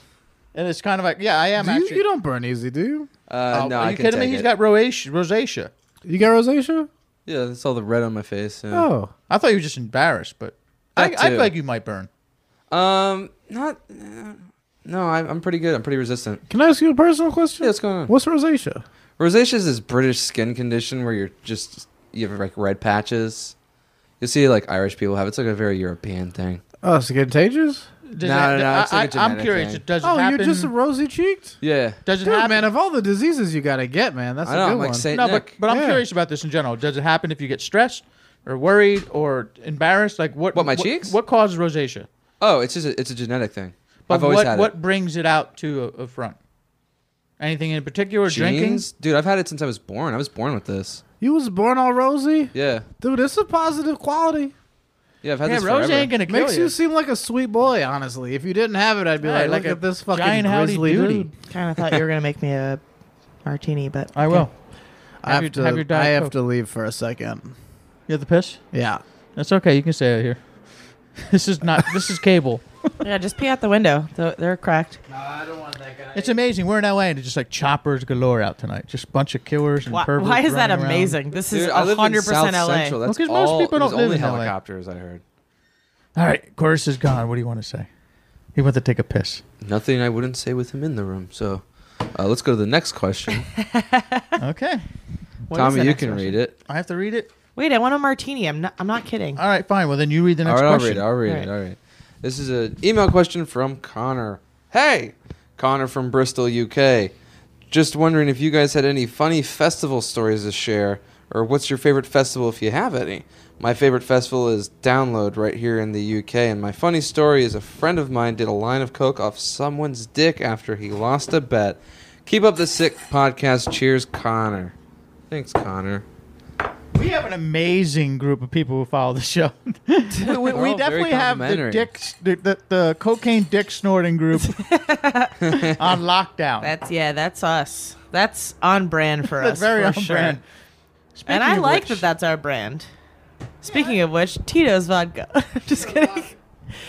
B: And it's kind of like, yeah, I am
H: Do you,
B: actually.
H: you don't burn easy, do you?
F: Uh,
B: Oh,
F: no,
B: are
F: I
B: you
F: can
B: kidding me?
F: take
B: He's
F: it.
B: got rosacea. Rosacea.
H: You got rosacea?
F: Yeah, that's all the red on my face. yeah.
H: Oh.
B: I thought you were just embarrassed, but I,
F: That
B: I
F: too.
B: feel like you might burn. Oh.
F: Um, not. uh, No, I'm, I'm pretty good. I'm pretty resistant.
H: Can I ask you a personal question?
F: Yeah, what's going on?
H: What's rosacea?
F: Rosacea is this British skin condition where you're just you have like red patches. You see, like Irish people have. It's like a very European thing.
H: Oh, it's contagious?
B: Does
F: No,
B: that-
F: no, no, it's
B: I,
F: like a
B: am
F: genetic
B: curious.
F: thing.
B: Does it
H: oh,
B: happen?
H: you're just rosy cheeked?
F: Yeah.
B: does it
H: Dude,
B: happen?
H: man, of all the diseases you got to get, man, that's
F: I
H: a
F: know,
H: good
F: I'm like
H: one.
F: Saint
B: no, but
F: Nick.
B: but I'm
F: Yeah.
B: curious about this in general. Does it happen if you get stressed or worried or embarrassed? Like what?
F: What, my cheeks?
B: What causes rosacea?
F: Oh, it's just a, it's a genetic thing.
B: But
F: I've always
B: what
F: had
B: what
F: it.
B: brings it out to a, a front? Anything in particular? Drinking?
F: Genes? dude. I've had it since I was born. I was born with this.
H: you was born all rosy?
F: Yeah,
H: Dude, it's a positive quality.
F: yeah. I've had
B: Yeah,
F: this
B: Rose
F: forever.
B: ain't gonna kill
H: Makes you
B: you.
H: seem like a sweet boy, honestly. If you didn't have it, I'd be
B: Yeah,
H: like,
B: like
H: look
B: a
H: at this fucking
B: giant howdy
H: grizzly
B: doody.
H: dude.
G: Kind of thought you were gonna make me a martini, but
B: I will.
H: I
B: Have
H: have,
B: your-
H: to,
B: have your Diet
H: I have
B: Coke.
H: to leave for a second.
B: You have the piss?
H: Yeah.
B: That's okay. You can stay out here. This is not. this is cable.
G: yeah, just pee out the window. They're, they're cracked.
B: It's amazing. We're in LA and it's just like choppers galore out tonight. Just a bunch of killers and
G: Why,
B: perverts.
G: why is that
B: running around.
G: amazing? This is
F: Dude, I live in
G: hundred
F: South
G: percent LA.
F: Central. That's
B: Well, 'cause most
F: all.
B: people
F: it was
B: don't live
F: only
B: in LA.
F: helicopters. I heard
B: All right, chorus is gone. What do you want to say? He went to take a piss.
F: nothing I wouldn't say with him in the room. So, uh, let's go to the next question.
B: Okay. What is
F: Tommy,
B: the
F: you
B: next
F: can
B: question?
F: read it.
B: I have to read it.
G: Wait, I want a martini. I'm not. I'm not kidding.
B: All right, fine. Well, then you read the next
F: all right,
B: question.
F: I'll read it. I'll read it. All right. This is an email question from Connor. Hey, Connor from Bristol, UK. Just wondering if you guys had any funny festival stories to share or what's your favorite festival if you have any. My favorite festival is Download right here in the UK. And my funny story is a friend of mine did a line of coke off someone's dick after he lost a bet. Keep up the sick podcast. Cheers, Connor. Thanks, Connor.
B: We have an amazing group of people who follow the show. we we- we
F: all very
B: definitely have the
F: complimentary.
B: dick, s- the, the, the cocaine dick snorting group on lockdown.
G: That's yeah, that's us. That's on brand for
B: That's
G: us.
B: very
G: for
B: on
G: sure.
B: brand. Speaking
G: and I
B: of
G: like
B: which-
G: that that's our brand. Speaking of which, Tito's vodka. Just kidding.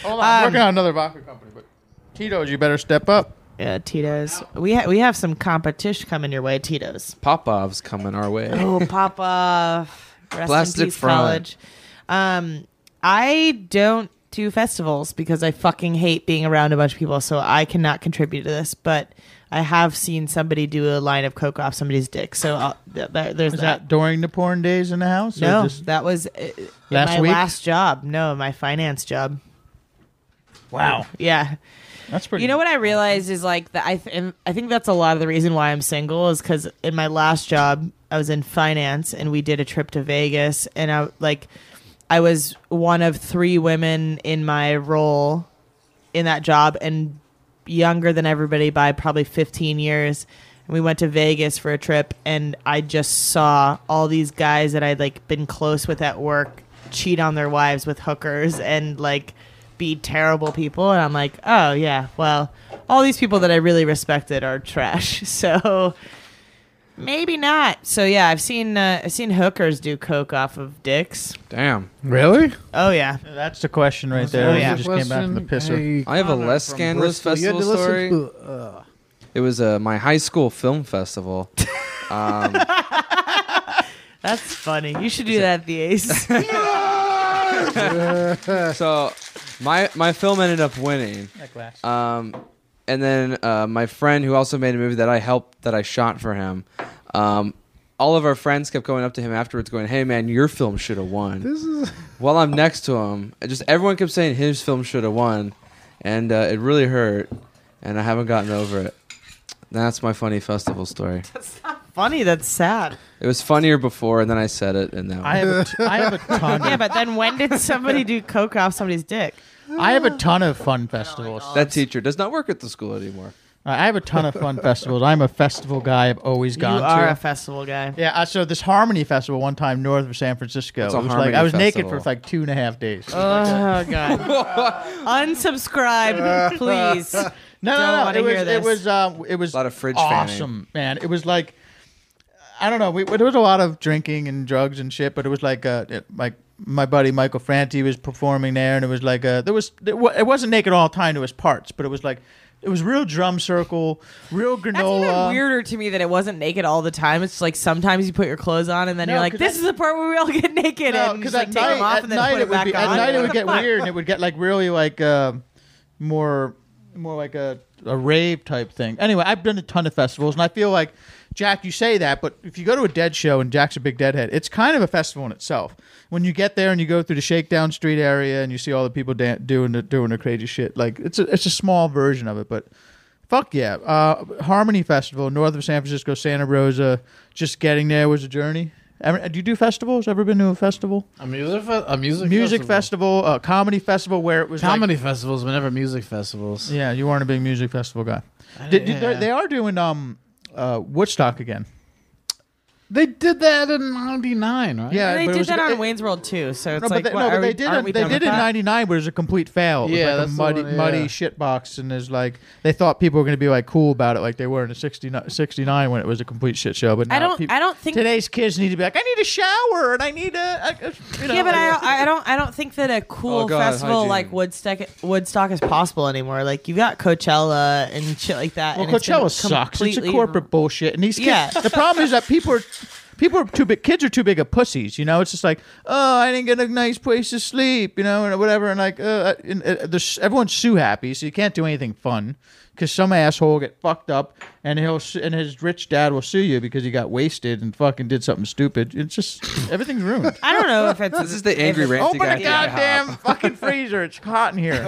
B: Hold on, I'm
G: Um,
B: working on another vodka company, but Tito's, you better step up.
G: Yeah, Tito's. We ha- we have some competition coming your way, Tito's.
F: Popov's coming our way.
G: Oh, Papa. Rest
F: Plastic
G: in peace,
F: fraud.
G: college. Um, I don't do festivals because I fucking hate being around a bunch of people, so I cannot contribute to this. But I have seen somebody do a line of coke off somebody's dick, so I'll, th- th- there's
B: Was
G: that.
B: that during the porn days in the house? or
G: no,
B: just-
G: that was uh, uh,
B: Last
G: my
B: week?
G: last job. No, my finance job.
B: Wow.
G: Yeah.
B: That's pretty.
G: You know what I realized is like that. I th- and I think that's a lot of the reason why I'm single is because in my last job I was in finance and we did a trip to Vegas and I like I was one of three women in my role in that job and younger than everybody by probably 15 years. And we went to Vegas for a trip and I just saw all these guys that I'd like been close with at work cheat on their wives with hookers and like be terrible people and I'm like, "Oh yeah, well, all these people that I really respected are trash." So maybe not. So yeah, I've seen uh, I've seen hookers do coke off of dicks.
F: Damn.
B: Really?
G: Oh yeah.
B: That's the question right
F: That's
B: there.
F: the
B: We just came back from the pisser.
F: I have a less scandalous festival story. It was uh, my high school film festival. Um,
G: That's funny. You should do that at the Ace.
F: so my my film ended up winning.
B: That glass.
F: Um, and then uh, my friend who also made a movie that I helped that I shot for him. Um, all of our friends kept going up to him afterwards, going, "Hey man, your film should have won."
H: This is
F: While I'm next to him, I just everyone kept saying his film should have won, and uh, it really hurt, and I haven't gotten over it. That's my funny festival story.
G: funny, that's sad.
F: It was funnier before, and then I said it, and now
B: I have a t- I have a ton.
G: Yeah, but then when did somebody do coke off somebody's dick?
B: I have a ton of fun festivals.
F: that teacher does not work at the school anymore.
B: I have a ton of fun festivals. I'm a festival guy. I've always gone
G: you are
B: to.
G: a festival guy.
B: yeah, I, so this Harmony Festival one time north of San Francisco.
F: What's
B: it
F: a
B: was like
F: Harmony
B: I was naked
F: Festival?
B: for like two and a half days.
G: Oh god. Unsubscribe, please.
B: no, no, no.
G: wanna
B: It was
G: hear
B: it
G: this.
B: was um, it was a lot of
F: fridge fanning.
B: awesome, man. It was like I don't know. We, there was a lot of drinking and drugs and shit, but it was like uh, it, like my buddy Michael Franti was performing there, and it was like uh, there was it, wa- it wasn't naked all the time to his parts, but it was like it was real drum circle, real granola.
G: Even weirder to me that it wasn't naked all the time. It's like sometimes you put your clothes on and then
B: No,
G: you're like,
B: 'cause I-
G: this is the part where we all get naked
B: No,
G: and
B: 'cause
G: just like
B: at
G: take
B: night,
G: them off
B: at
G: and then
B: night
G: put
B: it
G: it
B: would
G: back
B: be,
G: on.
B: At night it would
G: What
B: get
G: the fuck?
B: weird, and it would get like really like uh, more, more like a, a rave type thing. Anyway, I've been to a ton of festivals, and I feel like Jack, you say that, but if you go to a Dead show and Jack's a big Deadhead, it's kind of a festival in itself. When you get there and you go through the Shakedown Street area and you see all the people dan- doing the, doing the crazy shit, like it's a, it's a small version of it, but. Fuck yeah. Uh, Harmony Festival, north of San Francisco, Santa Rosa. Just getting there was a journey. Ever, do you do festivals? Ever been to a festival?
H: a music fe- a music
B: music
H: festival.
B: festival, a comedy festival where it was like-
H: comedy festivals, but never music festivals.
B: yeah, you weren't a big music festival guy.
H: I
B: Did,
H: didn't-
B: did- they-
H: yeah.
B: They are doing um, uh, Woodstock again.
H: They did that in '99, right?
B: Yeah,
G: they
B: but it
G: did
B: was-
G: that on
B: it-
G: Wayne's World too. So it's
B: No,
G: like,
B: but they,
G: what,
B: no,
G: are
B: but
G: we-
B: they did
G: aren't we
B: it. They
G: done
B: did
G: with
B: it in
G: that?
B: '99, but it was a complete fail. It was
H: Yeah,
B: like a
H: that's the
B: muddy,
H: one, yeah.
B: muddy shit box, and there's like they thought people were going to be like cool about it, like they were in '69 69 when it was a complete shit show. But
G: I
B: now
G: don't.
B: peop-
G: I don't think
B: today's kids need to be like, I need a shower and I need a. I, I- you know,
G: yeah, but
B: like-
G: I, I don't. I don't think that a cool
B: Oh, God,
G: festival
B: hygiene.
G: like Woodstock Woodstock is possible anymore. Like you've got Coachella and shit like that.
B: Well,
G: and it's been
B: Coachella sucks. It's a
G: completely-
B: corporate bullshit, and these kids.
G: Yeah.
B: the problem is that people are people are too big. Kids are too big of pussies. You know, it's just like, oh, I didn't get a nice place to sleep. You know, and whatever. And like, uh, and, uh, there's- everyone's sue happy, so you can't do anything fun because some asshole will get fucked up, and he'll su- and his rich dad will sue you because he got wasted and fucking did something stupid. It's just everything's ruined.
G: I don't know if it's.
F: This is the angry
G: if it's-
F: ranty
B: Open
F: guy.
B: a
F: at the IHOP.
B: goddamn fucking freezer. It's hot in here.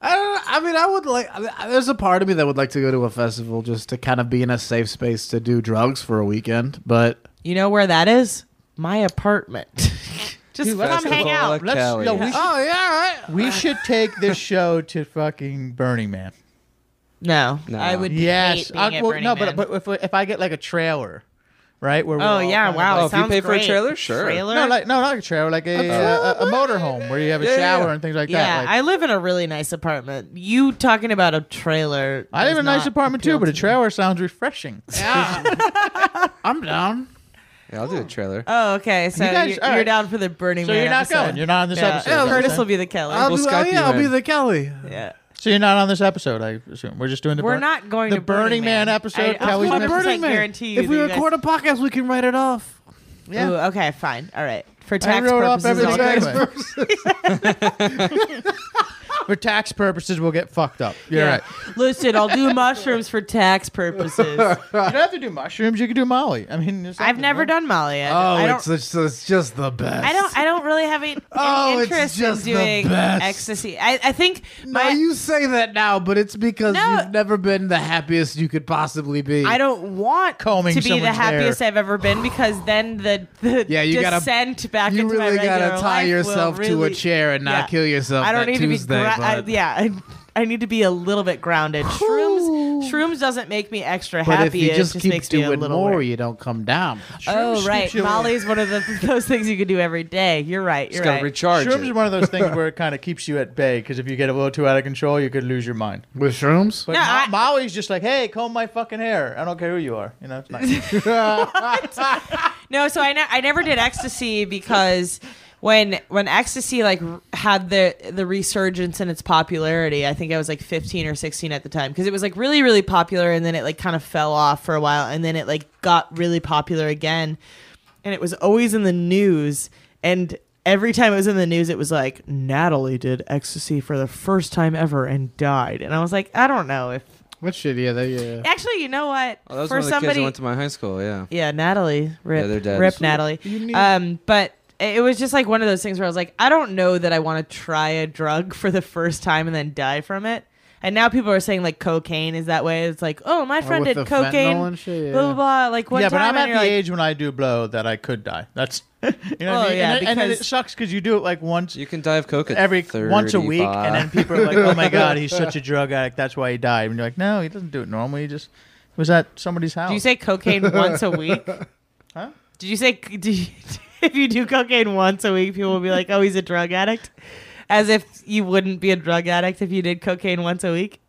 H: I don't. I mean, I would like. I- I- There's a part of me that would like to go to a festival just to kind of be in a safe space to do drugs for a weekend. But
G: You know where that is? My apartment. Just
B: Dude,
G: come hang out.
B: Let's, no, we should,
H: oh yeah,
B: We should take this show to fucking Burning Man.
G: No, I would.
B: Yes,
G: hate being
B: I-
G: at
B: well,
G: Burning
B: no,
G: Man.
B: but but if, if I get like a trailer, right? Where we're
G: Oh,
B: all
G: yeah,
B: kind of
G: wow,
B: like-
G: Oh, if you sounds pay for a great. trailer, sure. Trailer?
B: No, like no, not a trailer, like a uh, a, a, a motorhome where you have a shower and things like
G: Yeah,
B: that. Like,
G: I live in a really nice apartment. You talking about a trailer?
B: I live in
G: does
B: a nice
G: not-
B: apartment too, but a trailer sounds refreshing.
H: I'm down.
F: Yeah, I'll do a trailer.
G: Oh, okay. So you
B: You guys-
G: are
B: all right.
G: down for the Burning
B: So
G: Man?
B: you're not
G: episode.
B: going. You're not on this
G: Yeah.
B: episode. Yeah,
G: Curtis
B: okay.
G: will be the Kelly.
B: I'll We'll do- Skype oh, yeah, you I'll be in.
H: the Kelly.
G: Yeah.
B: So you're not on this episode, I assume. We're just doing the.
G: We're
B: Burn-
G: not going
B: the
G: to
B: Burning,
G: Burning
B: Man,
G: Man.
B: episode.
G: I- I'll
B: Kelly's
G: put my
B: Burning
G: Burning
B: Man.
G: Man. guarantee you
H: if we
G: that you guys-
H: record a podcast, we can write it off.
G: Ooh, okay, fine. All right. For
H: I
G: tax
H: wrote off
G: purposes, I'll
H: everything
G: do it.
B: For tax purposes, we'll get fucked up. You're
G: Yeah.
B: right.
G: Listen, I'll do mushrooms for tax purposes.
B: You don't have to do mushrooms. You can do Molly. I mean, there's
G: I've
B: nothing
G: never
B: wrong.
G: done Molly. I,
H: Oh,
G: I don't.
H: it's, it's it's just the best.
G: I don't. I don't really have any, any
H: Oh, it's
G: interest in
H: just the
G: doing
H: best.
G: ecstasy. I, I think
H: No, you say that now, but it's because you've never been the happiest you could possibly be.
G: I don't want
H: Combing
G: to be the
H: someone's
G: happiest
H: hair.
G: I've ever been because then the, the
H: Yeah, you gotta-
G: descent back
H: you
G: into my
H: really
G: regular
H: gotta tie
G: life will
H: yourself to a
G: really-
H: chair and not
G: Yeah.
H: kill yourself.
G: I don't
H: that
G: need
H: Tuesday,
G: to be. Gra- I,
H: but-
G: yeah, I, I need to be a little bit grounded. Shrooms, shrooms doesn't make me extra
H: But if
G: happy.
H: you just
G: it just
H: keep
G: makes me a
H: doing
G: little
H: more,
G: worried.
H: you don't come down.
G: Oh
B: Shrooms
G: right,
B: keeps you
G: Molly is one of the, those things you can do every day. You're right. You're right.
B: Shrooms
F: Oh,
B: is one of those things where it kind of keeps you at bay because if you get a little too out of control, you could lose your mind.
H: With shrooms?
B: But Mo- Molly's just like, hey, comb my fucking hair. I don't care who you are. You know, it's nice.
G: no, so I, ne- I never did ecstasy because when when ecstasy like r- had the the resurgence in its popularity, I think I was like 15 or 16 at the time because it was like really really popular and then it like kind of fell off for a while and then it like got really popular again and it was always in the news and every time it was in the news it was like Natalie did ecstasy for the first time ever and died and I was like I don't know if
H: what shit yeah they yeah
G: Actually, you know what?
F: Oh, that was
G: For
F: one of the kids
G: somebody-
F: that went to my high school. Yeah.
G: yeah, Natalie. Rip,
F: they're dead.
G: rip Natalie.
F: You need-
G: Um, but it it was just like one of those things where I was like, I don't know that I want to try a drug for the first time and then die from it. And now people are saying like cocaine is that way. It's like, oh, my
H: Or
G: friend
H: with
G: did
H: the fentanyl
G: cocaine,
H: and shit, yeah.
G: blah blah blah. Like one
B: yeah,
G: time,
B: but I'm
G: and
B: at the
G: you're like,
B: age when I do blow that I could die. That's, you know
G: Oh,
B: what I mean?
G: yeah,
B: and, it- and
G: because-
B: it sucks because you do it like once.
F: You can dive coke at
B: every once a week, and then
F: 35.
B: people are like, oh my God, he's such a drug addict. That's why he died. And you're like, no, he doesn't do it normally. He just was at somebody's house.
G: do you say cocaine once a week?
B: Huh?
G: Did you say do you, if you do cocaine once a week, people will be like, oh, he's a drug addict, as if you wouldn't be a drug addict if you did cocaine once a week.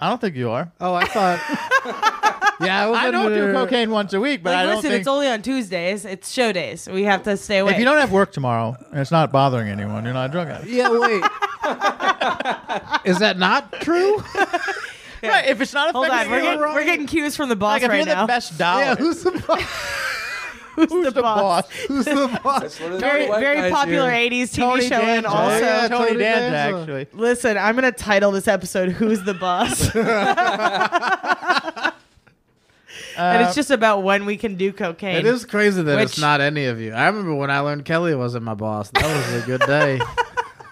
B: I don't think you are.
H: Oh, I thought. yeah, I, was
B: I don't do
G: under-
B: cocaine once a week, but
G: like,
B: I don't
G: listen,
B: think.
G: it's only on Tuesdays. It's show days. We have to stay away.
B: if you don't have work tomorrow and it's not bothering anyone, you're not a drug addict.
H: Yeah, wait. Is that not true?
B: Right, if it's not
G: Hold on,
B: affecting
G: we're
B: you,
G: getting,
B: you're right.
G: we're getting cues from the boss
B: Like, if
G: right
B: you're the
G: now.
B: best dollar-
H: Yeah, who's the boss?
G: who's, the, boss?
H: Who's the boss?
G: Very, very popular '80s TV
B: Tony
G: show, and
B: Danza.
G: also
B: Yeah, Tony Tony Danza, Danza. actually.
G: Listen, I'm gonna title this episode "Who's the Boss," and it's just about when we can do cocaine.
H: It is crazy that it's
G: Which-
H: not any of you. I remember when I learned Kelly wasn't my boss. That was a good day.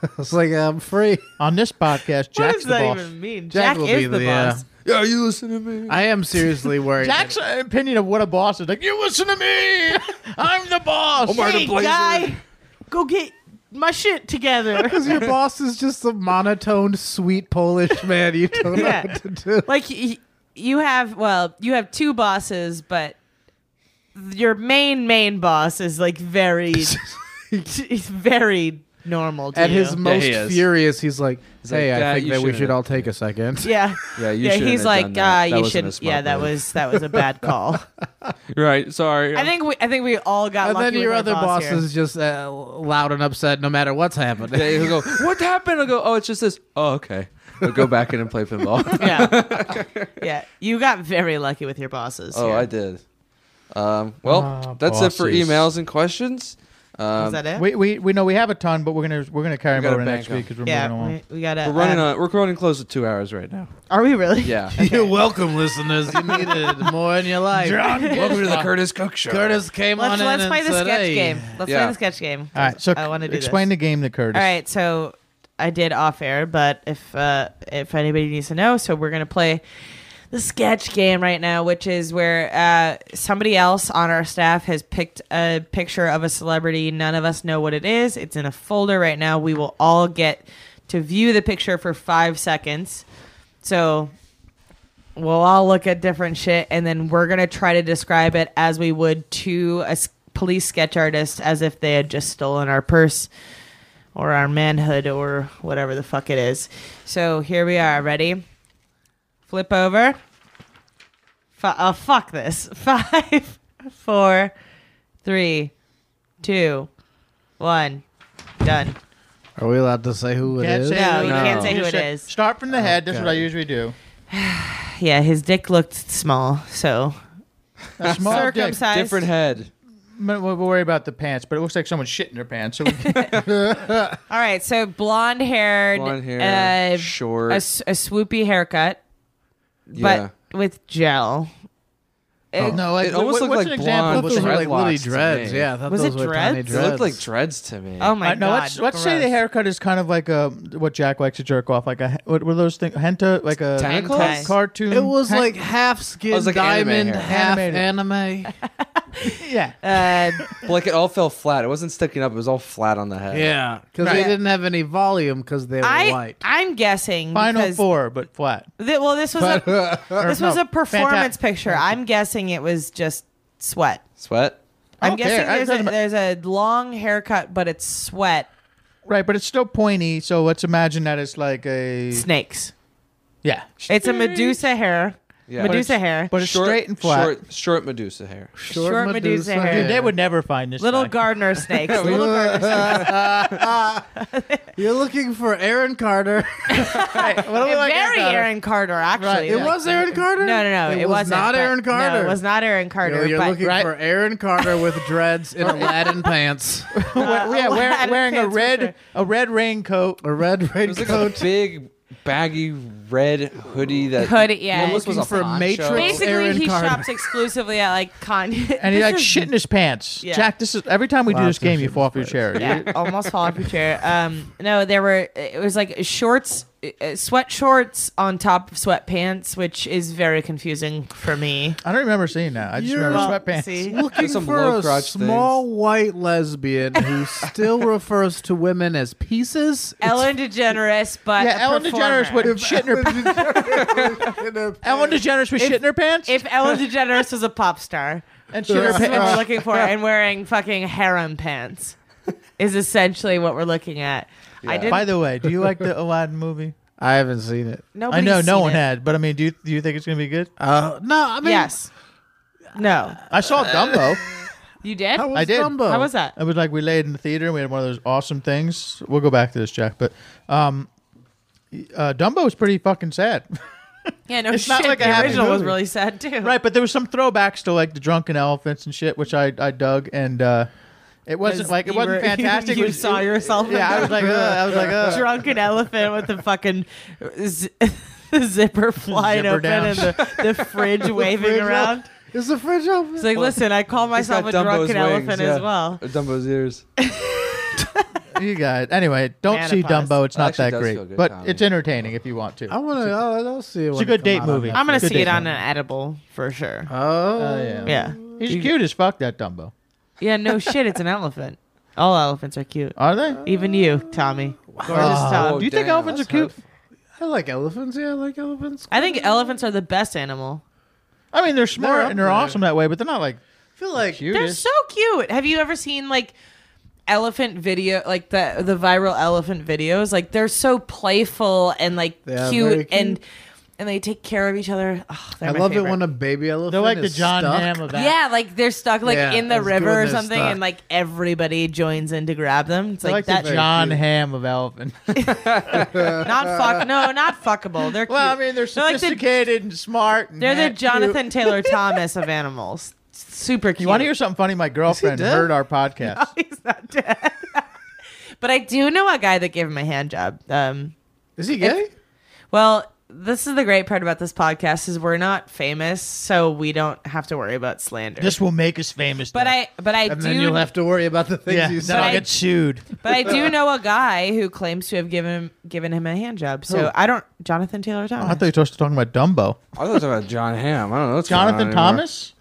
H: I was like, I'm free.
B: On this podcast, Jack's
G: What does
H: the
G: that
H: boss.
G: even mean?
H: Jack
G: Jack,
H: will
G: is
H: be
G: the,
H: the, uh,
G: boss.
F: Yeah, you listen to me.
H: I am seriously worried. that-
B: Jack's opinion of what a boss is like. You listen to me. I'm the boss.
G: hey, guy, go get my shit together.
H: Because your boss is just a monotone, sweet Polish man. You don't know
G: yeah.
H: what to do.
G: like y- you have well you have two bosses but your main main boss is like very he's very normal to
H: At
G: you.
H: his most furious, he's like,
G: He's like,
H: "Hey,
G: "Dad,
H: I think
G: you
H: that we should
G: shouldn't
H: all take a second.
G: yeah
F: Yeah, you
G: yeah
F: shouldn't
G: he's
F: have
G: like
F: done that.
G: uh
F: That
G: you
F: wasn't a
G: should
F: smart
G: yeah that
F: move.
G: was that was a bad call
F: Right. Sorry.
G: i think we i think we all got
H: And
G: lucky
H: then your
G: with our
H: other
G: boss,
H: boss,
G: here.
H: is just uh, loud and upset, no matter what's happening.
F: They will go, what happened? I'll go, oh, it's just this. Oh, okay. I'll go back in and play pinball.
G: yeah yeah you got very lucky with your bosses
F: oh,
G: here.
F: I did. Um, well,
B: Ah,
F: that's it for
B: bosses.
F: emails and questions. Um,
B: We, we we know we have a ton, but we're gonna we're gonna carry
F: We
B: them
F: gotta
B: over
F: back
B: next week
F: up.
B: because we're
G: Yeah,
B: moving along.
G: we- we gotta,
F: We're running
G: um,
F: on. We're running close to two hours right now.
G: are we really
F: Yeah.
H: You're welcome, listeners. You needed more in your life.
F: Drunk Welcome to the Curtis Cook Show.
H: Curtis came on
G: let's,
H: in
G: let's
H: and
G: play the
H: said,
G: sketch
H: "Hey."
G: game let's
B: Yeah.
G: play the sketch game
B: All right, so
G: i want to do this.
B: explain the game to Curtis.
G: All right, so I did off air, but if uh, if anybody needs to know, so we're gonna play the sketch game right now, which is where uh, somebody else on our staff has picked a picture of a celebrity. None of us know what it is. It's in a folder right now. We will all get to view the picture for five seconds. So we'll all look at different shit, and then we're gonna try to describe it as we would to a s- police sketch artist, as if they had just stolen our purse or our manhood or whatever the fuck it is. So here we are. Ready? Flip over. Fu- oh, fuck this. Five, four, three, two, one. Done.
H: Are we allowed to say who it
B: Can't
H: is?
B: say No, who
G: you it can't is. say who
B: Just
G: it
B: say-
G: is.
B: Start from the head. That's what I
G: Okay.
B: usually do.
G: Yeah, his dick looked small, so.
B: A small dick.
G: Circumcised. Different
F: head.
B: We'll we'll worry about the pants, but it looks like someone shit in their pants. So we-
G: All right, so blonde haired,
B: Blonde hair,
G: uh,
B: short.
G: a, s- a swoopy haircut,
B: Yeah.
G: but with gel.
F: Oh, no, it almost looked like blonde
B: those were like
F: dreadlocks
B: lily
F: to
B: dreads.
F: me.
B: Yeah, I thought Was it those were tiny dreads?
F: It looked like dreads to me.
G: Oh my
B: Uh, no, Let's,
G: God,
B: let's say the
G: gross.
B: haircut is kind of like a what Jack likes to jerk off, like a what were those things? Henta, like a
H: Tentacles?
B: ca- cartoon.
H: It was
B: hen-
H: like
G: Oh,
H: half skin
B: It was like anime
H: diamond,
B: hair.
H: half
B: Animated.
H: anime.
B: yeah.
F: But, like it all fell flat. It wasn't sticking up. It was all flat on the head.
H: Yeah, because
F: Right.
H: they didn't have any volume because they were
G: I,
H: white.
G: I'm guessing.
H: Final
G: because
B: four, but flat.
G: thi- well, this was a,
B: uh,
H: Or
G: this was
H: no,
G: a performance
H: fanta-
G: picture. I'm guessing it was just sweat.
F: Sweat.
G: I'm
B: Okay,
G: guessing
B: I-
G: there's a, there's a long haircut, but it's sweat.
B: right, but it's still pointy. So let's imagine that it's like a
G: snakes.
B: Yeah,
G: It's a Medusa hair.
F: Yeah.
G: Medusa hair.
B: but it's straight and flat.
F: Short, short Medusa hair.
G: Short Short Medusa Medusa hair. hair.
B: Dude, they would never find this.
G: Little
B: guy.
G: gardener snakes. Little gardener snakes.
H: You're looking for Aaron Carter.
G: Very Aaron Carter, actually.
H: Right. It was Aaron Carter?
G: No, no, no.
H: It
G: It,
H: was
G: wasn't,
H: not
G: but-
H: Aaron Carter.
G: No, it was not Aaron Carter.
H: You're, you're
G: but,
H: looking for Aaron Carter with dreads and Aladdin pants.
B: yeah, wear,
G: Uh, Aladdin
B: wearing a
G: pants for
B: red
G: sure.
B: a red raincoat,
H: a red
F: It was like a big baggy red hoodie that
G: Hoodie, yeah.
F: almost was a
G: Looking for
F: poncho.
G: Basically,
B: Aaron
G: he
B: Carter.
G: shops exclusively at like Kanye.
B: and he
G: This
B: like
G: is-
B: shit in his pants.
G: Yeah.
B: Jack, this is every time we do
H: Lots
B: this
H: of
B: game,
H: shit
B: you
H: in
B: fall off your chair.
G: Yeah, almost fall off your chair. Um, no, there were. It was like shorts, uh, sweat shorts on top of sweatpants, which is very confusing for me.
B: I don't remember seeing that. I just
G: You're-
B: remember
G: Well,
B: sweatpants.
G: see?
H: Looking
G: Some
H: for
G: low
H: a
G: crotch things.
H: small white lesbian who still refers to women as pieces.
G: Ellen DeGeneres, but
B: Yeah,
G: a
B: Ellen
G: performer.
B: DeGeneres would shit in her pants. Ellen DeGeneres would shit in her pants.
G: If Ellen DeGeneres was a pop star,
B: And
G: this
B: shit her
G: is what
B: pants.
G: we're
H: Uh,
G: looking for, and wearing fucking harem pants is essentially what we're looking at. I didn't.
B: By the way, do you like the Aladdin movie?
H: I haven't seen it.
B: I
G: Nobody's
B: know no
G: seen
B: one
G: it.
B: had, but I mean, do you, do you think it's gonna be good?
H: Uh, no, I mean,
G: yes, no,
B: I saw Dumbo.
G: you did.
H: How was
B: I did.
H: Dumbo?
G: How was that?
B: It was like we laid in the theater and we had one of those awesome things. We'll go back to this, Jack, but um, uh, Dumbo is pretty fucking sad.
G: Yeah, no
B: It's
G: shit.
B: not like a
G: the
B: happy
G: original was
B: movie.
G: really sad too.
B: right, but there was some throwbacks to like the drunken elephants and shit, which I I dug and. uh it wasn't
G: 'Cause
B: like it
G: you
B: wasn't
G: were-
B: fantastic.
G: You,
B: It was-
G: saw
B: it-
G: yourself. in
B: Yeah, I
G: that.
B: was like, uh, I was like, uh,
G: drunken elephant with the fucking z- zipper flying
B: Zipper
G: open
B: down.
G: and the, the fridge waving
H: fridge up-
G: around.
H: Is the fridge open?
G: It's like, listen, I call
F: He's got
G: myself a
F: Dumbo's
G: drunken
F: wings,
G: elephant
F: yeah.
G: as well.
F: Or Dumbo's ears.
B: you got it. Anyway, don't see
G: Platypus.
B: Dumbo. It's
F: Well,
B: not
F: actually
B: that
F: does
B: great,
F: feel good,
B: but
F: Tommy.
B: it's entertaining if you want to.
H: I want to. I'll, I'll see it.
B: It's
H: when
B: a good
H: it
B: date
H: come out
B: movie.
H: Netflix.
G: I'm gonna
B: Good
G: see it
B: day,
G: on
B: Tommy.
G: an edible for sure.
H: Oh,
B: Oh,
G: yeah.
B: He's cute as fuck. That Dumbo.
G: Yeah, no shit, it's an elephant. All elephants are cute.
B: Are they?
G: Even you, Tommy. Gorgeous
B: Oh,
G: Tom.
B: do you think elephants are cute?
H: I like elephants. Yeah, I like elephants.
G: I think elephants are the best animal.
B: I mean, they're smart
G: up
B: and they're
G: there.
B: awesome that way, but they're not like
H: I feel like
G: They're
B: cutest.
G: so cute. Have you ever seen like elephant video like the the viral elephant videos? Like they're so playful and like
H: They are very
G: cute,
H: cute.
G: and and they take care of each other. Oh, they're
H: I
G: my
H: love
G: favorite.
H: it when a baby elephant.
B: They're like the
H: is
B: John
H: stuck.
B: Hamm of
G: Yeah, like they're stuck like
H: Yeah,
G: in the
H: it's good
G: river
H: when
G: or
H: they're
G: something,
H: stuck.
G: and like everybody joins in to grab them. It's
B: They're
G: like,
B: like,
G: that.
B: the John Ham of elephant.
G: not fuck. No, not fuckable. They're cute.
B: well, I mean, they're
G: like the-
B: sophisticated and smart. And
G: They're the
B: that cute.
G: Jonathan Taylor Thomas of animals. Super cute.
B: You want to hear something funny? My girlfriend
G: dead?
B: heard our podcast.
G: But I do know a guy that gave him a hand job. Um,
H: Is he
G: gay? well, this is the great part about this podcast is we're not famous, so we don't have to worry about slander.
B: This will make us famous.
G: But I, but I
H: and
G: do.
H: then you'll have to worry about the things
B: yeah,
H: you
B: then
H: said.
B: I'll get sued.
G: but I do know a guy who claims to have given given him a hand job. So
B: Who? Oh,
G: I don't. Jonathan Taylor
B: I
G: Thomas.
B: thought you were just talking about Dumbo.
F: I thought it was about John Hamm. I don't know. What's
B: Jonathan
F: going on anymore.
B: Thomas?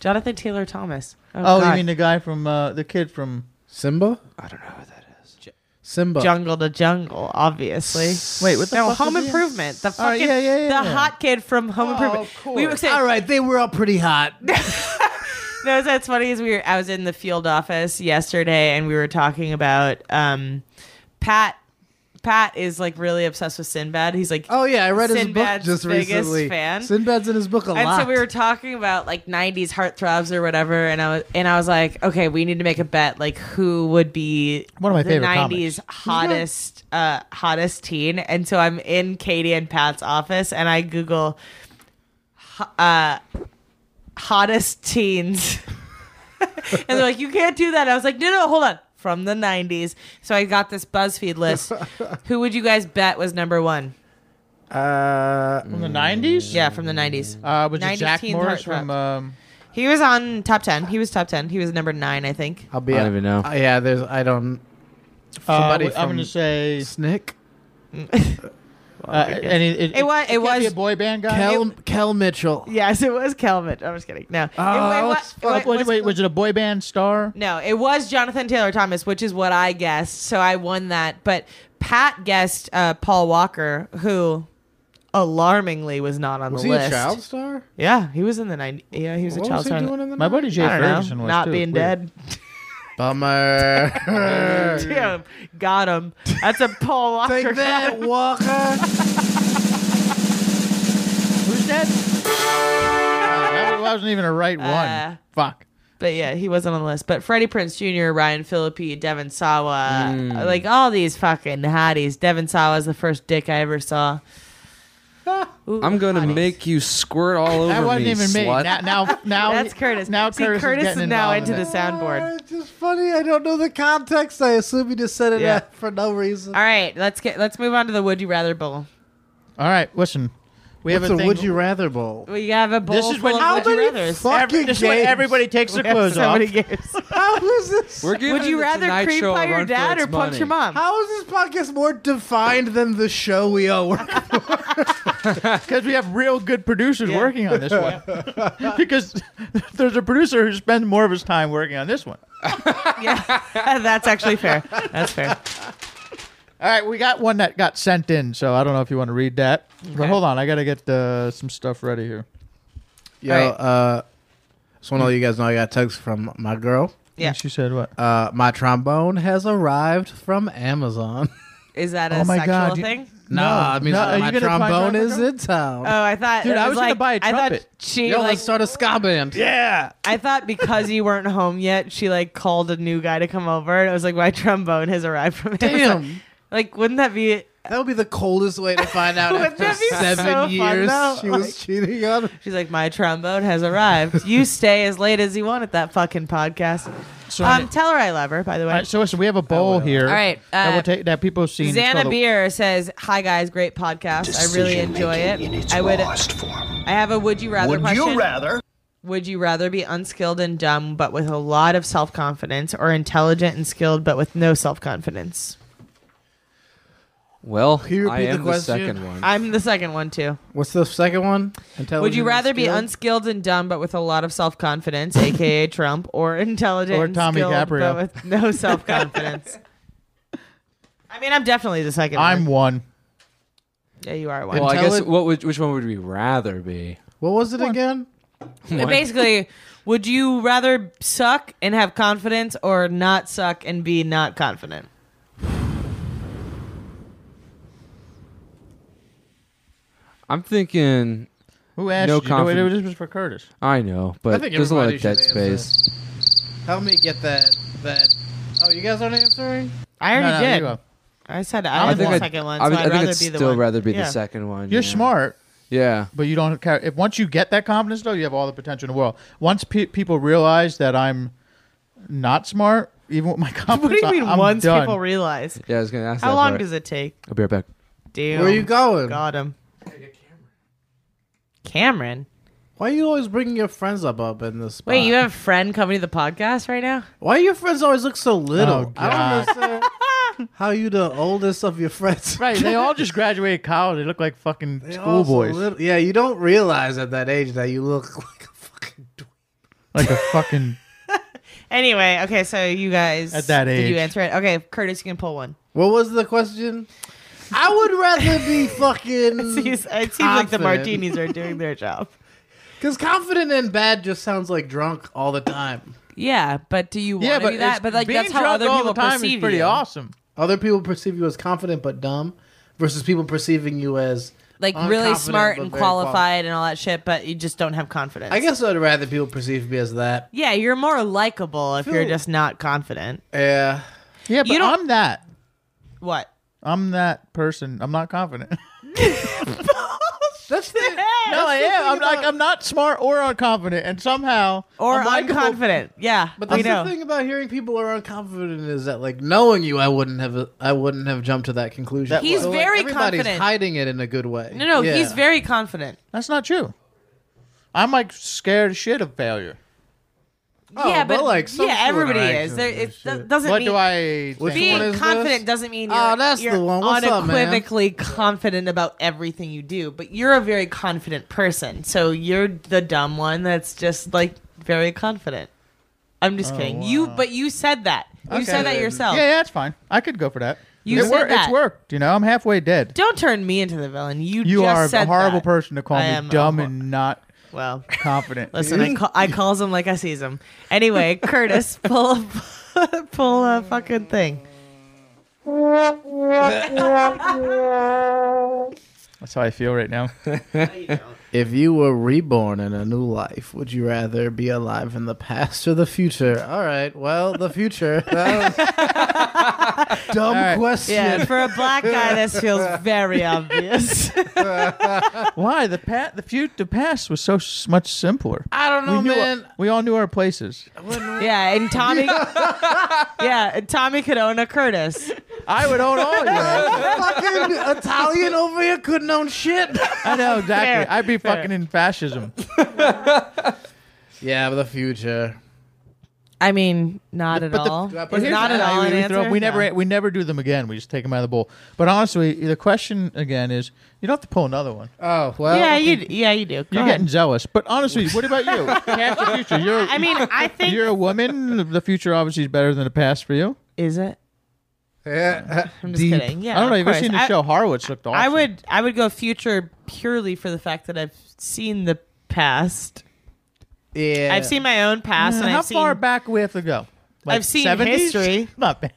G: Jonathan Taylor Thomas.
B: Oh,
G: God.
B: you mean the guy from uh, the kid from
H: Simba?
B: I don't know who that is.
H: Simba.
G: Jungle to Jungle, obviously.
B: uh, Wait, what the
G: no,
B: fuck
G: Home
B: is he in?
G: Improvement. The
B: All right,
G: fucking
B: yeah, yeah, yeah,
G: the
B: yeah. Oh,
G: hot kid from Home Improvement. We were saying,
H: all right, they were all pretty hot.
G: no, that's funny. Is we were I was in the field office yesterday, and we were talking about um, Pat. Pat is like really obsessed with Sinbad. He's like,
H: oh yeah, I read his book
G: Sinbad's
H: just
G: biggest
H: recently.
G: Fan
H: Sinbad's in his book a
G: and
H: lot.
G: so we were talking about like 90s heartthrobs or whatever and i was and i was like okay we need to make a bet like who would be
B: One of my
G: the
B: favorite
G: 90s hottest uh hottest teen and so i'm in katie and pat's office and i google ho- uh hottest teens and they're like you can't do that i was like no no hold on from the 90s so i got this buzzfeed list who would you guys bet was number one
B: Uh, from the nineties?
G: Yeah, from the nineties.
B: Uh, was it
G: 90s
B: Jack
G: teen
B: Morris
G: heartthrob.
B: from? Um,
G: He was on top ten. He was top ten. He was number nine, I think.
H: I'll be.
F: I don't even know.
H: Uh, yeah, there's. I don't.
B: Uh,
H: Somebody
B: I'm
H: Uh, from
B: gonna say
H: Snick.
B: uh, and it, it,
G: It was. It
B: can't be
G: was
B: a boy band guy.
H: Kel, Kel Mitchell.
G: Yes, it was Kelvin. I'm just kidding. No.
H: Oh,
G: it,
H: I
G: wa-
H: was
G: it wa-
B: Wait, wait,
G: was-
B: wait, was it a boy band star?
G: No, it was Jonathan Taylor Thomas, which is what I guessed. So I won that. But Pat guessed uh, Paul Walker, who alarmingly was not on
H: Was
G: the
H: he
G: list.
H: a child star?
G: Yeah, he was in the 90s. Yeah, he was
H: What
G: a child
H: was he
G: star.
H: doing in the
B: My buddy Jay
G: I don't know.
B: Ferguson was
G: not
B: too.
G: being
B: Weird.
G: dead.
H: Bummer.
G: Damn, got him. That's a Paul Walker.
H: Take that, Walker.
B: Who's that? Uh, that wasn't even a right one.
G: Uh,
B: Fuck.
G: But yeah, he wasn't on the list. But Freddie Prince Jr., Ryan Phillippe, Devin Sawa,
F: Mm.
G: like all these fucking hotties. Devin Sawa is the first dick I ever saw. Ooh,
F: I'm going to
G: hotties.
F: make you squirt all over
B: That wasn't
F: me,
B: even me.
F: slut.
B: Now, now, now
G: That's Curtis.
B: Oh, Now
G: See,
B: Curtis,
G: Curtis
B: is,
G: is
B: getting
G: now
B: involved in
G: into
B: it.
G: the soundboard.
H: Uh, it's just funny. I don't know the context. I assume he just said it
G: Yeah.
H: uh, for no reason.
G: All right, let's get let's move on to the Would You Rather Bowl.
B: All right, listen. We
H: What's
B: have a
H: a
B: thing.
H: would you rather bowl?
G: We have a bowl
B: This is
G: full
B: when-
G: of
B: How
G: Would You
H: many
G: Rathers.
H: fucking
B: Every, this is when
H: games?
B: everybody takes their
G: We have
B: clothes
G: so
B: off.
G: many games.
H: How is this?
F: We're giving
G: Would you
F: the
G: rather
F: Tonight
G: cream
F: Show a
G: pie
F: run
G: your
F: for
G: dad
F: its
G: or punch
F: money.
G: your mom?
H: How is this podcast more defined than the show we all work?
B: Because we have real good producers
G: Yeah.
B: working on this one. because there's a producer who spends more of his time working on this one.
G: yeah, that's actually fair. That's fair.
B: All right, we got one that got sent in, so I don't know if you want to read that. But
G: Okay.
B: hold on, I got to get uh, some stuff ready here.
H: Yo,
G: All right.
H: uh, just want to let you guys know I got text from my girl.
G: Yeah.
B: And she said what?
H: Uh, my trombone has arrived from Amazon.
G: Is that a
B: Oh my
G: sexual
B: God, you-
G: thing?
H: nah, I mean
B: no, are
H: my
B: you gonna buy a
H: trombone is
B: trombone?
H: in town.
G: Oh, I thought
B: Dude,
G: it
B: I was gonna
G: like-
B: buy a
G: I thought
B: trumpet.
G: she
H: Yo,
G: like
H: let's start a ska band.
B: Yeah.
G: I thought because you weren't home yet, she like called a new guy to come over, and it was like my trombone has arrived from Amazon.
H: Damn.
G: Like, wouldn't that be?
H: That would be the coldest way to find out
G: Wouldn't
H: after
G: that be
H: seven
G: so fun,
H: years
G: though?
H: she was cheating on.
G: She's like, my trombone has arrived. You stay as late as you want at that fucking podcast.
B: So,
G: um, tell her I love her. By the way,
B: all right, so listen, we have a bowl here.
G: All right,
B: that,
G: uh,
B: we'll take, that people have seen. It's
G: Zana
B: called a-
G: Beer says, "Hi guys, great podcast. I really enjoy it. I would. I have a would you rather question.
I: rather?
G: Would you rather be unskilled and dumb but with a lot of self confidence, or intelligent and skilled but with no self confidence?
F: Well,
H: you
F: I
H: repeat the
F: am the,
H: question?
F: second one.
G: I'm the second one too.
H: What's the second one?
G: Would you
H: Intelligent
G: rather be
H: skill?
G: unskilled and dumb but with a lot of self confidence, aka Trump, or intelligent
B: Or
G: and
B: Tommy
G: skilled,
B: Caprio.
G: but with no self confidence? I mean, I'm definitely the second.
B: I'm
G: one.
B: one.
G: yeah, you are one.
F: well, I guess
H: Intelli-
F: what would which one would we rather be?
H: What was it again?
G: But Basically, would you rather suck and have confidence, or not suck and be not confident?
F: I'm thinking.
B: Who asked
F: No
B: you? No, wait,
F: confidence.
B: This was for Curtis.
F: I know,
H: I
F: but
H: think
F: there's a lot
H: everybody
F: of dead
H: should answer.
F: space.
H: Help me get that. That. Oh, you guys aren't answering.
G: I
B: No, no,
G: already
B: you
G: did.
B: go.
G: I said I,
B: I
G: have
B: think
G: the
B: I'd-
G: second one, so
F: I,
G: I would
F: would- I think
G: rather
F: I'd
G: be the
F: still
G: one.
F: rather be
G: Yeah.
F: the second one.
B: You're
F: yeah.
B: smart.
F: Yeah.
B: but you don't care. If once you get that confidence, though, you have all the potential in the world. Once pe- people realize that I'm not smart, even with my
G: What do
B: confidence,
G: you mean?
B: I- I'm
G: once
B: done.
G: people realize,
F: Yeah, I was gonna ask.
G: how
F: that
G: long
F: part.
G: does it take?
F: I'll be right back.
G: Damn,
H: Where are you going?
G: got him. Cameron.
H: Why are you always bringing your friends up up in this? Spot?
G: Wait, you have a friend coming to the podcast right now?
H: Why do your friends always look so little?
G: Oh,
H: I
G: God.
H: don't understand how you the oldest of your friends.
B: Right, they all just graduated college. They look like fucking schoolboys.
H: yeah, you don't realize at that age that you look like
B: like a fucking.
G: Anyway, okay, so you guys
H: At that
G: Did you
H: age.
G: answer it? Okay, Curtis, you can pull one.
H: What was the question? I would rather be fucking. it
G: seems, it seems like the martinis are doing their job.
H: Because confident and bad just sounds like drunk all the time.
G: Yeah, but do you want
H: Yeah,
G: to
H: but
G: do that?
H: it's-
G: But like
H: being
G: that's how
H: drunk
G: other
H: all
G: people
H: the time is
G: perceive
H: pretty
G: you.
B: awesome.
H: Other people perceive you as confident but dumb, versus people perceiving you as
G: Like really
H: unconfident
G: smart
H: but
G: and
H: very quali-
G: qualified and all that shit, but you just don't have confidence.
H: I guess I'd rather people perceive me as that.
G: Yeah, you're more likable if you're
H: Feel-
G: just not confident.
H: Yeah.
B: Yeah, but
G: You don't-
B: I'm that.
G: What?
B: I'm that person. I'm not confident.
H: That's the
B: no, I am. I'm like I'm not smart or unconfident, and somehow
G: Or
B: I'm likable.
G: unconfident. Yeah,
H: But
G: we
H: that's the
G: know.
H: thing about hearing people are unconfident is that like knowing you, I wouldn't have I wouldn't have jumped to that conclusion.
G: He's
H: So, like,
G: very
H: everybody's
G: confident.
H: hiding it in a good way.
G: No, no,
H: Yeah.
G: he's very confident.
B: That's not true. I'm like scared as shit of failure.
H: Oh,
G: yeah, but,
H: but, like, some
G: yeah, everybody
B: interaction
G: is. There,
B: and
G: it do-
B: shit.
G: doesn't
B: What
G: mean
B: do I think?
G: being
B: Which one is
G: confident
B: this?
G: doesn't mean
H: Oh,
G: you're,
H: that's the
G: you're
H: one. What's up, man?
G: unequivocally confident about everything you do. But you're a very confident person, so you're the dumb one that's just like very confident. I'm just
B: Oh,
G: kidding. You,
B: wow.
G: but you said that. You
B: Okay.
G: said that yourself.
B: Yeah, yeah, that's fine. I could go for that.
G: You
B: it
G: said
B: wor-
G: that.
B: It's worked. You know, I'm halfway dead.
G: Don't turn me into the villain. You,
B: You
G: just
B: are a
G: said
B: horrible
G: that.
B: person to call
G: I am
B: me
G: a
B: dumb and not
G: well
B: confident.
G: Listen, I, call, I calls him like I sees him. Anyway, Curtis, pull a, pull a fucking thing.
B: that's how I feel right now.
H: If you were reborn in a new life, would you rather be alive in the past or the future? All right. Well, the future. That was- Dumb question.
G: Yeah, for a black guy, this feels very obvious.
B: Why the pat the few the past was so s- much simpler.
H: I don't know,
B: we knew-
G: Oh,
H: man.
B: we all knew our places.
G: yeah, and Tommy. yeah, and Tommy could own a Curtis.
B: I would own all
H: fucking Italian over here couldn't own shit.
B: I know exactly.
H: Fair,
B: I'd be
H: fair.
B: fucking in fascism.
H: Yeah, but the future.
G: I mean, not at
B: the- uh,
G: all.
B: but
G: Is
B: here's
G: not
B: the
G: at all
B: thing,
G: an
B: we, throw-
G: answer?
B: we never
G: No.
B: we never do them again. We just take them out of the bowl. But honestly, the question again is you don't have to pull another one.
H: Oh well.
G: yeah, you. d- Yeah, you do. Uh, Go
B: You're
G: ahead.
B: getting zealous. But honestly, what about you? Past or future? You're,
G: I mean, I think-
B: you're a woman. The future obviously is better than the past for you.
G: Is it?
H: Yeah.
G: I'm just kidding. Yeah,
B: I don't know.
G: of
B: You've ever
G: course.
B: seen the
G: I-
B: show Horowitz looked awesome.
G: I would. I would go future purely for the fact that I've seen the past.
H: Yeah.
G: I've seen my own past, and
B: How
G: I've seen
B: far back we have to go? Like
G: I've seen
B: 70s?
G: history.
B: Not bad.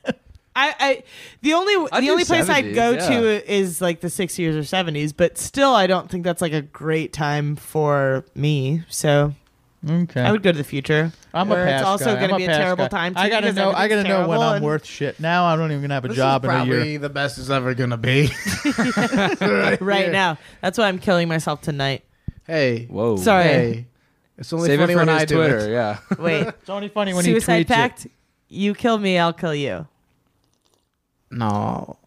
G: I, I the only
B: I'd
G: the
B: do
G: only place I'd
B: 70s,
G: go
B: yeah.
G: to is like the 60s or 70s, but still I don't think that's like a great time for me. So
B: Okay.
G: I would go to the future.
B: I'm
G: where
B: a past
G: It's also
B: guy.
G: going
B: I'm
G: to
B: a
G: be a
B: past
G: terrible
B: guy.
G: time. Too
B: I gotta
G: because
B: know. I gotta
G: everything's
B: know when
G: terrible
B: I'm
G: and-
B: worth shit. Now I don't even gonna have a
H: This
B: job
H: is
B: in a
H: probably
B: year.
H: the best it's ever gonna be.
G: right,
H: here.
G: now. That's why I'm killing myself tonight.
H: Hey.
F: Whoa.
G: Sorry.
H: Hey. It's only
F: Save it
H: funny
F: for
H: when
F: his
H: I do
F: Twitter,
H: it.
F: yeah.
G: Wait.
B: It's only funny when he tweets
G: Suicide
B: it.
G: Pact. You kill me, I'll kill you.
H: No,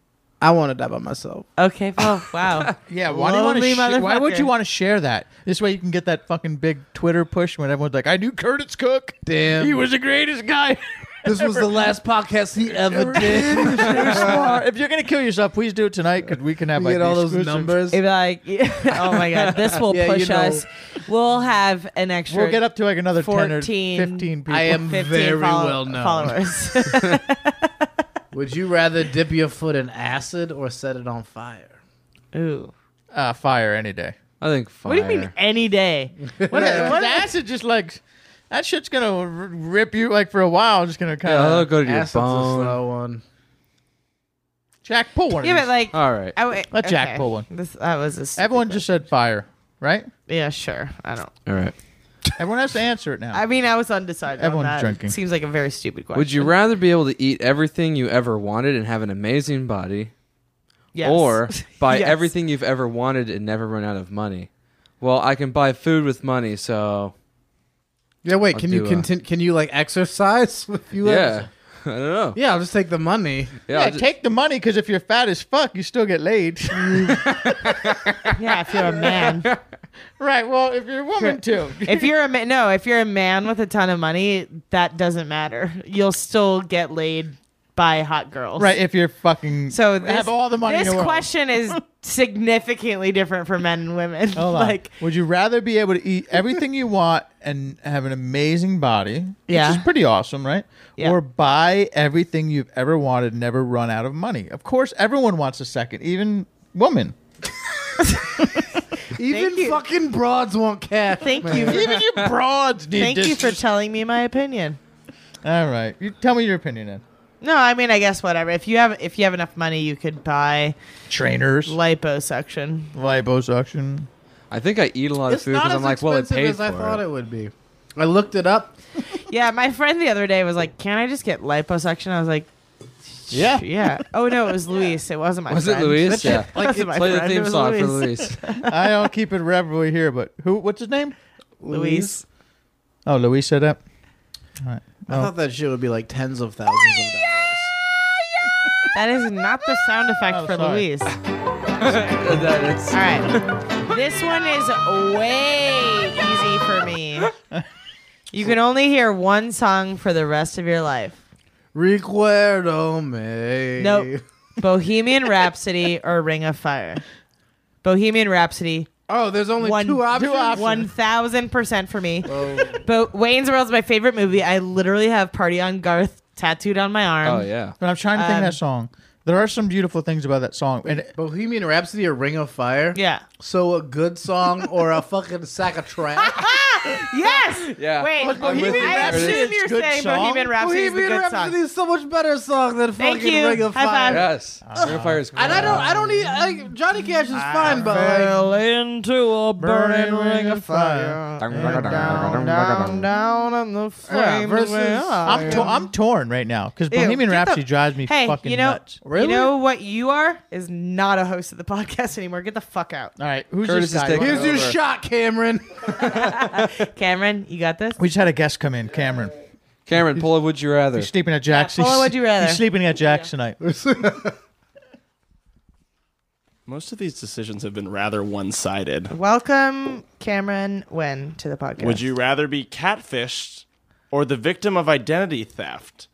H: I want to die by myself.
G: Okay. Oh wow.
B: Yeah, why, do you wanna
G: Lonely
B: sh- why would you
G: motherfucker.
B: want to share that? This way you can get that fucking big Twitter push when everyone's like, I knew Curtis Cook.
H: Damn.
B: He was the greatest guy.
H: This was the last podcast he ever did.
B: Smart. if you're going to kill yourself, please do it tonight because we can have like
H: get all
B: the
H: those
B: exclusive-
H: numbers.
G: It'd be like, oh my god, this will
H: Yeah, you
G: push
H: know.
G: us. We'll have an extra.
B: We'll get up to like another 10 or
G: 14
B: 15 people.
H: I am
G: 15
H: very
G: follow-
H: well known.
G: followers.
H: Would you rather dip your foot in acid or set it on fire?
G: Ooh.
B: Uh, fire any day.
F: I think
G: What do you mean any day? What, what,
B: What, what acid just like, that shit's going to r- rip you like for a while. Just going to kind
F: Yeah, it'll
B: of.
F: go to your
H: Acid's
F: bone.
H: a slow one.
B: Jack, pull one. of
G: yeah,
B: these.
G: but like,
F: All right.
G: I w-
B: Let Jack
G: okay.
B: pull one.
G: This that was a stupid
B: Everyone just said fire, right?
G: Yeah, sure. I don't.
F: All right.
B: Everyone has to answer it now.
G: I mean, I was undecided.
B: Everyone's
G: on that.
B: drinking.
G: Seems like a very stupid question.
F: Would you rather be able to eat everything you ever wanted and have an amazing body,
G: Yes.
F: or buy
G: Yes.
F: everything you've ever wanted and never run out of money? Well, I can buy food with money, so
H: Yeah, wait.
F: I'll
H: can you
F: do, uh,
H: contin- Can you like exercise? If you
F: yeah, I don't know.
H: Yeah, I'll just take the money.
F: Yeah,
B: yeah,
F: I'll ju-
B: take the money because
H: Mm.
B: if you're fat as fuck, you still get laid.
G: Yeah, if you're a man.
B: Right. Well, if you're a woman too.
G: if you're a ma- no, if you're a man with a ton of money, that doesn't matter. You'll still get laid by hot girls.
B: right, if you're fucking
G: So this,
B: have all the money
G: This
B: in the world.
G: question is significantly different for men and women.
B: Hold on.
G: like
B: would you rather be able to eat everything you want and have an amazing body,
G: Yeah.
B: which is pretty awesome, right?
G: Yeah.
B: Or buy everything you've ever wanted, and never run out of money. Of course, everyone wants a second, even women.
H: Even fucking broads won't care.
G: Thank
H: man.
G: you.
B: Even you broads need
G: Thank you for
B: distance.
G: telling me my opinion.
B: All right, you tell me your opinion then.
G: No, I mean I guess whatever. If you have if you have enough money, you could buy
B: Trainers,
G: liposuction.
B: liposuction.
F: I think I eat a lot
G: It's not as expensive
H: as I thought it
B: would be.
H: I looked it up.
G: Yeah, my friend the other day was like, "Can I just get liposuction?" I was like,
B: "Yeah,
G: yeah." Oh no, it was Luis. It wasn't my
F: Was it
G: friend.
F: Luis? Yeah.
G: It wasn't my
F: Play the
G: friend.
F: theme
G: It was
F: song for
G: Luis.
B: I don't keep it reverently here, but who? What's his name?
G: Luis.
B: Oh, Luis said that. All right.
H: I
B: Well,
H: thought that shit would be like tens of thousands of dollars.
G: That is not the sound effect
F: Oh,
G: for
H: sorry.
G: Luis.
F: that is.
G: All right. This one is way easy for me. You can only hear one song for the rest of your life.
H: Recuerdo me.
G: Nope. Bohemian Rhapsody or Ring of Fire. Bohemian Rhapsody.
H: Oh, there's only
G: One-
H: two options.
G: One thousand percent for me. But Wayne's World is my favorite movie. I literally have Party on Garth tattooed on my arm.
F: Oh,
B: But I'm trying to think of
G: Um,
B: that song. There are some beautiful things about that song. And it-
H: Bohemian Rhapsody or Ring of Fire?
G: Yeah.
H: So a good song or a fucking sack of trash?
G: Yes.
H: Yeah.
G: Wait.
H: Was Bohemian
G: I
H: Rhapsody
G: assume
H: a
G: you're
H: good
G: saying
H: song?
G: Bohemian Rhapsody is a
H: Bohemian
G: good
H: Rhapsody
G: song.
H: is so much better song than
G: Thank
H: fucking
G: you.
H: Ring of
G: High
H: Fire.
G: five.
F: Yes. Ring of Fire is
H: And I don't, I don't need I, Johnny Cash is fine, but
G: fell
H: like,
G: into a
H: burning ring of
B: fire.
G: Down, down in the flames.
B: versus-
G: where I
B: I'm, to-
G: am.
B: I'm torn right now because
G: Ew,
B: Bohemian
G: get the-
B: Rhapsody drives me
G: hey,
B: fucking
G: you know,
B: nuts.
G: You know what you are is not a host of the podcast anymore. Get the fuck out.
B: All right, who's Curtis this is guy? taking
H: here's your
B: over.
H: shot, Cameron.
G: Cameron, you got this.
B: we just had a guest come in, Cameron.
F: Cameron, pull a would you rather.
B: He's sleeping at Jack's.
G: Yeah, pull a
B: he's-
G: would you rather.
B: He's sleeping at Jack's tonight. Uh,
J: Most of these decisions have been rather one sided.
G: Welcome, Cameron Wen, to the podcast.
J: Would you rather be catfished or the victim of identity theft?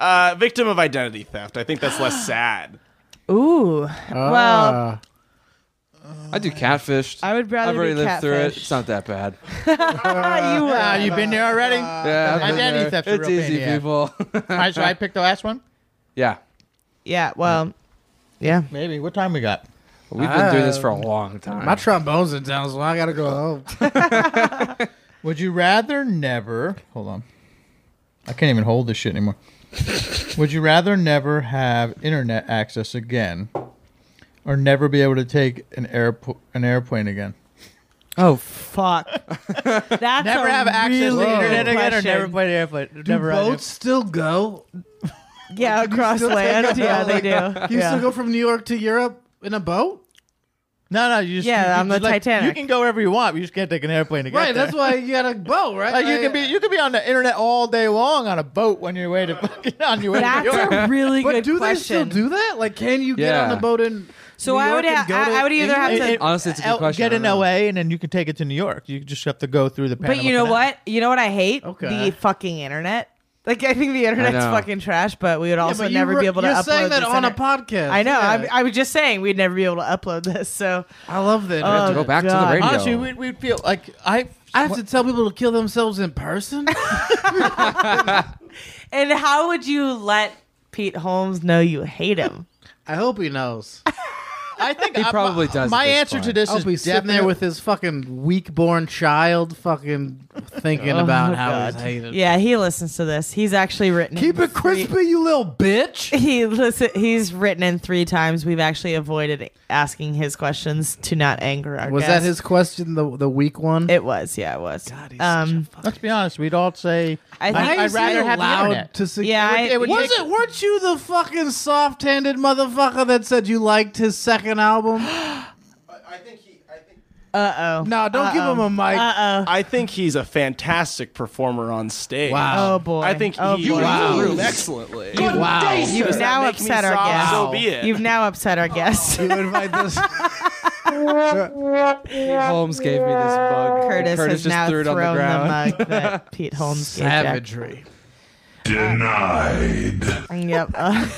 J: Uh, victim of identity theft. I think that's less sad.
G: Ooh.
H: Ah.
G: Well,
F: I do catfished.
G: I would rather
F: I've already
G: be
F: lived through it.
G: catfished.
F: It's not that bad.
G: you uh,
B: Ah, you've been there already.
F: yeah, I've been
B: Identity
F: there.
B: theft's a
F: It's
B: real pain
F: easy,
B: in the ass.
F: people.
B: All right, so I picked the last one.
F: yeah,
G: Yeah. Well. Yeah.
B: Maybe. What time we got?
F: we've been doing this for a long time.
H: My trombone's in town, so I gotta go home.
B: Would you rather never? Hold on. I can't even hold this shit anymore. Would you rather never have internet access again, or never be able to take an airpo- an airplane again?
G: Oh fuck! That's
B: never
G: a
B: have access to
G: really
B: the internet
G: good
B: again, or
G: question.
B: never play the airplane.
H: Do
B: never had
H: boats still go?
G: Yeah, across land. Yeah, they do.
H: You
G: Yeah.
H: still go from New York to Europe in a boat?
B: No, no, you just
H: Yeah,
B: you- you
H: on the
B: just, like,
H: Titanic.
B: You can go wherever you want. But you just can't take an airplane to get
H: Right,
B: there.
H: that's why you got a boat, right?
B: Like you
H: I-
B: can be you can be on the internet all day long on a boat when you're way to fucking on your way
G: That's
B: to New York.
G: a really
H: But
G: good
H: do
G: question.
H: they still do that? Like, can you get
B: Yeah.
H: on the boat in?
G: So
H: New
G: I would
H: York and
G: ha-
H: go
G: I-
H: to
G: I would either have
H: England?
G: to- Honestly,
B: it's a good
G: question.
B: Get
G: I
B: in LA and then you can take it to New York. You just have to go through the. Panama
G: But you know
B: Canal.
G: what? You know what I hate?
B: Okay.
G: The fucking internet. Like I think the internet's
B: know.
G: fucking trash, but we would also
H: but you
G: never
H: were-
G: be able to
H: you're
G: upload
H: saying that
G: this
H: on a
G: inter-
H: podcast,
G: I know.
H: yeah.
G: I'm- I, was just saying we'd never be able to upload this. So
H: I love that.
G: I have to go back to the radio.
H: Honestly,
B: we we feel like I.
H: I have to tell people to kill themselves in person.
G: And how would you let Pete Holmes know you hate him?
H: I hope he knows.
B: I think
H: He
B: I-
H: probably
B: my,
H: does at
B: My
H: this
B: answer to
H: point.
B: this
H: I'll
B: is
H: be sitting there
B: definite-
H: with his fucking weak-born child, fucking thinking
G: Oh
H: about how he's hated.
G: Yeah, he listens to this. He's actually written. Keep it crispy,
H: you little bitch.
G: He listen. He's written in three times. We've actually avoided asking his questions to not anger our.
H: Was that his question? The the weak one?
G: It was. Yeah, it was. um,
B: let's be honest. We'd all say
G: I
H: Why
G: think
H: is he allowed to sug-
G: Yeah,
H: it would, it would was it? Weren't you the fucking soft-handed motherfucker that said you liked his second album?
G: Uh oh.
H: No, don't give him a mic.
G: Uh
J: I think he's a fantastic performer on stage.
H: Wow.
G: Oh, boy.
J: I think
G: Oh,
J: he
G: boy.
J: wow.
G: Wow.
J: excellently.
G: Good Wow. day, sir. You've now
J: Make me
G: upset our
J: sob,
G: guest.
J: So be it.
B: Oh,
G: You've now upset our guest.
H: you invite this.
F: Holmes gave me this bug.
G: Curtis,
F: Curtis
G: has
F: just
G: now
F: threw it on the
G: thrown
F: ground.
G: mug that Pete Holmes gave Jack.
H: Savagery.
P: Denied.
G: Yep.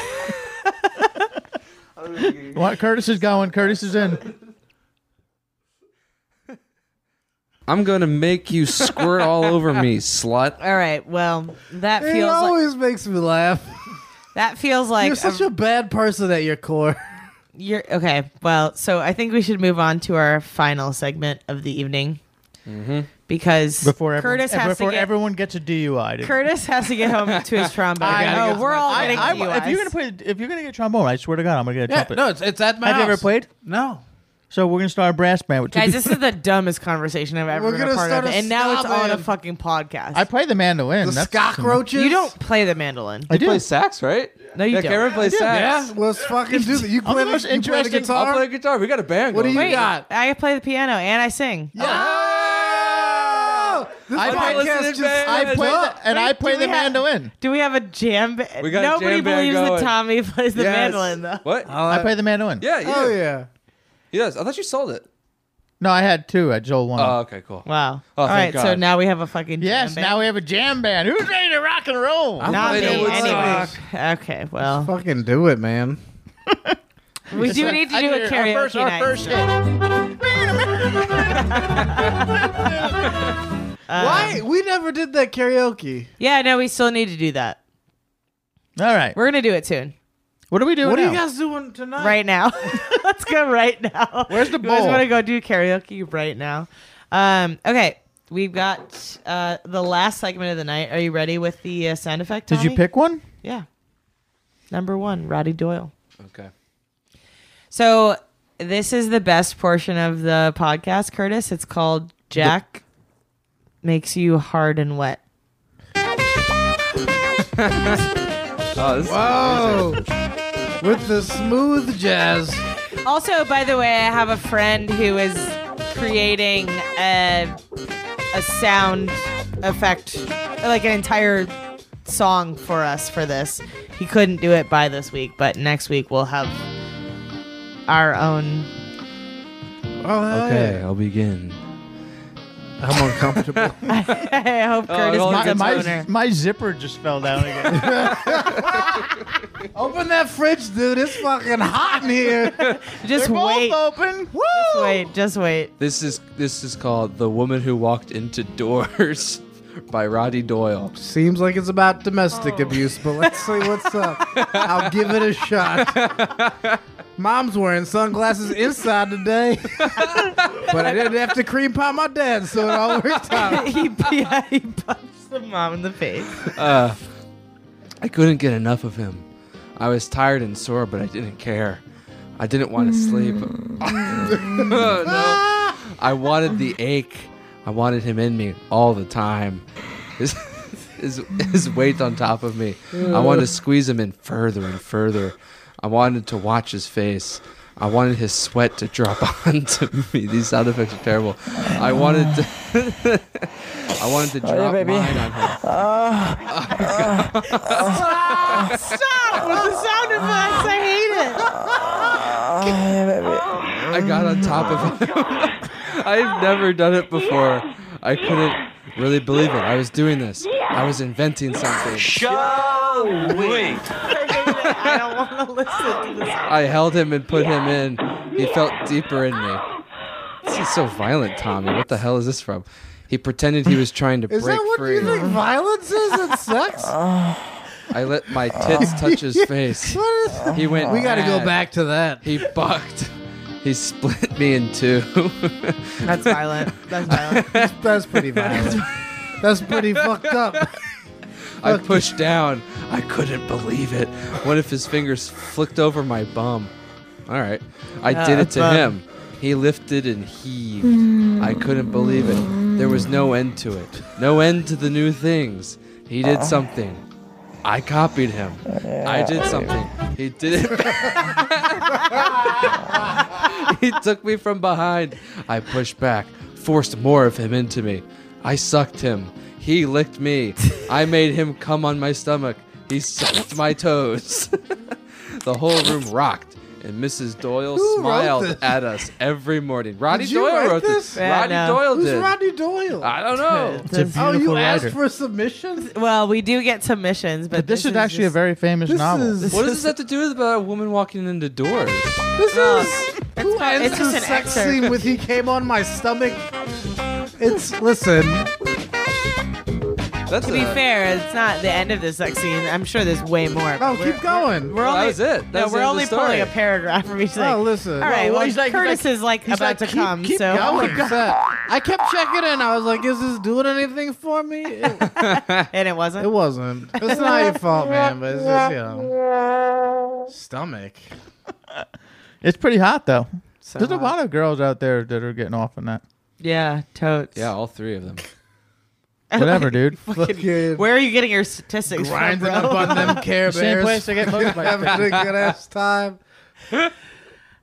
G: Uh,
B: What Curtis is going? Curtis is in.
F: I'm gonna make you squirt all over me, slut.
G: all right. Well, that
H: It
G: feels like
H: always makes me laugh.
G: that feels like um,
H: You're such a bad person at your core.
G: You're okay. Well, so I think we should move on to our final segment of the evening
B: Mhm.
G: because
B: Before everyone, eh,
G: Curtis has
B: before
G: to get
B: everyone gets a DUI. dude.
G: Curtis has to get home to his trombone.
B: I gotta
G: oh,
B: get
G: we're
B: to
G: all
B: my-
G: getting
B: I- I-
G: DUIs.
B: If you're gonna play, if you're gonna get trombone, I swear to God, I'm gonna get a
G: Yeah,
B: trumpet.
G: no, it's- it's at my
B: Have you ever
G: house.
B: played?
H: No.
B: So we're gonna start a brass band. With two
G: Guys,
B: people.
G: this is the dumbest conversation I've ever
H: We're
G: been
H: gonna
G: a part
H: start
G: of,
H: a
G: and now it's
H: ska
G: on a
H: band.
G: fucking podcast.
B: I play the mandolin. That's-
G: You don't play the mandolin.
B: I do.
F: sax, right?
G: No, you
F: Yeah,
G: don't.
F: Cameron plays
G: I do.
F: sax.
G: Yeah,
H: let's fucking do that. You
G: I'm
H: play the,
G: the most
H: you play the
G: interesting-
H: guitar.
F: I'll play guitar. We got a band.
H: What do
F: going.
H: you got?
G: I play the piano and I sing.
H: This
B: I play-
H: podcast
B: listen,
H: just
B: man, I
H: fucked
B: play
H: up.
B: the- and I play the mandolin.
G: Do we have a jam? Ba-
B: We got a
G: Nobody
B: jam band
G: believes
B: going.
G: that Tommy plays the
B: Yes.
G: mandolin though.
F: What?
B: I play the mandolin.
F: Yeah, you
G: Oh,
F: do.
H: yeah.
F: Yes, I thought you sold it.
B: No, I had two. I sold one.
F: Oh, okay, cool.
G: Wow.
B: Oh,
G: all right.
B: thank
G: So
B: God.
G: now we have a fucking
B: Yes,
G: Jam band.
B: now we have a jam band. Who's ready to rock and roll?
G: Not me,
B: Woodstock.
G: anyway. Okay, well,
H: fucking do it, man.
G: we do need to
B: I
G: do a
B: can- our
G: karaoke
B: first- our
G: night.
B: first
H: Why?
G: Uh,
H: We never did that karaoke.
G: Yeah, no, we still need to do that.
B: All right,
G: we're gonna do it soon.
B: What are we doing
H: What are you
G: now?
H: guys doing tonight?
G: Right now, let's go right now. Where's
B: the
G: You guys
B: bowl?
G: want to go do karaoke right now? Um, okay, we've got uh, the last segment of the night. Are you ready with the uh, sound effect?
B: Did you
G: Tommy?
B: pick one?
G: Yeah. Number one, Roddy Doyle.
F: Okay.
G: So this is the best portion of the podcast, Curtis. It's called Jack makes you hard and wet.
F: Oh, this
H: Whoa. With the smooth jazz.
G: Also, by the way, I have a friend who is creating a a sound effect, like an entire song for us for this. He couldn't do it by this week, but next week we'll have our own.
F: Okay, I'll begin.
H: I'm uncomfortable.
G: I hope
B: my,
G: Curtis Oh, gets a
B: my,
G: boner.
B: my zipper just fell down again.
H: Open that fridge, dude. It's fucking hot in here.
G: Just wait.
B: open. Woo!
G: Just wait. Just wait.
F: This is this is called "The Woman Who Walked Into Doors" by Roddy Doyle.
H: Seems like it's about domestic abuse, but let's see what's up. I'll give it a shot. Mom's wearing sunglasses inside today, but I didn't have to cream pie my dad, so it all worked out.
G: he, yeah, he punched the mom in the face.
F: Uh, I couldn't get enough of him. I was tired and sore, but I didn't care. I didn't want to sleep. no. I wanted the ache. I wanted him in me all the time. His, his, his weight on top of me. I wanted to squeeze him in further and further. I wanted to watch his face. I wanted his sweat to drop onto me. These sound effects are terrible. I wanted to. I wanted to
D: Oh, yeah,
F: drop
D: baby.
F: mine on him.
G: Stop with the sound effects. I hate it.
F: I got on top of
G: Oh,
F: him. I've never done it before. I couldn't really believe it. I was doing this. I was inventing something.
D: Shall we?
G: I don't want to listen to this.
F: I held him and put him in. He felt deeper in me. This is so violent, Tommy. What the hell is this from? He pretended he was trying to
H: Is
F: break
H: that what
F: free.
H: you think violence is? It sucks.
F: I let my tits touch his face.
H: What is-
F: He went.
H: We gotta go
F: mad.
H: back to that.
F: He bucked. He split me in two.
G: That's violent. That's violent.
H: That's pretty violent. That's pretty fucked up.
F: I pushed down. I couldn't believe it. One of his fingers flicked over my bum. All right. I
D: Yeah,
F: did it
D: that's
F: to
D: bad. Hmm.
F: him. He lifted and heaved. I couldn't believe it. There was no end to it. No end to the new things. He did something. I copied him. I did something. He did it. he took me from behind. I pushed back, forced more of him into me. I sucked him. He licked me. I made him come on my stomach. He sucked my toes. the whole room rocked and Mrs. Doyle
H: Who wrote
F: smiled
H: this?
F: at us every morning. Roddy
H: Did you
F: Doyle
H: write
F: wrote this.
H: this? Yeah,
F: Roddy
H: no.
F: Doyle
H: Who's
F: did.
H: Rodney Doyle?
F: I don't know.
H: It's a
G: Oh, you beautiful asked
H: writer. for submissions?
G: Well, we do get submissions, but,
B: this, is actually a very famous novel.
F: what does this have to do with about a woman walking into doors?
H: This is who ends
G: it's just
H: the
G: an
H: sex
G: excerpt.
H: scene with he came on my stomach. It's listen.
F: That's
G: to be
H: a-
G: fair, it's not the end of the sex scene. I'm sure there's way more.
H: No, Oh, keep going.
G: We're only, no, we're only pulling a paragraph from each thing.
H: Oh, listen.
G: All right, well, Curtis is like
H: he's
G: about to
H: keep-
G: come,
H: keep
G: so Oh,
H: going. I kept checking in. I was like, is this doing anything for me?
G: and it wasn't.
H: It wasn't. It's not your fault, man. But it's just you know, stomach.
B: It's pretty hot though.
G: So
B: There's a
G: hot.
B: lot of girls out there that are getting off on that.
G: Yeah, totes.
F: Yeah, all three of them.
B: Whatever, dude.
G: Fucking, where are you getting your statistics
H: Grinding
G: from,
H: up
G: bro?
H: on them Care Bears. Having a good ass time.
G: All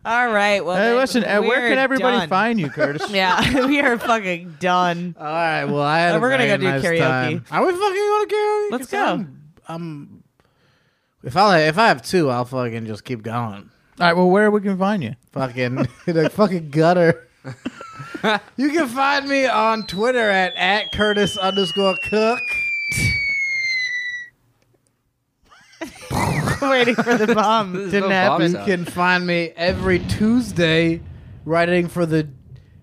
G: right. Well,
B: Hey,
G: then
B: listen, uh, where
G: we're
B: can everybody
G: done.
B: find you, Curtis?
G: yeah, we are fucking done. All
H: right. Well, I had a
G: we're gonna
H: very
G: go do
H: nice
G: karaoke.
H: time. Are we fucking going to karaoke?
G: Let's
H: 'Cause
G: go.
H: I'm, I'm- if I if I have two, I'll fucking just keep going.
B: All right. Well, where we can find you?
H: Fucking the fucking gutter. you can find me on Twitter at, at Curtis underscore cook.
G: Waiting for the bomb.
H: Didn't happen. You can find me every Tuesday writing for the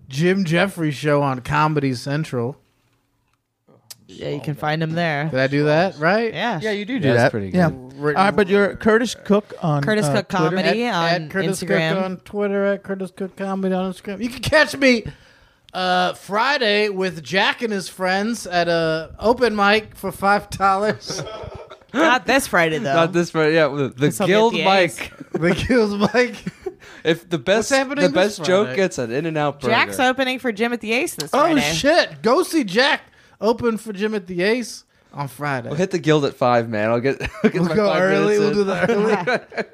H: Jim Jeffries show on Comedy Central.
G: Yeah, you can
B: Oh,
G: find him there.
H: Did I do that right?
G: Yeah. Yeah, you do
B: You do that. Yeah. All right, but you're Curtis Cook on
G: Curtis
B: uh,
G: Cook
B: Twitter?
G: Comedy
H: at,
G: on
H: at Curtis
G: Instagram.
H: Cook on Twitter at Curtis Cook Comedy on Instagram. You can catch me uh, Friday with Jack and his friends at a open mic for five dollars.
G: Not this Friday though.
F: Not this Friday. Yeah, the, the
G: This'll get
F: Guild
G: the A's.
F: Mike.
H: the Guild Mike.
F: If the best,
H: happening
F: the
H: this
F: best joke
H: Friday?
F: gets an In and Out burger.
G: Jack's opening for Jim at the Ace this
H: Oh
G: Friday.
H: shit! Go see Jack open for Jim at the Ace on Friday.
F: We'll hit the Guild at five, man. I'll get. I'll get
H: We'll
F: my
H: go
F: five minutes
H: early. We'll
F: in.
H: do the early.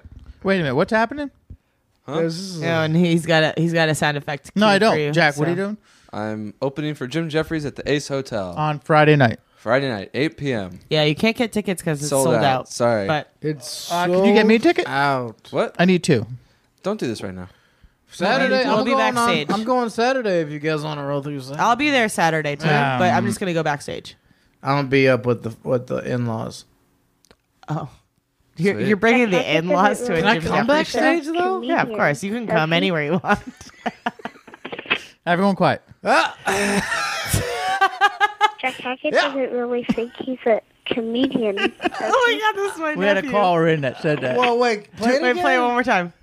B: Wait a minute. What's happening?
F: Huh?
G: Yeah, and he's got a he's got a sound effect.
B: No,
G: cue
B: I don't.
G: for you,
B: Jack, what are you
G: so.
B: doing?
F: I'm opening for Jim Jeffries at the Ace Hotel
B: On Friday night.
F: Friday night, 8 p.m.
G: Yeah, you can't get tickets because it's
F: Sold
G: sold,
F: out.
G: out.
F: Sorry.
G: but
H: it's
B: Uh, can you get me a ticket?
H: Out.
F: What?
B: I need two.
F: Don't do this right now.
H: Saturday.
G: We'll
H: I'm
G: be
H: going on-
G: backstage.
H: I'm going Saturday if you guys want to roll through. Saturday.
G: I'll be there Saturday too,
H: Um,
G: but I'm just gonna go backstage.
H: I'm gonna be up with the with the in laws.
G: Oh, You're, you're bringing the in-laws to a
H: Can I
G: Jim
H: come
G: Jeffries
H: backstage,
G: show?
H: though?
G: Yeah, of course. You can come anywhere you want.
B: Everyone quiet.
P: Jack Hackett doesn't really think he's a comedian. oh
G: my god, this is my
B: We had a caller in that said that.
H: Well, wait.
G: Play it Wait, play it again. one more time.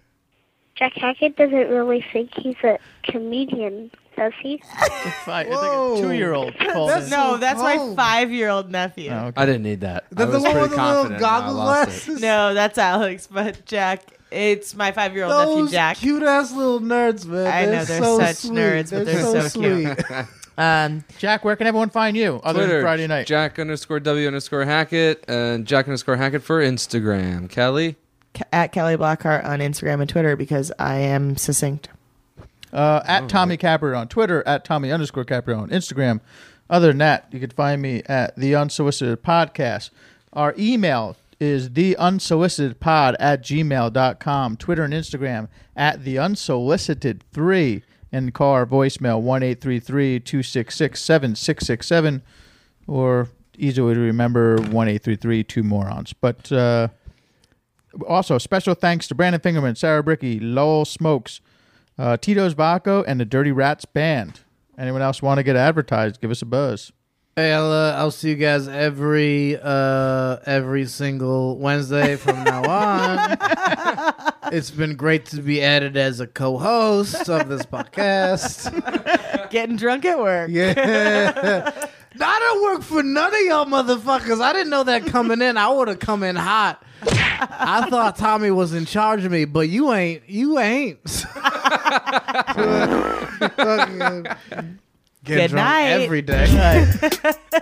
P: Jack Hackett doesn't really think he's a comedian, does he?
B: Five, I think a two-year-old called
G: That's-
B: in.
G: no, that's my
P: cold.
G: five-year-old nephew.
F: I didn't need that. I
H: The- the
F: was
H: one
F: pretty
H: with the little
F: confident. and I
H: goggle
F: lost it.
G: No, that's Alex, but Jack. It's my five-year-old nephew,
H: Those
G: Jack.
H: cute ass little nerds, man.
G: I know they're
H: so
G: such
H: sweet.
G: nerds, but they're so cute. um,
B: Jack, where can everyone find you other
F: Twitter,
B: than Friday night?
F: Jack underscore W underscore Hackett and Jack underscore Hackett for Instagram. Kelly,
G: Ke- at Kelly Blackheart on Instagram and Twitter because I am succinct.
B: Uh, at Tommy Caprio on Twitter, at Tommy underscore Caprio on Instagram. Other than that, you can find me at The Unsolicited Podcast. Our email is theunsolicitedpod at gmail.com. Twitter and Instagram at The Unsolicited 3 and call our voicemail 1 266 7667 or easy way to remember 1 2 morons. But, uh, also, special thanks to Brandon Fingerman, Sarah Bricky, Lowell Smokes, uh, Tito's Baco, and the Dirty Rats Band. Anyone else want to get advertised? Give us a buzz.
H: Hey, I'll, uh, I'll see you guys every uh, every single Wednesday from now on. it's been great to be added as a co-host of this podcast.
G: Getting drunk at work.
H: Yeah. No, I don't work for none of y'all motherfuckers. I didn't know that coming in. I would have come in hot. I thought Tommy was in charge of me, but you ain't. You ain't. Fucking Get
G: Good
H: drunk
G: night.
H: every day.